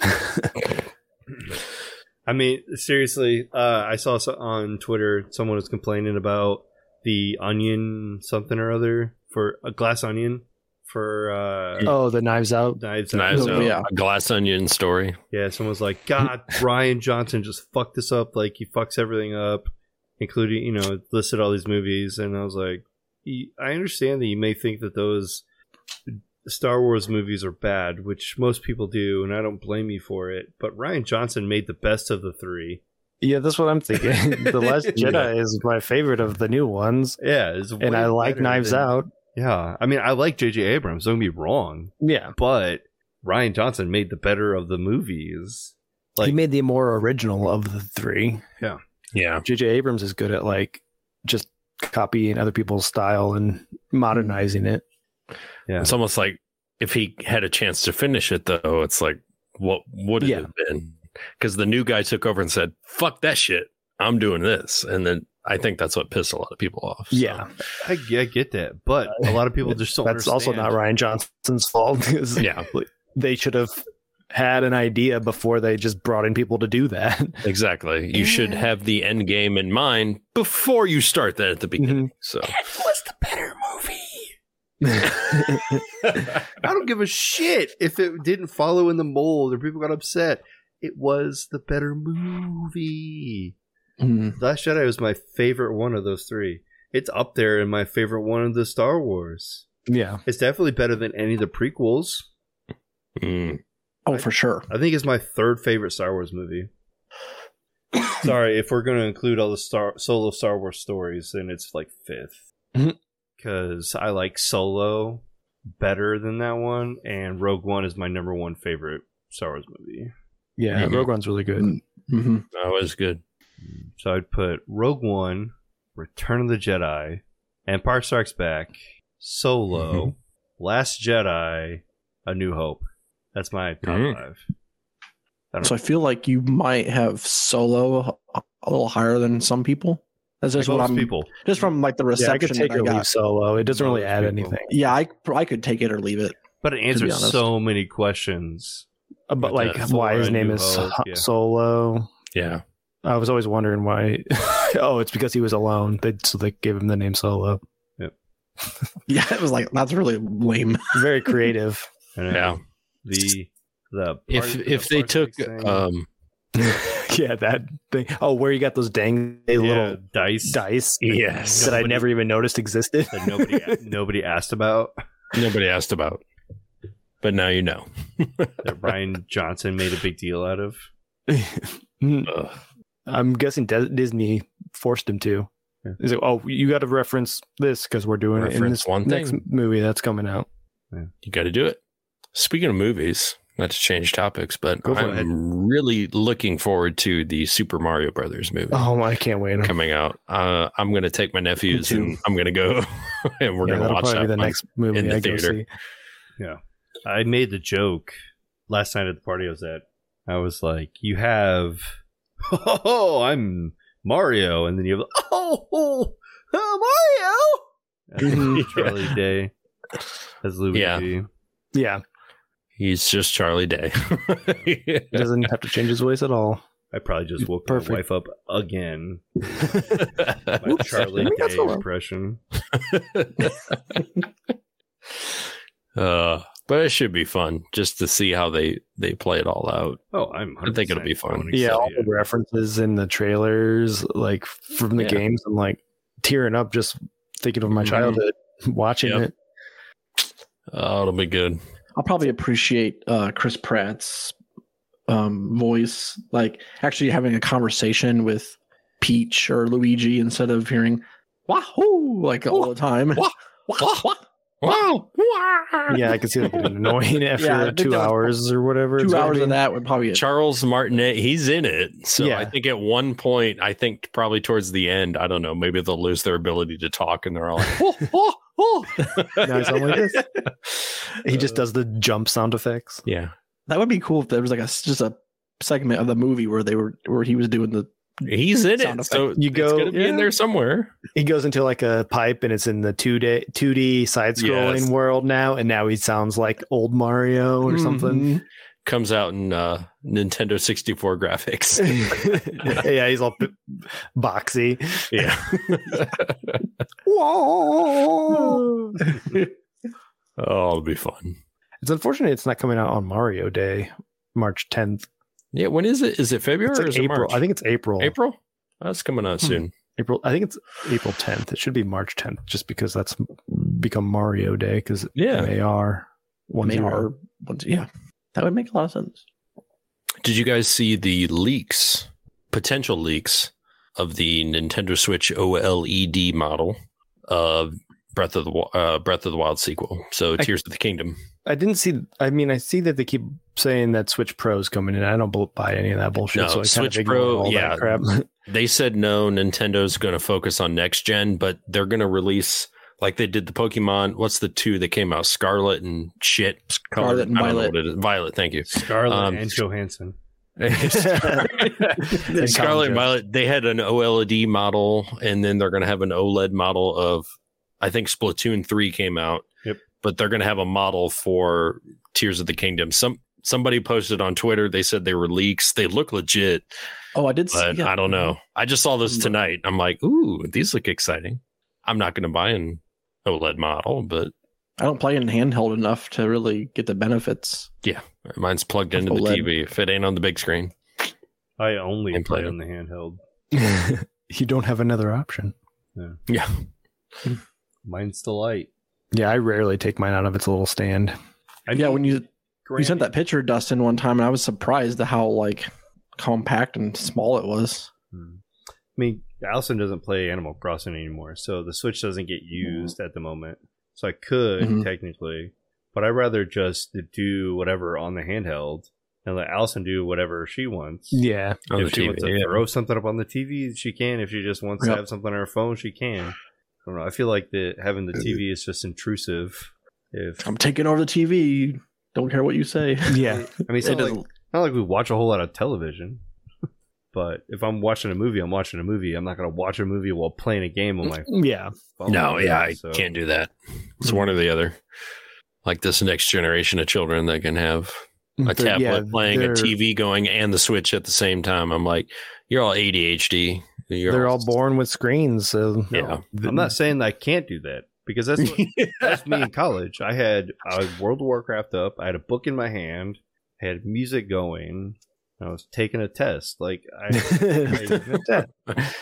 [SPEAKER 4] them.
[SPEAKER 3] I mean, seriously, uh, I saw so- on Twitter someone was complaining about the onion something or other for a glass onion for uh,
[SPEAKER 2] Oh, the Knives Out.
[SPEAKER 3] knives.
[SPEAKER 4] Knives
[SPEAKER 5] Oh,
[SPEAKER 4] Out,
[SPEAKER 5] yeah.
[SPEAKER 4] a glass onion story.
[SPEAKER 3] Yeah, someone's like, God, Ryan Johnson just fucked this up. Like he fucks everything up, including you know listed all these movies. And I was like, "Y- I understand that you may think that those Star Wars movies are bad, which most people do, and I don't blame you for it. But Ryan Johnson made the best of the three.
[SPEAKER 2] Yeah, that's what I'm thinking. the Last
[SPEAKER 3] Yeah.
[SPEAKER 2] Jedi is my favorite of the new ones,
[SPEAKER 3] Yeah, it's
[SPEAKER 2] and
[SPEAKER 3] way
[SPEAKER 2] I like
[SPEAKER 3] better
[SPEAKER 2] Knives
[SPEAKER 3] than-
[SPEAKER 2] Out.
[SPEAKER 3] Yeah, I mean, I like J.J. Abrams. Don't be wrong,
[SPEAKER 2] Yeah,
[SPEAKER 3] but Ryan Johnson made the better of the movies.
[SPEAKER 2] he
[SPEAKER 3] Like-
[SPEAKER 2] made the more original of the three.
[SPEAKER 4] Yeah.
[SPEAKER 2] J.J. Abrams is good at like just copying other people's style and modernizing it.
[SPEAKER 3] Yeah.
[SPEAKER 4] It's almost like if he had a chance to finish it, though, it's like, what would it
[SPEAKER 2] Yeah.
[SPEAKER 4] have been? Because the new guy took over and said, fuck that shit. I'm doing this. And then I think that's what pissed a lot of people off. so.
[SPEAKER 2] Yeah,
[SPEAKER 3] I, I get that, but a lot of people just don't.
[SPEAKER 2] that's also
[SPEAKER 3] understand.
[SPEAKER 2] not Ryan Johnson's fault. 'cause
[SPEAKER 4] Yeah.
[SPEAKER 2] they should have had an idea before they just brought in people to do that.
[SPEAKER 4] Exactly. You should have the end game in mind before you start that at the beginning.
[SPEAKER 2] Mm-hmm.
[SPEAKER 4] So
[SPEAKER 3] I don't give a shit if it didn't follow in the mold or people got upset. It was the better movie.
[SPEAKER 2] Mm-hmm.
[SPEAKER 3] Last Jedi was my favorite one of those three. It's up there in my favorite one of the Star Wars.
[SPEAKER 2] yeah,
[SPEAKER 3] It's definitely better than any of the prequels.
[SPEAKER 4] mm,
[SPEAKER 5] Oh, for sure.
[SPEAKER 3] I think it's my third favorite Star Wars movie. Sorry, if we're going to include all the star solo Star Wars stories, then it's like fifth.
[SPEAKER 2] Mhm.
[SPEAKER 3] Because I like Solo better than that one, and Rogue One is my number one favorite Star Wars movie.
[SPEAKER 2] yeah.
[SPEAKER 4] Mhm.
[SPEAKER 2] Rogue One's really good.
[SPEAKER 5] Mm-hmm.
[SPEAKER 4] that was good.
[SPEAKER 3] So I'd put Rogue One, Return of the Jedi, Empire Strikes Back, Solo, Last Jedi, A New Hope. That's my top
[SPEAKER 4] Mhm.
[SPEAKER 3] five.
[SPEAKER 5] So I feel like you might have solo a, a little higher than some people. That's just
[SPEAKER 3] Most
[SPEAKER 5] what I'm
[SPEAKER 3] people.
[SPEAKER 5] just from like the
[SPEAKER 2] Yeah, I
[SPEAKER 5] reception
[SPEAKER 2] could take
[SPEAKER 5] that I
[SPEAKER 2] or leave
[SPEAKER 5] got.
[SPEAKER 2] solo. It doesn't really add
[SPEAKER 3] Most people.
[SPEAKER 2] anything.
[SPEAKER 5] Yeah, I I could take it or leave it.
[SPEAKER 3] But it answers
[SPEAKER 5] honest.
[SPEAKER 3] so many questions.
[SPEAKER 2] Uh, But
[SPEAKER 4] Like
[SPEAKER 2] like,
[SPEAKER 4] that.
[SPEAKER 2] why
[SPEAKER 3] Solo,
[SPEAKER 2] his
[SPEAKER 3] A
[SPEAKER 2] name
[SPEAKER 3] New
[SPEAKER 2] is
[SPEAKER 3] Hope,
[SPEAKER 2] Ho-
[SPEAKER 3] yeah.
[SPEAKER 2] Solo?
[SPEAKER 4] Yeah.
[SPEAKER 2] I was always wondering why. oh, it's because he was alone. They so they gave him the name Solo.
[SPEAKER 5] Yeah, it was like that's really lame.
[SPEAKER 2] Very creative.
[SPEAKER 3] And, uh,
[SPEAKER 4] Yeah.
[SPEAKER 3] The the
[SPEAKER 4] If
[SPEAKER 3] part-
[SPEAKER 4] if
[SPEAKER 3] the
[SPEAKER 4] they
[SPEAKER 3] part
[SPEAKER 4] took
[SPEAKER 3] thing-
[SPEAKER 4] um
[SPEAKER 2] yeah, that thing. Oh, where you got those dang
[SPEAKER 3] yeah,
[SPEAKER 2] little
[SPEAKER 3] dice
[SPEAKER 2] dice?
[SPEAKER 4] Yes.
[SPEAKER 2] that I never even noticed existed.
[SPEAKER 3] that nobody nobody asked about
[SPEAKER 4] nobody asked about. But now you know.
[SPEAKER 3] that Ryan Johnson made a big deal out of.
[SPEAKER 4] Ugh.
[SPEAKER 2] I'm guessing Des- Disney forced him to.
[SPEAKER 3] Yeah.
[SPEAKER 2] He's like, oh, you got to reference this because we're doing it in
[SPEAKER 4] Reference
[SPEAKER 2] this
[SPEAKER 4] one
[SPEAKER 2] next
[SPEAKER 4] thing.
[SPEAKER 2] movie that's coming out.
[SPEAKER 4] You gotta do it. Speaking of movies, not to change topics, but
[SPEAKER 3] Go for
[SPEAKER 4] I'm
[SPEAKER 3] it.
[SPEAKER 4] really looking forward to the Super Mario Brothers movie.
[SPEAKER 2] Oh, I can't wait.
[SPEAKER 4] coming out. Uh, I'm going to take my nephews
[SPEAKER 2] too.
[SPEAKER 4] and I'm going to go and
[SPEAKER 2] Yeah,
[SPEAKER 4] we're going to
[SPEAKER 2] that'll
[SPEAKER 4] watch
[SPEAKER 2] probably
[SPEAKER 4] that
[SPEAKER 2] be the
[SPEAKER 4] one.
[SPEAKER 2] next movie
[SPEAKER 4] in the
[SPEAKER 2] I go
[SPEAKER 4] theater.
[SPEAKER 2] see.
[SPEAKER 3] I made the joke last night at the party I was at. I was like, "You have, oh, I'm Mario," and then you have, "Oh, oh, oh, Mario." As Charlie Day as Louis.
[SPEAKER 4] Mm-hmm. Yeah.
[SPEAKER 3] G.
[SPEAKER 2] Yeah,
[SPEAKER 4] He's just Charlie Day.
[SPEAKER 2] he doesn't have to change his voice at all.
[SPEAKER 3] I probably just woke
[SPEAKER 2] Perfect.
[SPEAKER 3] my wife up again. My Charlie Day impression.
[SPEAKER 4] uh, but it should be fun just to see how they, they play it all out.
[SPEAKER 3] Oh, I'm.
[SPEAKER 4] I think it'll be fun.
[SPEAKER 3] 100%
[SPEAKER 2] Yeah, all
[SPEAKER 3] excited.
[SPEAKER 2] the references in the trailers, like from the
[SPEAKER 4] Yeah.
[SPEAKER 2] games, I'm like tearing up just thinking of my
[SPEAKER 4] Mhm.
[SPEAKER 2] childhood watching
[SPEAKER 4] Yep.
[SPEAKER 2] it.
[SPEAKER 4] Oh, it'll be good.
[SPEAKER 5] I'll probably appreciate uh, Chris Pratt's um, voice, like actually having a conversation with Peach or Luigi instead of hearing "wahoo" like all the time.
[SPEAKER 4] Wah- Wow.
[SPEAKER 2] Yeah, I can see that getting annoying after
[SPEAKER 5] Yeah, I think
[SPEAKER 2] two
[SPEAKER 5] that was-
[SPEAKER 2] hours or whatever. it's
[SPEAKER 5] Two
[SPEAKER 2] gonna
[SPEAKER 5] hours
[SPEAKER 2] be.
[SPEAKER 5] of that would probably
[SPEAKER 4] Charles Martinet, he's in it. So I
[SPEAKER 2] Yeah.
[SPEAKER 4] think at one point, I think probably towards the end, I don't know, maybe they'll lose their ability to talk and they're all like, oh, oh, oh.
[SPEAKER 2] No, it's only this. He just does the jump sound effects.
[SPEAKER 4] Yeah.
[SPEAKER 5] that would be cool if there was like a just a segment of the movie where they were where he was doing the
[SPEAKER 4] He's in
[SPEAKER 5] Sound
[SPEAKER 4] it, so
[SPEAKER 2] You
[SPEAKER 4] you go. It's
[SPEAKER 2] go-
[SPEAKER 4] gonna be in
[SPEAKER 2] yeah.
[SPEAKER 4] there somewhere.
[SPEAKER 2] He goes into like a pipe, and it's in the two day two D side scrolling
[SPEAKER 4] Yes.
[SPEAKER 2] world now, and now he sounds like old Mario or something.
[SPEAKER 4] Comes out in uh, Nintendo 64 graphics.
[SPEAKER 2] yeah, he's all b- boxy.
[SPEAKER 4] yeah. Oh, it'll be fun.
[SPEAKER 2] It's unfortunate it's not coming out on Mario Day, March 10th.
[SPEAKER 4] Yeah. When is it? Is it February
[SPEAKER 2] It's
[SPEAKER 4] or
[SPEAKER 2] like
[SPEAKER 4] is
[SPEAKER 2] April.
[SPEAKER 4] it March?
[SPEAKER 2] I think it's April. Hmm.
[SPEAKER 4] April. That's coming out soon.
[SPEAKER 2] April. I think it's April 10th. It should be March 10th, just because that's become Mario Day because
[SPEAKER 4] Yeah.
[SPEAKER 2] MAR one
[SPEAKER 5] May
[SPEAKER 2] zero.
[SPEAKER 5] or one- yeah, that would make a lot of sense.
[SPEAKER 4] Did you guys see the leaks, potential leaks of the Nintendo Switch OLED model of Breath of the Wi- uh, Breath of the Wild sequel? So
[SPEAKER 2] I-
[SPEAKER 4] Tears of the Kingdom.
[SPEAKER 2] I didn't see. I mean, I see that they keep saying that Switch Pro is coming in. I don't bel- buy any of that bullshit.
[SPEAKER 4] No,
[SPEAKER 2] so I
[SPEAKER 4] Switch
[SPEAKER 2] kind of ignore
[SPEAKER 4] Pro,
[SPEAKER 2] all
[SPEAKER 4] yeah.
[SPEAKER 2] that crap.
[SPEAKER 4] They said no, Nintendo's going to focus on next gen, but they're going to release like they did the Pokemon. What's the two that came out? Scarlet and shit. Scarlet,
[SPEAKER 5] Scarlet and
[SPEAKER 4] I don't know
[SPEAKER 5] Violet.
[SPEAKER 4] what it is. Violet. Thank you.
[SPEAKER 3] Scarlett
[SPEAKER 4] Um,
[SPEAKER 3] and Johansson.
[SPEAKER 4] And Scarlet and Violet, they had an OLED model, and then they're going to have an OLED model of, I think Splatoon three came out.
[SPEAKER 3] Yep.
[SPEAKER 4] But they're going to have a model for Tears of the Kingdom. Some somebody posted on Twitter. They said they were leaks. They look legit,
[SPEAKER 5] Oh, I did. see-
[SPEAKER 4] but
[SPEAKER 5] yeah.
[SPEAKER 4] I don't know. I just saw this tonight. I'm like, ooh, these look exciting. I'm not going to buy an OLED model, but
[SPEAKER 5] I don't play in handheld enough to really get the benefits.
[SPEAKER 4] mine's plugged into the
[SPEAKER 3] E
[SPEAKER 5] OLED.
[SPEAKER 4] TV. If it ain't on the big screen,
[SPEAKER 3] I only
[SPEAKER 4] And
[SPEAKER 3] play
[SPEAKER 4] Plato.
[SPEAKER 3] on the handheld.
[SPEAKER 2] you don't have another option.
[SPEAKER 4] yeah.
[SPEAKER 3] Mine's the light.
[SPEAKER 2] Yeah, I rarely take mine out of its little stand.
[SPEAKER 3] I
[SPEAKER 5] yeah,
[SPEAKER 3] mean,
[SPEAKER 5] when you you
[SPEAKER 3] granted,
[SPEAKER 5] sent that picture, Dustin, one time, and I was surprised at how like compact and small it was.
[SPEAKER 3] Hmm. I mean, Allison doesn't play Animal Crossing anymore, so the Switch doesn't get used at the moment. So I could
[SPEAKER 5] Mhm.
[SPEAKER 3] technically, but I'd rather just do whatever on the handheld and let Allison do whatever she wants.
[SPEAKER 2] Yeah,
[SPEAKER 4] On
[SPEAKER 3] if
[SPEAKER 4] the
[SPEAKER 3] she
[SPEAKER 4] TV,
[SPEAKER 3] wants to
[SPEAKER 4] yeah.
[SPEAKER 3] throw something up on the TV, she can. If she just wants
[SPEAKER 5] Yep.
[SPEAKER 3] to have something on her phone, she can. I don't know. I feel like the having the TV is just intrusive. If
[SPEAKER 5] I'm taking over the TV. Don't care what you say.
[SPEAKER 2] yeah.
[SPEAKER 3] I mean, it's
[SPEAKER 5] It
[SPEAKER 3] not like,
[SPEAKER 5] doesn't-
[SPEAKER 3] not like we watch a whole lot of television, but if I'm watching a movie, I'm watching a movie. I'm not gonna watch a movie while playing a game on my
[SPEAKER 2] Oh, Yeah. Hmm.
[SPEAKER 3] phone.
[SPEAKER 4] no, yeah, I
[SPEAKER 3] So,
[SPEAKER 4] can't do that. It's one or the other. Like this next generation of children that can have a
[SPEAKER 2] But
[SPEAKER 4] tablet
[SPEAKER 2] Mm, yeah,
[SPEAKER 4] playing, a
[SPEAKER 2] they're-
[SPEAKER 4] TV going, and the Switch at the same time. I'm like, you're all ADHD. You're
[SPEAKER 2] They're all born with screens, so
[SPEAKER 4] Yeah.
[SPEAKER 2] th-
[SPEAKER 3] I'm not saying that I can't do that because that's what, that's me in college. I had I had World of Warcraft up. I had a book in my hand. I had music going. I was taking a test. Like I, I, like,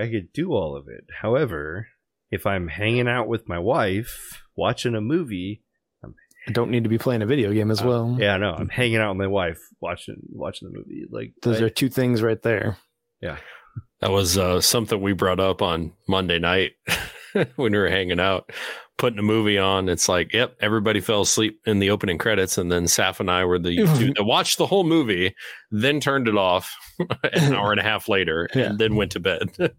[SPEAKER 3] I could do all of it. However, if I'm hanging out with my wife watching a movie,
[SPEAKER 2] I don't need to be playing a video game as
[SPEAKER 3] Uh,
[SPEAKER 2] well.
[SPEAKER 3] yeah, no, I'm hanging out with my wife watching watching the movie. Like
[SPEAKER 2] Those
[SPEAKER 3] I-
[SPEAKER 2] are two things right there.
[SPEAKER 4] That was uh, something we brought up on Monday night when we were hanging out, putting a movie on. It's like, yep, everybody fell asleep in the opening credits, and then Saf and I were the two that watched the whole movie, then turned it off an hour and a half later,
[SPEAKER 2] Yeah.
[SPEAKER 4] and then went to bed.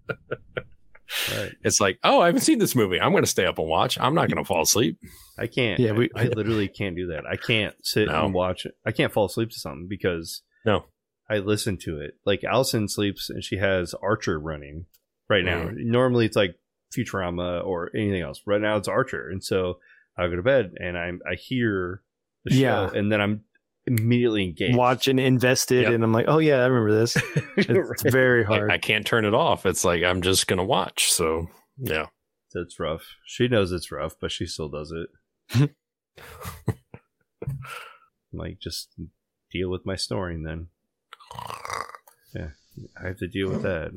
[SPEAKER 3] Right.
[SPEAKER 4] It's like, oh, I haven't seen this movie. I'm going to stay up and watch. I'm not going to fall asleep.
[SPEAKER 3] I can't.
[SPEAKER 2] Yeah, we-
[SPEAKER 3] I, I literally can't do that. I can't sit
[SPEAKER 4] No.
[SPEAKER 3] and watch it. I can't fall asleep to something because
[SPEAKER 4] No.
[SPEAKER 3] I listen to it. Like Allison sleeps and she has Archer running right now.
[SPEAKER 4] Mm-hmm.
[SPEAKER 3] Normally it's like Futurama or anything else. Right now it's Archer, and so I go to bed and I'm I hear the show,
[SPEAKER 2] Yeah.
[SPEAKER 3] and then I'm immediately engaged.
[SPEAKER 2] Watch and invested,
[SPEAKER 4] Yep.
[SPEAKER 2] and I'm like, oh yeah, I remember this. It's
[SPEAKER 3] Right.
[SPEAKER 2] very
[SPEAKER 4] Like,
[SPEAKER 2] hard.
[SPEAKER 4] I can't turn it off. It's like I'm just going to watch. So yeah,
[SPEAKER 3] That's rough. She knows it's rough, but she still does it. like, just deal with my snoring then. Yeah, I have to deal with that.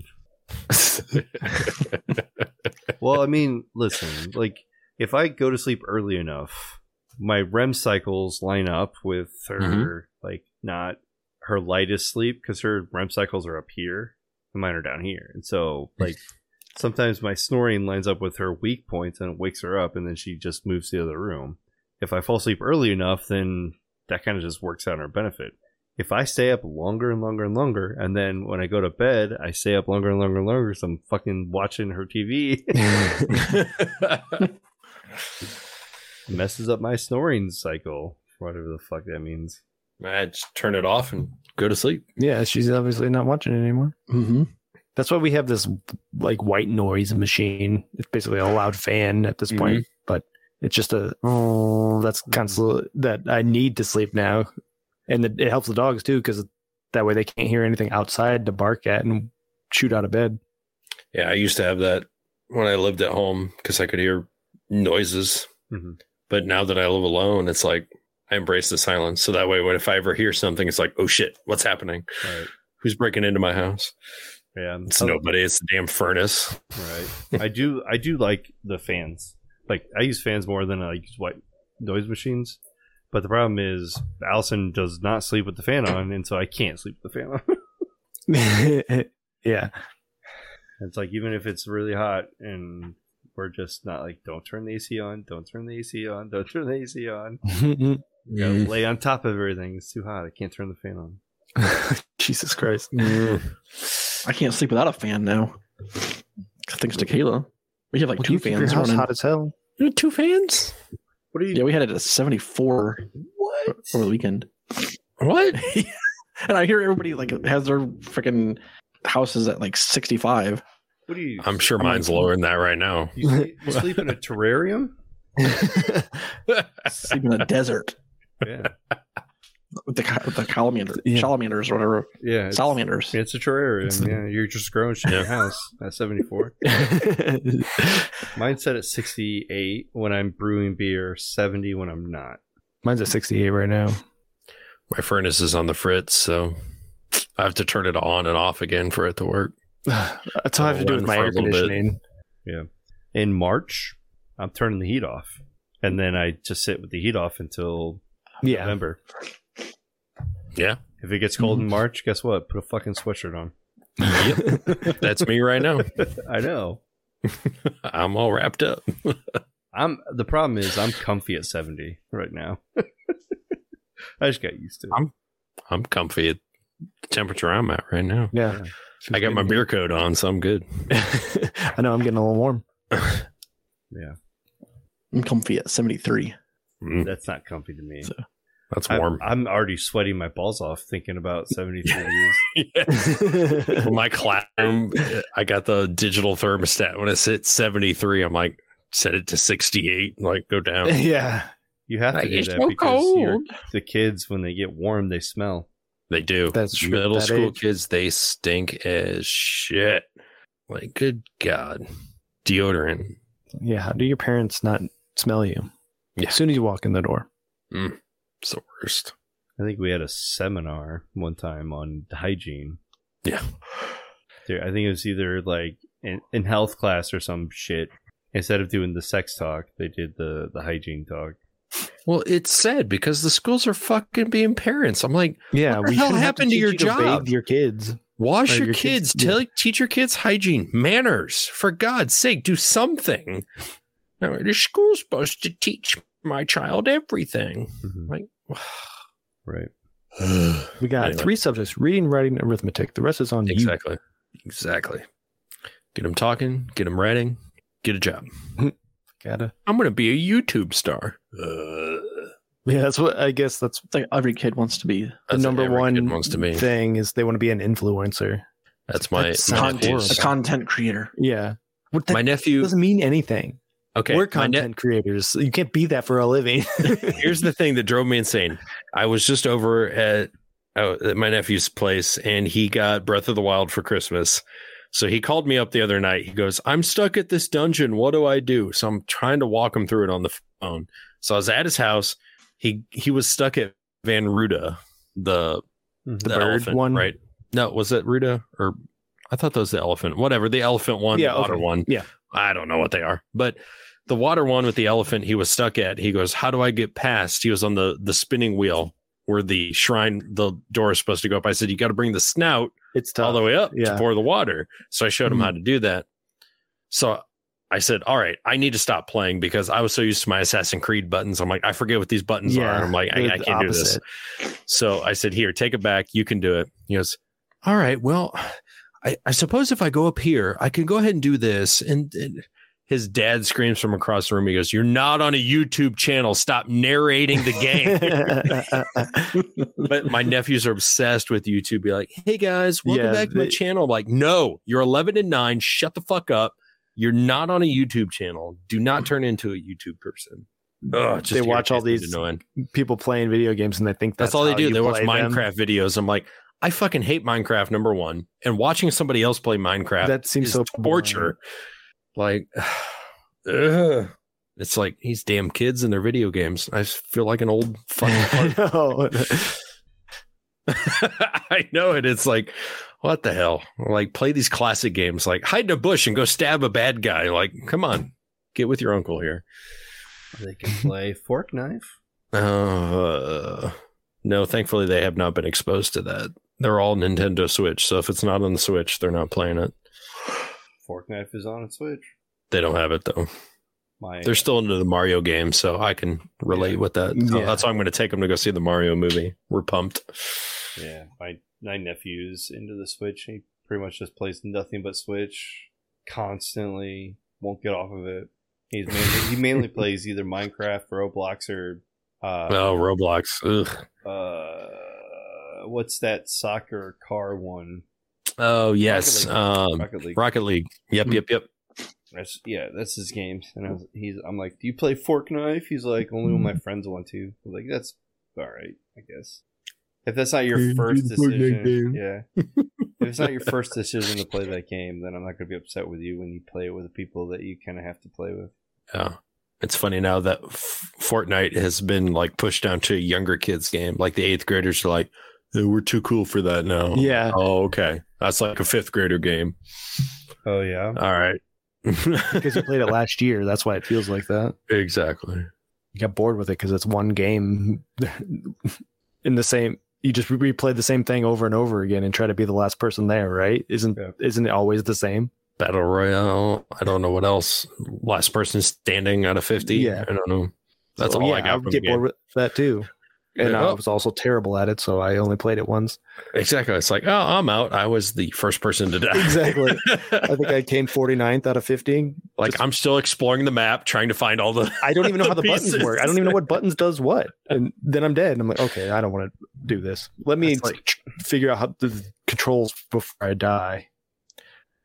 [SPEAKER 3] Well, I mean, listen, like, if I go to sleep early enough, my REM cycles line up with her, like, not her lightest sleep because her REM cycles are up here and mine are down here. And so, like, sometimes my snoring lines up with her weak points and it wakes her up and then she just moves to the other room. If I fall asleep early enough, then that kind of just works out in her benefit. If I stay up longer and longer and longer, and then when I go to bed, I stay up longer and longer and longer, so I'm fucking watching her TV. messes up my snoring cycle, whatever the fuck that means.
[SPEAKER 4] I just turn it off and go to sleep.
[SPEAKER 2] Yeah, she's obviously not watching it anymore.
[SPEAKER 4] Mm-hmm.
[SPEAKER 2] That's why we have this like white noise machine. It's basically a loud fan at this point,
[SPEAKER 4] Mm-hmm.
[SPEAKER 2] but it's just a oh, that's constant that I need to sleep now, and the, it helps the dogs too because that way they can't hear anything outside to bark at and shoot out of bed.
[SPEAKER 4] Yeah, I used to have that when I lived at home because I could hear noises.
[SPEAKER 3] Mhm.
[SPEAKER 4] But now that I live alone, it's like I embrace the silence. So that way, when if I ever hear something, it's like, oh shit, what's happening?
[SPEAKER 3] Right.
[SPEAKER 4] Who's breaking into my house?
[SPEAKER 3] Yeah.
[SPEAKER 4] It's nobody. It's the damn furnace.
[SPEAKER 3] Right. I do. I do like the fans. Like I use fans more than I use white noise machines. But the problem is Allison does not sleep with the fan on, and so I can't sleep with the fan on.
[SPEAKER 2] yeah,
[SPEAKER 3] it's like even if it's really hot and we're just not like, don't turn the AC on, don't turn the AC on, don't turn the AC on. You gotta
[SPEAKER 4] Mm.
[SPEAKER 3] lay on top of everything. It's too hot. I can't turn the fan on.
[SPEAKER 2] Jesus Christ.
[SPEAKER 4] Mm-hmm.
[SPEAKER 5] I can't sleep without a fan now. Thanks to Kayla. We have like two fans
[SPEAKER 2] Your house
[SPEAKER 5] running.
[SPEAKER 2] hot as hell.
[SPEAKER 4] Two fans?
[SPEAKER 3] What are you?
[SPEAKER 5] Yeah, we had it at 74
[SPEAKER 3] What?
[SPEAKER 5] over the weekend.
[SPEAKER 4] What?
[SPEAKER 5] And I hear everybody like has their freaking houses at like 65.
[SPEAKER 3] What are you?
[SPEAKER 4] I'm sure mine's lower than that right now.
[SPEAKER 3] You sleep, you sleep in a terrarium?
[SPEAKER 5] Sleep in the desert
[SPEAKER 3] Yeah.
[SPEAKER 5] with the co- with the calamander,
[SPEAKER 2] Yeah.
[SPEAKER 5] salamanders or whatever.
[SPEAKER 3] Yeah. It's,
[SPEAKER 5] Salamanders.
[SPEAKER 3] it's a terrarium. yeah. You're just growing shit in your house at 74. Mine's set at 68 when I'm brewing beer, 70 when I'm not.
[SPEAKER 2] Mine's at 68 right now.
[SPEAKER 4] My furnace is on the fritz, so I have to turn it on and off again for it to work.
[SPEAKER 2] That's all I have to do with my
[SPEAKER 4] For a
[SPEAKER 2] air
[SPEAKER 4] little bit.
[SPEAKER 2] conditioning.
[SPEAKER 3] In March, I'm turning the heat off. And then I just sit with the heat off until
[SPEAKER 2] Yeah.
[SPEAKER 3] November.
[SPEAKER 4] Yeah.
[SPEAKER 3] If it gets cold in March, guess what? Put a fucking sweatshirt on.
[SPEAKER 4] That's me right now.
[SPEAKER 3] I know.
[SPEAKER 4] I'm all wrapped up.
[SPEAKER 3] I'm the problem is I'm comfy at 70 right now. I just got used to it.
[SPEAKER 4] I'm- I'm comfy at the temperature I'm at right now.
[SPEAKER 2] Yeah.
[SPEAKER 4] I got my beer coat on, so I'm good.
[SPEAKER 2] I know I'm getting a little warm.
[SPEAKER 5] I'm comfy at 73.
[SPEAKER 4] Mm,
[SPEAKER 3] That's not comfy to me.
[SPEAKER 4] that's
[SPEAKER 3] I'm-
[SPEAKER 4] warm.
[SPEAKER 3] I'm, already sweating my balls off thinking about 73 degrees.
[SPEAKER 4] Well, my classroom, I got the digital thermostat. When it's at 73, I'm like, set it to 68, and, like go down.
[SPEAKER 2] yeah.
[SPEAKER 3] You have to
[SPEAKER 4] Like,
[SPEAKER 3] do
[SPEAKER 4] it's
[SPEAKER 3] that
[SPEAKER 4] so
[SPEAKER 3] because you're- the kids, when they get warm, they smell.
[SPEAKER 4] They do.
[SPEAKER 2] That's true.
[SPEAKER 4] Middle
[SPEAKER 2] That
[SPEAKER 4] school
[SPEAKER 2] age.
[SPEAKER 4] kids, they stink as shit. Like, good God. Deodorant.
[SPEAKER 2] Yeah. How do your parents not smell you?
[SPEAKER 4] Yeah.
[SPEAKER 2] As soon as you walk in the door.
[SPEAKER 4] It's the worst.
[SPEAKER 3] I think we had a seminar one time on hygiene.
[SPEAKER 4] Yeah.
[SPEAKER 3] Dude, I think it was either like in, in health class or some shit. Instead of doing the sex talk, they did the, the hygiene talk.
[SPEAKER 4] Well, it's sad because the schools are fucking being parents. I'm like,
[SPEAKER 2] Yeah.
[SPEAKER 4] the hell
[SPEAKER 2] shouldn't have
[SPEAKER 4] happened to
[SPEAKER 2] teach
[SPEAKER 4] your
[SPEAKER 2] you
[SPEAKER 4] job?
[SPEAKER 2] bathe your kids.
[SPEAKER 4] Wash
[SPEAKER 2] Or
[SPEAKER 4] your,
[SPEAKER 2] your
[SPEAKER 4] kids.
[SPEAKER 2] kids-
[SPEAKER 4] Tell, Teach your kids hygiene, manners. For God's sake, do something. No, the school's supposed to teach my child everything.
[SPEAKER 2] Mm-hmm.
[SPEAKER 4] Like,
[SPEAKER 3] Right.
[SPEAKER 2] We got
[SPEAKER 4] Anyway.
[SPEAKER 2] three subjects reading, writing, and arithmetic. The rest is on
[SPEAKER 4] exactly, exactly. Get them talking. Get them writing. Get a job.
[SPEAKER 2] you. Gotta.
[SPEAKER 4] I'm gonna be a YouTube star. Uh,
[SPEAKER 2] Yeah. That's what I guess that's
[SPEAKER 5] It's like every kid wants to be.
[SPEAKER 2] the
[SPEAKER 4] that's
[SPEAKER 2] number
[SPEAKER 4] what every
[SPEAKER 2] one
[SPEAKER 4] kid wants to be.
[SPEAKER 2] thing is they want to be an influencer.
[SPEAKER 4] That's my
[SPEAKER 2] that
[SPEAKER 4] my
[SPEAKER 2] sounds
[SPEAKER 5] a
[SPEAKER 4] nephew's.
[SPEAKER 2] horrible.
[SPEAKER 5] content creator.
[SPEAKER 2] Yeah. What
[SPEAKER 4] My nephew.
[SPEAKER 2] doesn't mean anything.
[SPEAKER 4] Okay,
[SPEAKER 2] We're
[SPEAKER 4] my ne-
[SPEAKER 2] content creators. You can't be that for a living.
[SPEAKER 4] Here's the thing that drove me insane. I was just over at, oh, at my nephew's place and he got Breath of the Wild for Christmas. So he called me up the other night. He goes, I'm stuck at this dungeon. What do I do? So I'm trying to walk him through it on the phone. So I was at his house. He he was stuck at Van Ruda, the,
[SPEAKER 3] Mhm.
[SPEAKER 4] the
[SPEAKER 2] bird
[SPEAKER 4] elephant,
[SPEAKER 2] one?
[SPEAKER 4] Right. No, was that Ruda? Or I thought that was the elephant. Whatever. The elephant one,
[SPEAKER 2] Yeah,
[SPEAKER 4] the water
[SPEAKER 2] elephant.
[SPEAKER 4] one.
[SPEAKER 2] Yeah.
[SPEAKER 4] I don't know what they are. But the water one with the elephant he was stuck at he goes how do i get past he was on the the spinning wheel where the shrine the door is supposed to go up i said you got to bring the snout
[SPEAKER 2] It's tough.
[SPEAKER 4] all the way up to
[SPEAKER 2] Yeah. Mm-hmm.
[SPEAKER 4] pour the water so i showed him how to do that so i said all right i need to stop playing because i was so used to my assassin creed buttons i'm like i forget what these buttons are and i'm like
[SPEAKER 2] they're
[SPEAKER 4] I, I
[SPEAKER 2] the
[SPEAKER 4] can't do this
[SPEAKER 2] opposite.
[SPEAKER 4] so I said, Here, take it back. You can do it. He goes, All right. Well, I, I suppose if I go up here, I can go ahead and do this. And, and His dad screams from across the room. He goes, "You're not on a YouTube channel. Stop narrating the game." but my nephews are obsessed with YouTube. Be like, "Hey guys, welcome
[SPEAKER 2] Yeah,
[SPEAKER 4] back to my
[SPEAKER 2] they-
[SPEAKER 4] channel." I'm like, no, you're 11 and nine. Shut the fuck up. You're not on a YouTube channel. Do not turn into a YouTube person. Ugh, it just
[SPEAKER 2] They watch all
[SPEAKER 4] irritates
[SPEAKER 2] these-
[SPEAKER 4] me to no end.
[SPEAKER 2] People playing video games and they think
[SPEAKER 4] That's,
[SPEAKER 2] that's,
[SPEAKER 4] all they
[SPEAKER 2] how
[SPEAKER 4] do.
[SPEAKER 2] you
[SPEAKER 4] They watch
[SPEAKER 2] play them.
[SPEAKER 4] Minecraft videos. I'm like, I fucking hate Minecraft. Number one, and watching somebody else play Minecraft
[SPEAKER 2] That seems
[SPEAKER 4] is
[SPEAKER 2] so
[SPEAKER 4] torture. Like, ugh. it's like these damn kids and their video games. I just feel like an old fucking.
[SPEAKER 2] boring. I know.
[SPEAKER 4] I know it. It's like, what the hell? Like, play these classic games. Like, hide in a bush and go stab a bad guy. Like, come on, get with your uncle here.
[SPEAKER 3] They can play Fork Knife.
[SPEAKER 4] Uh, no, thankfully they have not been exposed to that. They're all Nintendo Switch, so if it's not on the Switch, they're not playing it.
[SPEAKER 3] Fork Knife is on a Switch.
[SPEAKER 4] They don't have it though.
[SPEAKER 3] My
[SPEAKER 4] They're still into the Mario game, so I can relate with that. So
[SPEAKER 2] Yeah.
[SPEAKER 4] That's why I'm going to take them to go see the Mario movie. We're pumped.
[SPEAKER 3] yeah, my my nephew's into the Switch. He pretty much just plays nothing but Switch constantly. Won't get off of it. He's mainly, he mainly plays either Minecraft, Roblox, or uh,
[SPEAKER 4] Oh, Roblox. Ugh.
[SPEAKER 3] uh, what's that soccer car one?
[SPEAKER 4] Oh yes,
[SPEAKER 3] Rocket League.
[SPEAKER 4] um,
[SPEAKER 3] Rocket League.
[SPEAKER 4] Rocket League. Yep, yep, yep.
[SPEAKER 3] That's yeah, that's his games. And I was, he's, I'm like, do you play Fork Knife? He's like, only when my friends want to. I'm like, that's all right, I guess. If that's not your first decision, yeah. if it's not your first decision to play that game, then I'm not gonna be upset with you when you play it with the people that you kind of have to play with.
[SPEAKER 4] Yeah. It's funny now that F- Fortnite has been like pushed down to a younger kids game. Like the eighth graders are like, "Eh, we're too cool for that now.
[SPEAKER 2] yeah.
[SPEAKER 4] Oh, okay. That's like a fifth grader game.
[SPEAKER 3] Oh yeah,
[SPEAKER 4] All right.
[SPEAKER 2] Because you played it last year. That's why it feels like that.
[SPEAKER 4] exactly.
[SPEAKER 2] You got bored with it because it's one game in the same. You just replay the same thing over and over again and try to be the last person there, right? Isn't
[SPEAKER 3] Yeah.
[SPEAKER 2] isn't it always the same?
[SPEAKER 4] Battle Royale. I don't know what else. Last person standing out of 50.
[SPEAKER 2] Yeah.
[SPEAKER 4] I don't know. That's
[SPEAKER 2] So,
[SPEAKER 4] all I
[SPEAKER 2] yeah,
[SPEAKER 4] got
[SPEAKER 2] would
[SPEAKER 4] from
[SPEAKER 2] get
[SPEAKER 4] the Oh, game.
[SPEAKER 2] bored with that too. And
[SPEAKER 4] Yeah.
[SPEAKER 2] I was also terrible at it, so I only played it once.
[SPEAKER 4] Exactly. It's like, oh, I'm out. I was the first person to die.
[SPEAKER 2] Exactly. I think I came 49th out of 50.
[SPEAKER 4] like, I'm still exploring the map, trying to find all the.
[SPEAKER 2] I don't even know how the
[SPEAKER 4] The
[SPEAKER 2] buttons work. I don't even know what buttons does what. And then I'm dead. And I'm like, okay, I don't want to do this. Let me
[SPEAKER 4] That's like-
[SPEAKER 2] figure out how the controls before I die,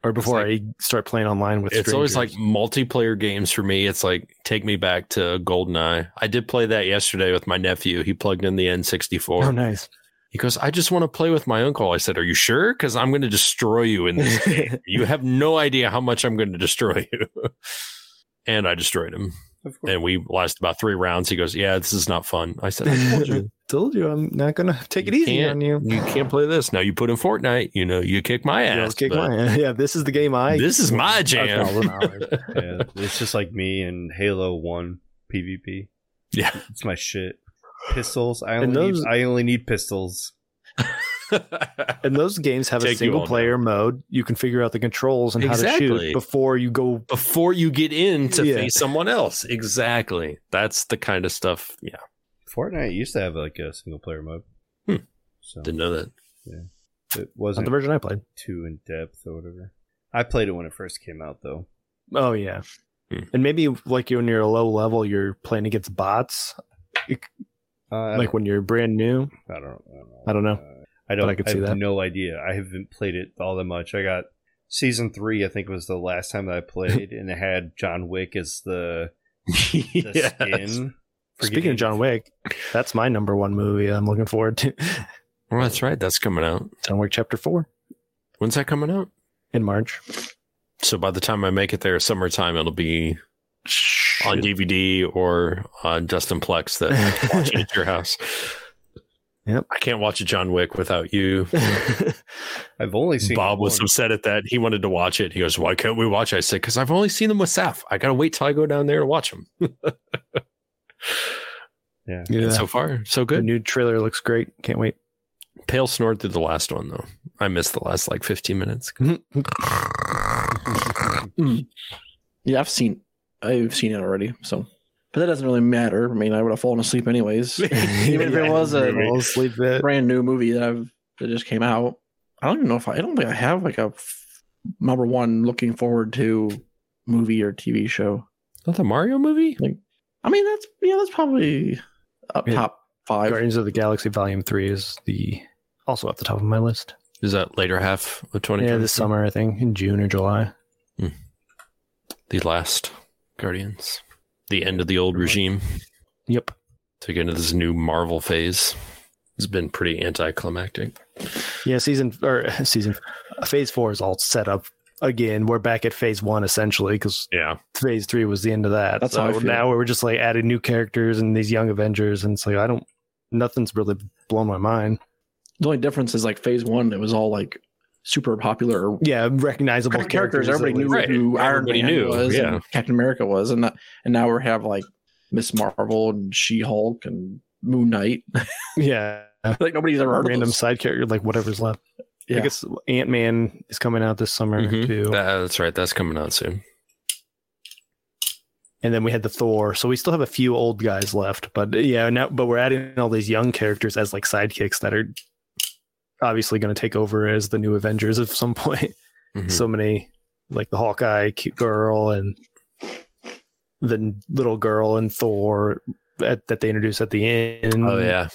[SPEAKER 2] or before I start playing online with.
[SPEAKER 4] it's always like
[SPEAKER 2] strangers.
[SPEAKER 4] multiplayer games for me. It's like take me back to GoldenEye. I did play that yesterday with my nephew. He plugged in the N64.
[SPEAKER 2] oh nice.
[SPEAKER 4] He goes, I just want to play with my uncle. I said, Are you sure? Because I'm going to destroy you in this game. you have no idea how much I'm going to destroy you. and I destroyed him.
[SPEAKER 3] of course.
[SPEAKER 4] And we lasted about three rounds. He goes, Yeah, this is not fun. I said, I told you.
[SPEAKER 2] Told you I'm not gonna take it
[SPEAKER 4] You
[SPEAKER 2] easy
[SPEAKER 4] can't-
[SPEAKER 2] on you.
[SPEAKER 4] You can't play this. Now you put in Fortnite, you know, you kick my
[SPEAKER 2] You know,
[SPEAKER 4] ass.
[SPEAKER 2] kick
[SPEAKER 4] but
[SPEAKER 2] my ass. Yeah, this is the game I.
[SPEAKER 4] This is my jam.
[SPEAKER 2] 1,000 hours.
[SPEAKER 3] yeah, it's just like me and Halo One PvP.
[SPEAKER 4] Yeah.
[SPEAKER 3] it's my shit. Pistols. I only
[SPEAKER 2] And those-
[SPEAKER 3] need, I only need pistols.
[SPEAKER 2] and those games have
[SPEAKER 4] Take
[SPEAKER 2] a
[SPEAKER 4] you
[SPEAKER 2] single
[SPEAKER 4] all
[SPEAKER 2] player mode. You can figure out the controls and how to
[SPEAKER 4] Exactly.
[SPEAKER 2] shoot before you go
[SPEAKER 4] Before you get in to
[SPEAKER 2] Yeah.
[SPEAKER 4] face someone else. Exactly. That's the kind of stuff. Yeah.
[SPEAKER 3] Fortnite used to have like a single player mode,
[SPEAKER 4] Hmm.
[SPEAKER 3] so
[SPEAKER 4] Didn't know that.
[SPEAKER 3] it
[SPEAKER 2] not
[SPEAKER 3] wasn't
[SPEAKER 2] the version I played.
[SPEAKER 3] too in depth or whatever. I played it when it first came out though.
[SPEAKER 2] Oh yeah,
[SPEAKER 4] Hmm.
[SPEAKER 2] and maybe like you when you're low level, you're playing against bots.
[SPEAKER 3] Uh,
[SPEAKER 2] Like when you're brand new,
[SPEAKER 3] I don't,
[SPEAKER 2] I don't know.
[SPEAKER 3] Uh, I don't.
[SPEAKER 2] I could
[SPEAKER 3] I
[SPEAKER 2] see
[SPEAKER 3] have
[SPEAKER 2] that.
[SPEAKER 3] no idea. I haven't played it all that much. I got season three. I think was the last time that I played, and it had John Wick as the, the
[SPEAKER 4] Yes.
[SPEAKER 3] skin.
[SPEAKER 2] speaking of John Wick, that's my number one movie. I'm looking forward to
[SPEAKER 4] Well, that's right. That's coming out.
[SPEAKER 2] John Wick Chapter Four
[SPEAKER 4] When's that coming out?
[SPEAKER 2] in March.
[SPEAKER 4] So by the time I make it there, summertime, it'll be on DVD or on Justin Plex that I can watch it at your house.
[SPEAKER 2] Yep.
[SPEAKER 4] I can't watch a John Wick without you.
[SPEAKER 3] I've only seen
[SPEAKER 4] Bob was
[SPEAKER 3] one.
[SPEAKER 4] upset at that. He wanted to watch it. He goes, "Why can't we watch?" it?" I said, "Because I've only seen them with Saf. I gotta wait till I go down there to watch them."
[SPEAKER 3] Yeah.
[SPEAKER 2] yeah,
[SPEAKER 4] And so far, so
[SPEAKER 2] the
[SPEAKER 4] good.
[SPEAKER 2] new trailer looks great. Can't wait.
[SPEAKER 4] Pale snored through the last one though. I missed the last like fifteen minutes.
[SPEAKER 5] Yeah, I've seen I've seen it already, so but that doesn't really matter. I mean, I would have fallen asleep anyways. Even if it was a
[SPEAKER 2] I'll sleep that.
[SPEAKER 5] brand new movie that I've that just came out. I don't even know if I, I don't think I have like a f- number one looking forward to movie or TV show.
[SPEAKER 4] Not the Mario movie?
[SPEAKER 5] I mean, that's yeah, that's probably up
[SPEAKER 2] Yeah.
[SPEAKER 5] top five.
[SPEAKER 2] Guardians of the Galaxy Volume Three is the also at the top of my list.
[SPEAKER 4] Is that later half of 2020?
[SPEAKER 2] Yeah, this summer I think in June or July.
[SPEAKER 4] The last Guardians. The end of the old regime.
[SPEAKER 2] Yep.
[SPEAKER 4] To get into this new Marvel phase. It's been pretty anticlimactic.
[SPEAKER 2] Yeah, season or season phase four is all set up again. We're back at phase one essentially because
[SPEAKER 4] Yeah.
[SPEAKER 2] phase three was the end of that.
[SPEAKER 5] That's
[SPEAKER 2] so
[SPEAKER 5] how I feel.
[SPEAKER 2] now we're just like adding new characters and these young Avengers, and it's like I don't, nothing's really blown my mind.
[SPEAKER 5] The only difference is like phase one, it was all like super popular or
[SPEAKER 2] Yeah, recognizable
[SPEAKER 5] characters. Everybody knew
[SPEAKER 4] Right.
[SPEAKER 5] who Iron
[SPEAKER 4] Everybody
[SPEAKER 5] Man
[SPEAKER 4] knew,
[SPEAKER 5] was
[SPEAKER 4] yeah.
[SPEAKER 5] and Captain America was, and that, and now we have like Miss Marvel and She Hulk and Moon Knight.
[SPEAKER 2] Yeah,
[SPEAKER 5] like nobody's ever heard
[SPEAKER 2] random
[SPEAKER 5] of
[SPEAKER 2] side character like whatever's left.
[SPEAKER 5] Yeah. Mm-hmm.
[SPEAKER 2] I guess Ant Man is coming out this summer
[SPEAKER 4] Mhm.
[SPEAKER 2] too,
[SPEAKER 4] That- that's right. That's coming out soon.
[SPEAKER 2] and then we had the Thor. So we still have a few old guys left, but yeah, now but we're adding all these young characters as like sidekicks that are obviously going to take over as the new Avengers at some point.
[SPEAKER 4] Mhm.
[SPEAKER 2] so many like the Hawkeye cute girl and the n- little girl and Thor at, that they introduce at the end.
[SPEAKER 4] oh, yeah.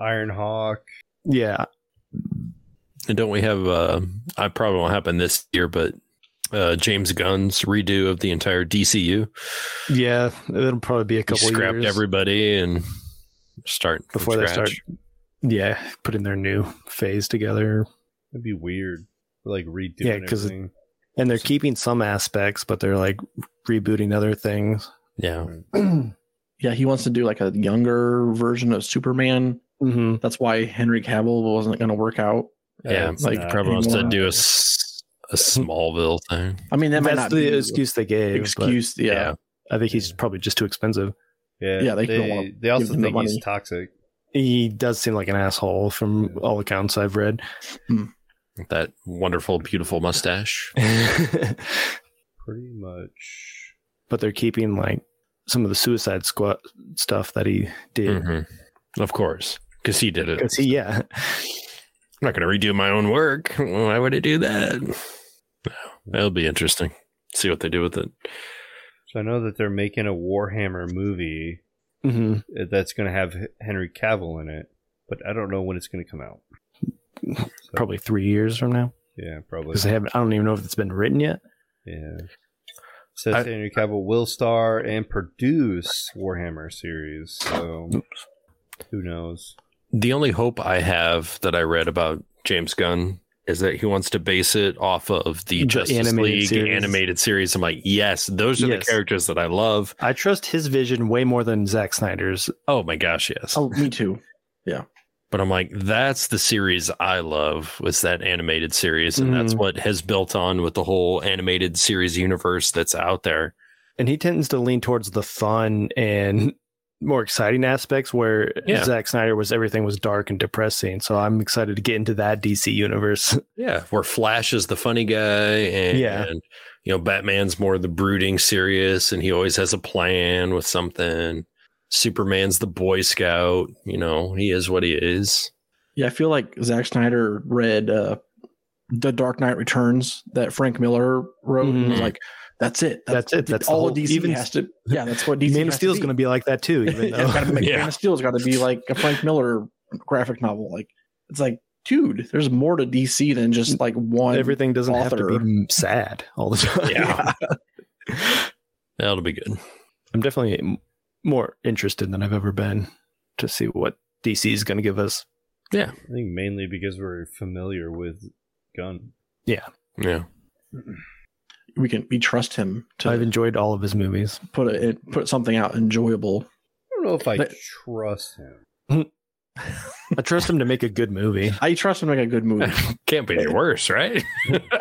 [SPEAKER 3] Iron Hawk.
[SPEAKER 2] yeah.
[SPEAKER 4] And don't we have, uh, I probably won't happen this year, but uh, James Gunn's redo of the entire DCU.
[SPEAKER 2] Yeah, it'll probably be a
[SPEAKER 4] He
[SPEAKER 2] couple of
[SPEAKER 4] scrapped
[SPEAKER 2] years
[SPEAKER 4] everybody and start from
[SPEAKER 2] before they
[SPEAKER 4] scratch.
[SPEAKER 2] start. Yeah, putting their new phase together,
[SPEAKER 3] That'd be weird. Like redoing
[SPEAKER 2] Yeah, 'cause it-
[SPEAKER 3] everything.
[SPEAKER 2] and they're keeping some aspects, but they're like rebooting other things.
[SPEAKER 4] Yeah.
[SPEAKER 5] those. yeah, he wants to do like a younger version of Superman.
[SPEAKER 2] Mm-hmm.
[SPEAKER 5] That's why Henry Cavill wasn't going to work out.
[SPEAKER 4] Yeah.
[SPEAKER 3] That's
[SPEAKER 4] like,
[SPEAKER 3] not-
[SPEAKER 4] probably wants to
[SPEAKER 5] anymore.
[SPEAKER 4] do a, s- a Smallville thing.
[SPEAKER 5] I mean, that might not
[SPEAKER 2] That's
[SPEAKER 5] be
[SPEAKER 2] the
[SPEAKER 5] the
[SPEAKER 2] excuse they gave. Excuse.
[SPEAKER 5] excuse. Yeah.
[SPEAKER 2] I think he's probably just too expensive.
[SPEAKER 3] Yeah,
[SPEAKER 5] Yeah, they
[SPEAKER 3] they,
[SPEAKER 5] don't wanna
[SPEAKER 3] they, also
[SPEAKER 5] them the
[SPEAKER 3] think he's
[SPEAKER 5] money.
[SPEAKER 3] toxic.
[SPEAKER 2] He does seem like an asshole from all accounts I've read.
[SPEAKER 4] That wonderful, beautiful mustache.
[SPEAKER 3] Pretty much.
[SPEAKER 2] but they're keeping like some of the Suicide Squad stuff that he did
[SPEAKER 4] Mhm. Of course. Because he did it.
[SPEAKER 2] because he, yeah,
[SPEAKER 4] I'm not going to redo my own work. Why would I do that? That'll be interesting. See what they do with it.
[SPEAKER 3] So I know that they're making a Warhammer movie
[SPEAKER 2] hmm
[SPEAKER 3] that's going to have H- Henry Cavill in it, but I don't know when it's going to come out.
[SPEAKER 2] probably three years from now
[SPEAKER 3] Yeah, probably.
[SPEAKER 2] because they haven't. I don't even know if it's been written yet.
[SPEAKER 3] Yeah. Says
[SPEAKER 4] I-
[SPEAKER 3] Henry Cavill will star and produce Warhammer series. So who knows?
[SPEAKER 4] The only hope I have that I read about James Gunn is that he wants to base it off of the
[SPEAKER 2] The
[SPEAKER 4] Justice
[SPEAKER 2] animated
[SPEAKER 4] League
[SPEAKER 2] series.
[SPEAKER 4] animated series. I'm like, yes, those are
[SPEAKER 2] Yes.
[SPEAKER 4] the characters that I love.
[SPEAKER 2] I trust his vision way more than Zack Snyder's.
[SPEAKER 4] Oh my gosh, yes.
[SPEAKER 5] Oh, me too.
[SPEAKER 4] But I'm like, that's the series I love was that animated series, and that's
[SPEAKER 2] Mhm.
[SPEAKER 4] what has built on with the whole animated series universe that's out there.
[SPEAKER 2] and he tends to lean towards the fun and more exciting aspects where
[SPEAKER 4] Yeah.
[SPEAKER 2] Zack Snyder was everything was dark and depressing. So I'm excited to get into that DC universe.
[SPEAKER 4] Yeah, where Flash is the funny guy, and
[SPEAKER 2] Yeah.
[SPEAKER 4] you know Batman's more the brooding, serious, and he always has a plan with something. Superman's the Boy Scout, you know, he is what he is.
[SPEAKER 5] Yeah, I feel like Zack Snyder read uh, The Dark Knight Returns that Frank Miller wrote, and was
[SPEAKER 4] Mhm.
[SPEAKER 5] like, "That's it.
[SPEAKER 2] Mm-hmm. That's it. That's the
[SPEAKER 5] all
[SPEAKER 2] whole-
[SPEAKER 5] DC
[SPEAKER 2] even-
[SPEAKER 5] has to. Yeah, that's what DC.
[SPEAKER 2] Man of
[SPEAKER 5] has
[SPEAKER 2] Steel's
[SPEAKER 5] to
[SPEAKER 2] going to be like that too. Even
[SPEAKER 5] Yeah, it's
[SPEAKER 2] though.
[SPEAKER 5] gotta be-
[SPEAKER 4] Yeah.
[SPEAKER 5] Man of Steel's got to be like a Frank Miller graphic novel. Like it's like, dude, there's more to DC than just like one.
[SPEAKER 2] Everything doesn't have to
[SPEAKER 5] author.
[SPEAKER 2] be sad all the time.
[SPEAKER 4] Yeah. That'll be good.
[SPEAKER 2] I'm definitely m- more interested than I've ever been to see what DC is going to give us.
[SPEAKER 3] I think mainly because we're familiar with Gun.
[SPEAKER 4] Yeah,
[SPEAKER 5] We can we trust him to
[SPEAKER 2] I've enjoyed all of his movies.
[SPEAKER 5] put a, it put something out enjoyable.
[SPEAKER 3] I don't know if I
[SPEAKER 5] But-
[SPEAKER 3] trust him.
[SPEAKER 2] I trust him to make a good movie.
[SPEAKER 5] I trust him to make a good movie.
[SPEAKER 4] can't be any worse, right?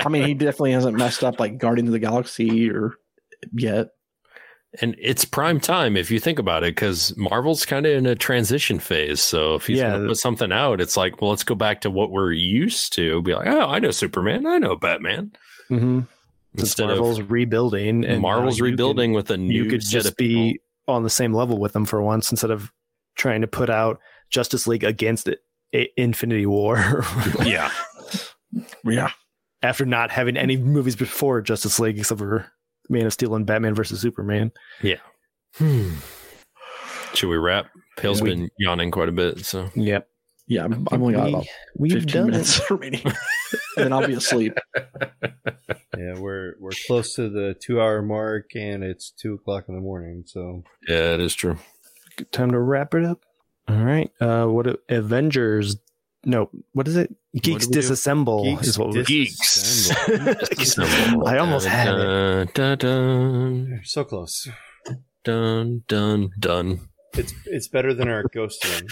[SPEAKER 5] I mean, he definitely hasn't messed up like Guardians of the Galaxy or yet.
[SPEAKER 4] and it's prime time if you think about it, because Marvel's kind of in a transition phase. So if he's
[SPEAKER 2] Yeah.
[SPEAKER 4] gonna put something out, it's like, well, let's go back to what we're used to. Be like, oh, I know Superman, I know Batman.
[SPEAKER 2] Mm-hmm.
[SPEAKER 4] Instead of
[SPEAKER 2] Marvel's rebuilding, and now
[SPEAKER 4] Marvel's
[SPEAKER 2] you can-
[SPEAKER 4] rebuilding with a new
[SPEAKER 2] You could
[SPEAKER 4] set
[SPEAKER 2] just
[SPEAKER 4] of people.
[SPEAKER 2] be on the same level with them for once instead of trying to put out Justice League against it. I- Infinity War
[SPEAKER 4] yeah,
[SPEAKER 5] Yeah,
[SPEAKER 2] after not having any movies before Justice League except for Man of Steel and Batman versus Superman.
[SPEAKER 4] Hmm. Should we wrap? Pale's
[SPEAKER 2] Yeah.
[SPEAKER 4] been yawning quite a bit, so
[SPEAKER 2] Yep.
[SPEAKER 5] Yeah, I'm, I've only got about 15 minutes remaining. and then I'll be asleep.
[SPEAKER 3] Yeah, we're we're close to the two hour mark, and it's two o'clock in the morning. So
[SPEAKER 4] yeah, it is true.
[SPEAKER 2] Good time to wrap it up. All right. Uh, what a- Avengers? No, what is it? Geeks
[SPEAKER 4] do we do?
[SPEAKER 2] disassemble Oh, is what we
[SPEAKER 4] Geeks.
[SPEAKER 2] I almost had it.
[SPEAKER 4] it. Dun, dun,
[SPEAKER 3] We're so close.
[SPEAKER 4] dun, dun, dun.
[SPEAKER 3] It's it's better than our ghost one.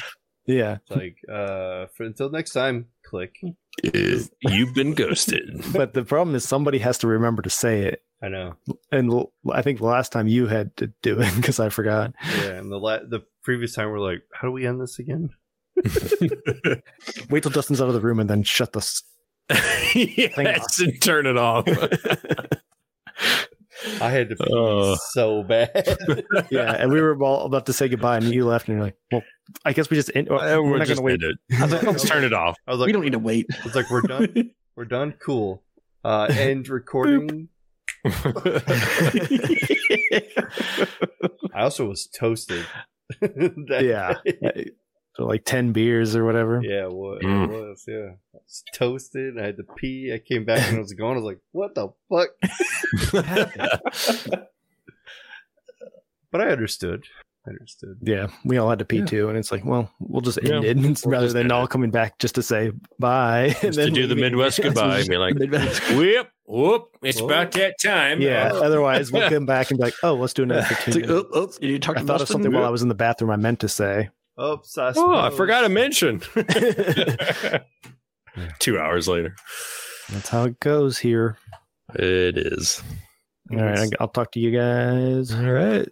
[SPEAKER 2] Yeah.
[SPEAKER 3] It's Like uh, for, until next time, click.
[SPEAKER 4] You've been ghosted.
[SPEAKER 2] But the problem is somebody has to remember to say it.
[SPEAKER 3] I know.
[SPEAKER 2] And l- I think the last time you had to do it because I forgot.
[SPEAKER 3] Yeah, and the la- the previous time we're like, how do we end this again?
[SPEAKER 2] Wait till Dustin's out of the room and then shut the. s-
[SPEAKER 4] yes, and turn it off.
[SPEAKER 3] I had to pee
[SPEAKER 4] Uh.
[SPEAKER 3] so bad.
[SPEAKER 2] Yeah, and we were all about to say goodbye, and you left, and you're like, "Well, I guess we just oh, end.
[SPEAKER 4] Uh,
[SPEAKER 2] we're
[SPEAKER 4] we're
[SPEAKER 2] not
[SPEAKER 4] just
[SPEAKER 2] gonna wait."
[SPEAKER 4] end it.
[SPEAKER 5] I was like,
[SPEAKER 2] oh.
[SPEAKER 4] Let's turn it off.
[SPEAKER 3] I was
[SPEAKER 5] we
[SPEAKER 3] like,
[SPEAKER 5] don't need to wait.
[SPEAKER 3] I was like, we're done. We're done. Cool. Uh, end recording. I also was toasted. That
[SPEAKER 2] Yeah,
[SPEAKER 3] day.
[SPEAKER 2] So like ten beers or whatever.
[SPEAKER 3] Yeah, it was.
[SPEAKER 4] Mm.
[SPEAKER 3] It was yeah. I was toasted. I had to pee. I came back and I was gone. I was like, what the fuck? But I understood. I understood.
[SPEAKER 2] Yeah, we all had to pee too, and it's like, well, we'll just end it It's rather
[SPEAKER 4] just
[SPEAKER 2] than
[SPEAKER 4] end
[SPEAKER 2] all coming back just to say bye and
[SPEAKER 4] Just to do the
[SPEAKER 2] leaving.
[SPEAKER 4] Midwest goodbye. and be like, whoop, whoop. It's
[SPEAKER 3] Whoa.
[SPEAKER 4] about that time. Oh,
[SPEAKER 2] Yeah, otherwise we'll come back and be Oh. like, oh, let's do another. 15
[SPEAKER 5] It's like,
[SPEAKER 2] minutes.
[SPEAKER 5] oop, oop. You talked
[SPEAKER 2] oh, I
[SPEAKER 5] about
[SPEAKER 2] thought of something while I was in the bathroom. I meant to say.
[SPEAKER 3] Oops, I
[SPEAKER 4] Oh, I
[SPEAKER 3] suppose.
[SPEAKER 4] forgot to mention. Two hours later.
[SPEAKER 2] That's how it goes here.
[SPEAKER 4] It is.
[SPEAKER 2] All right, I- I'll talk to you guys.
[SPEAKER 4] All right.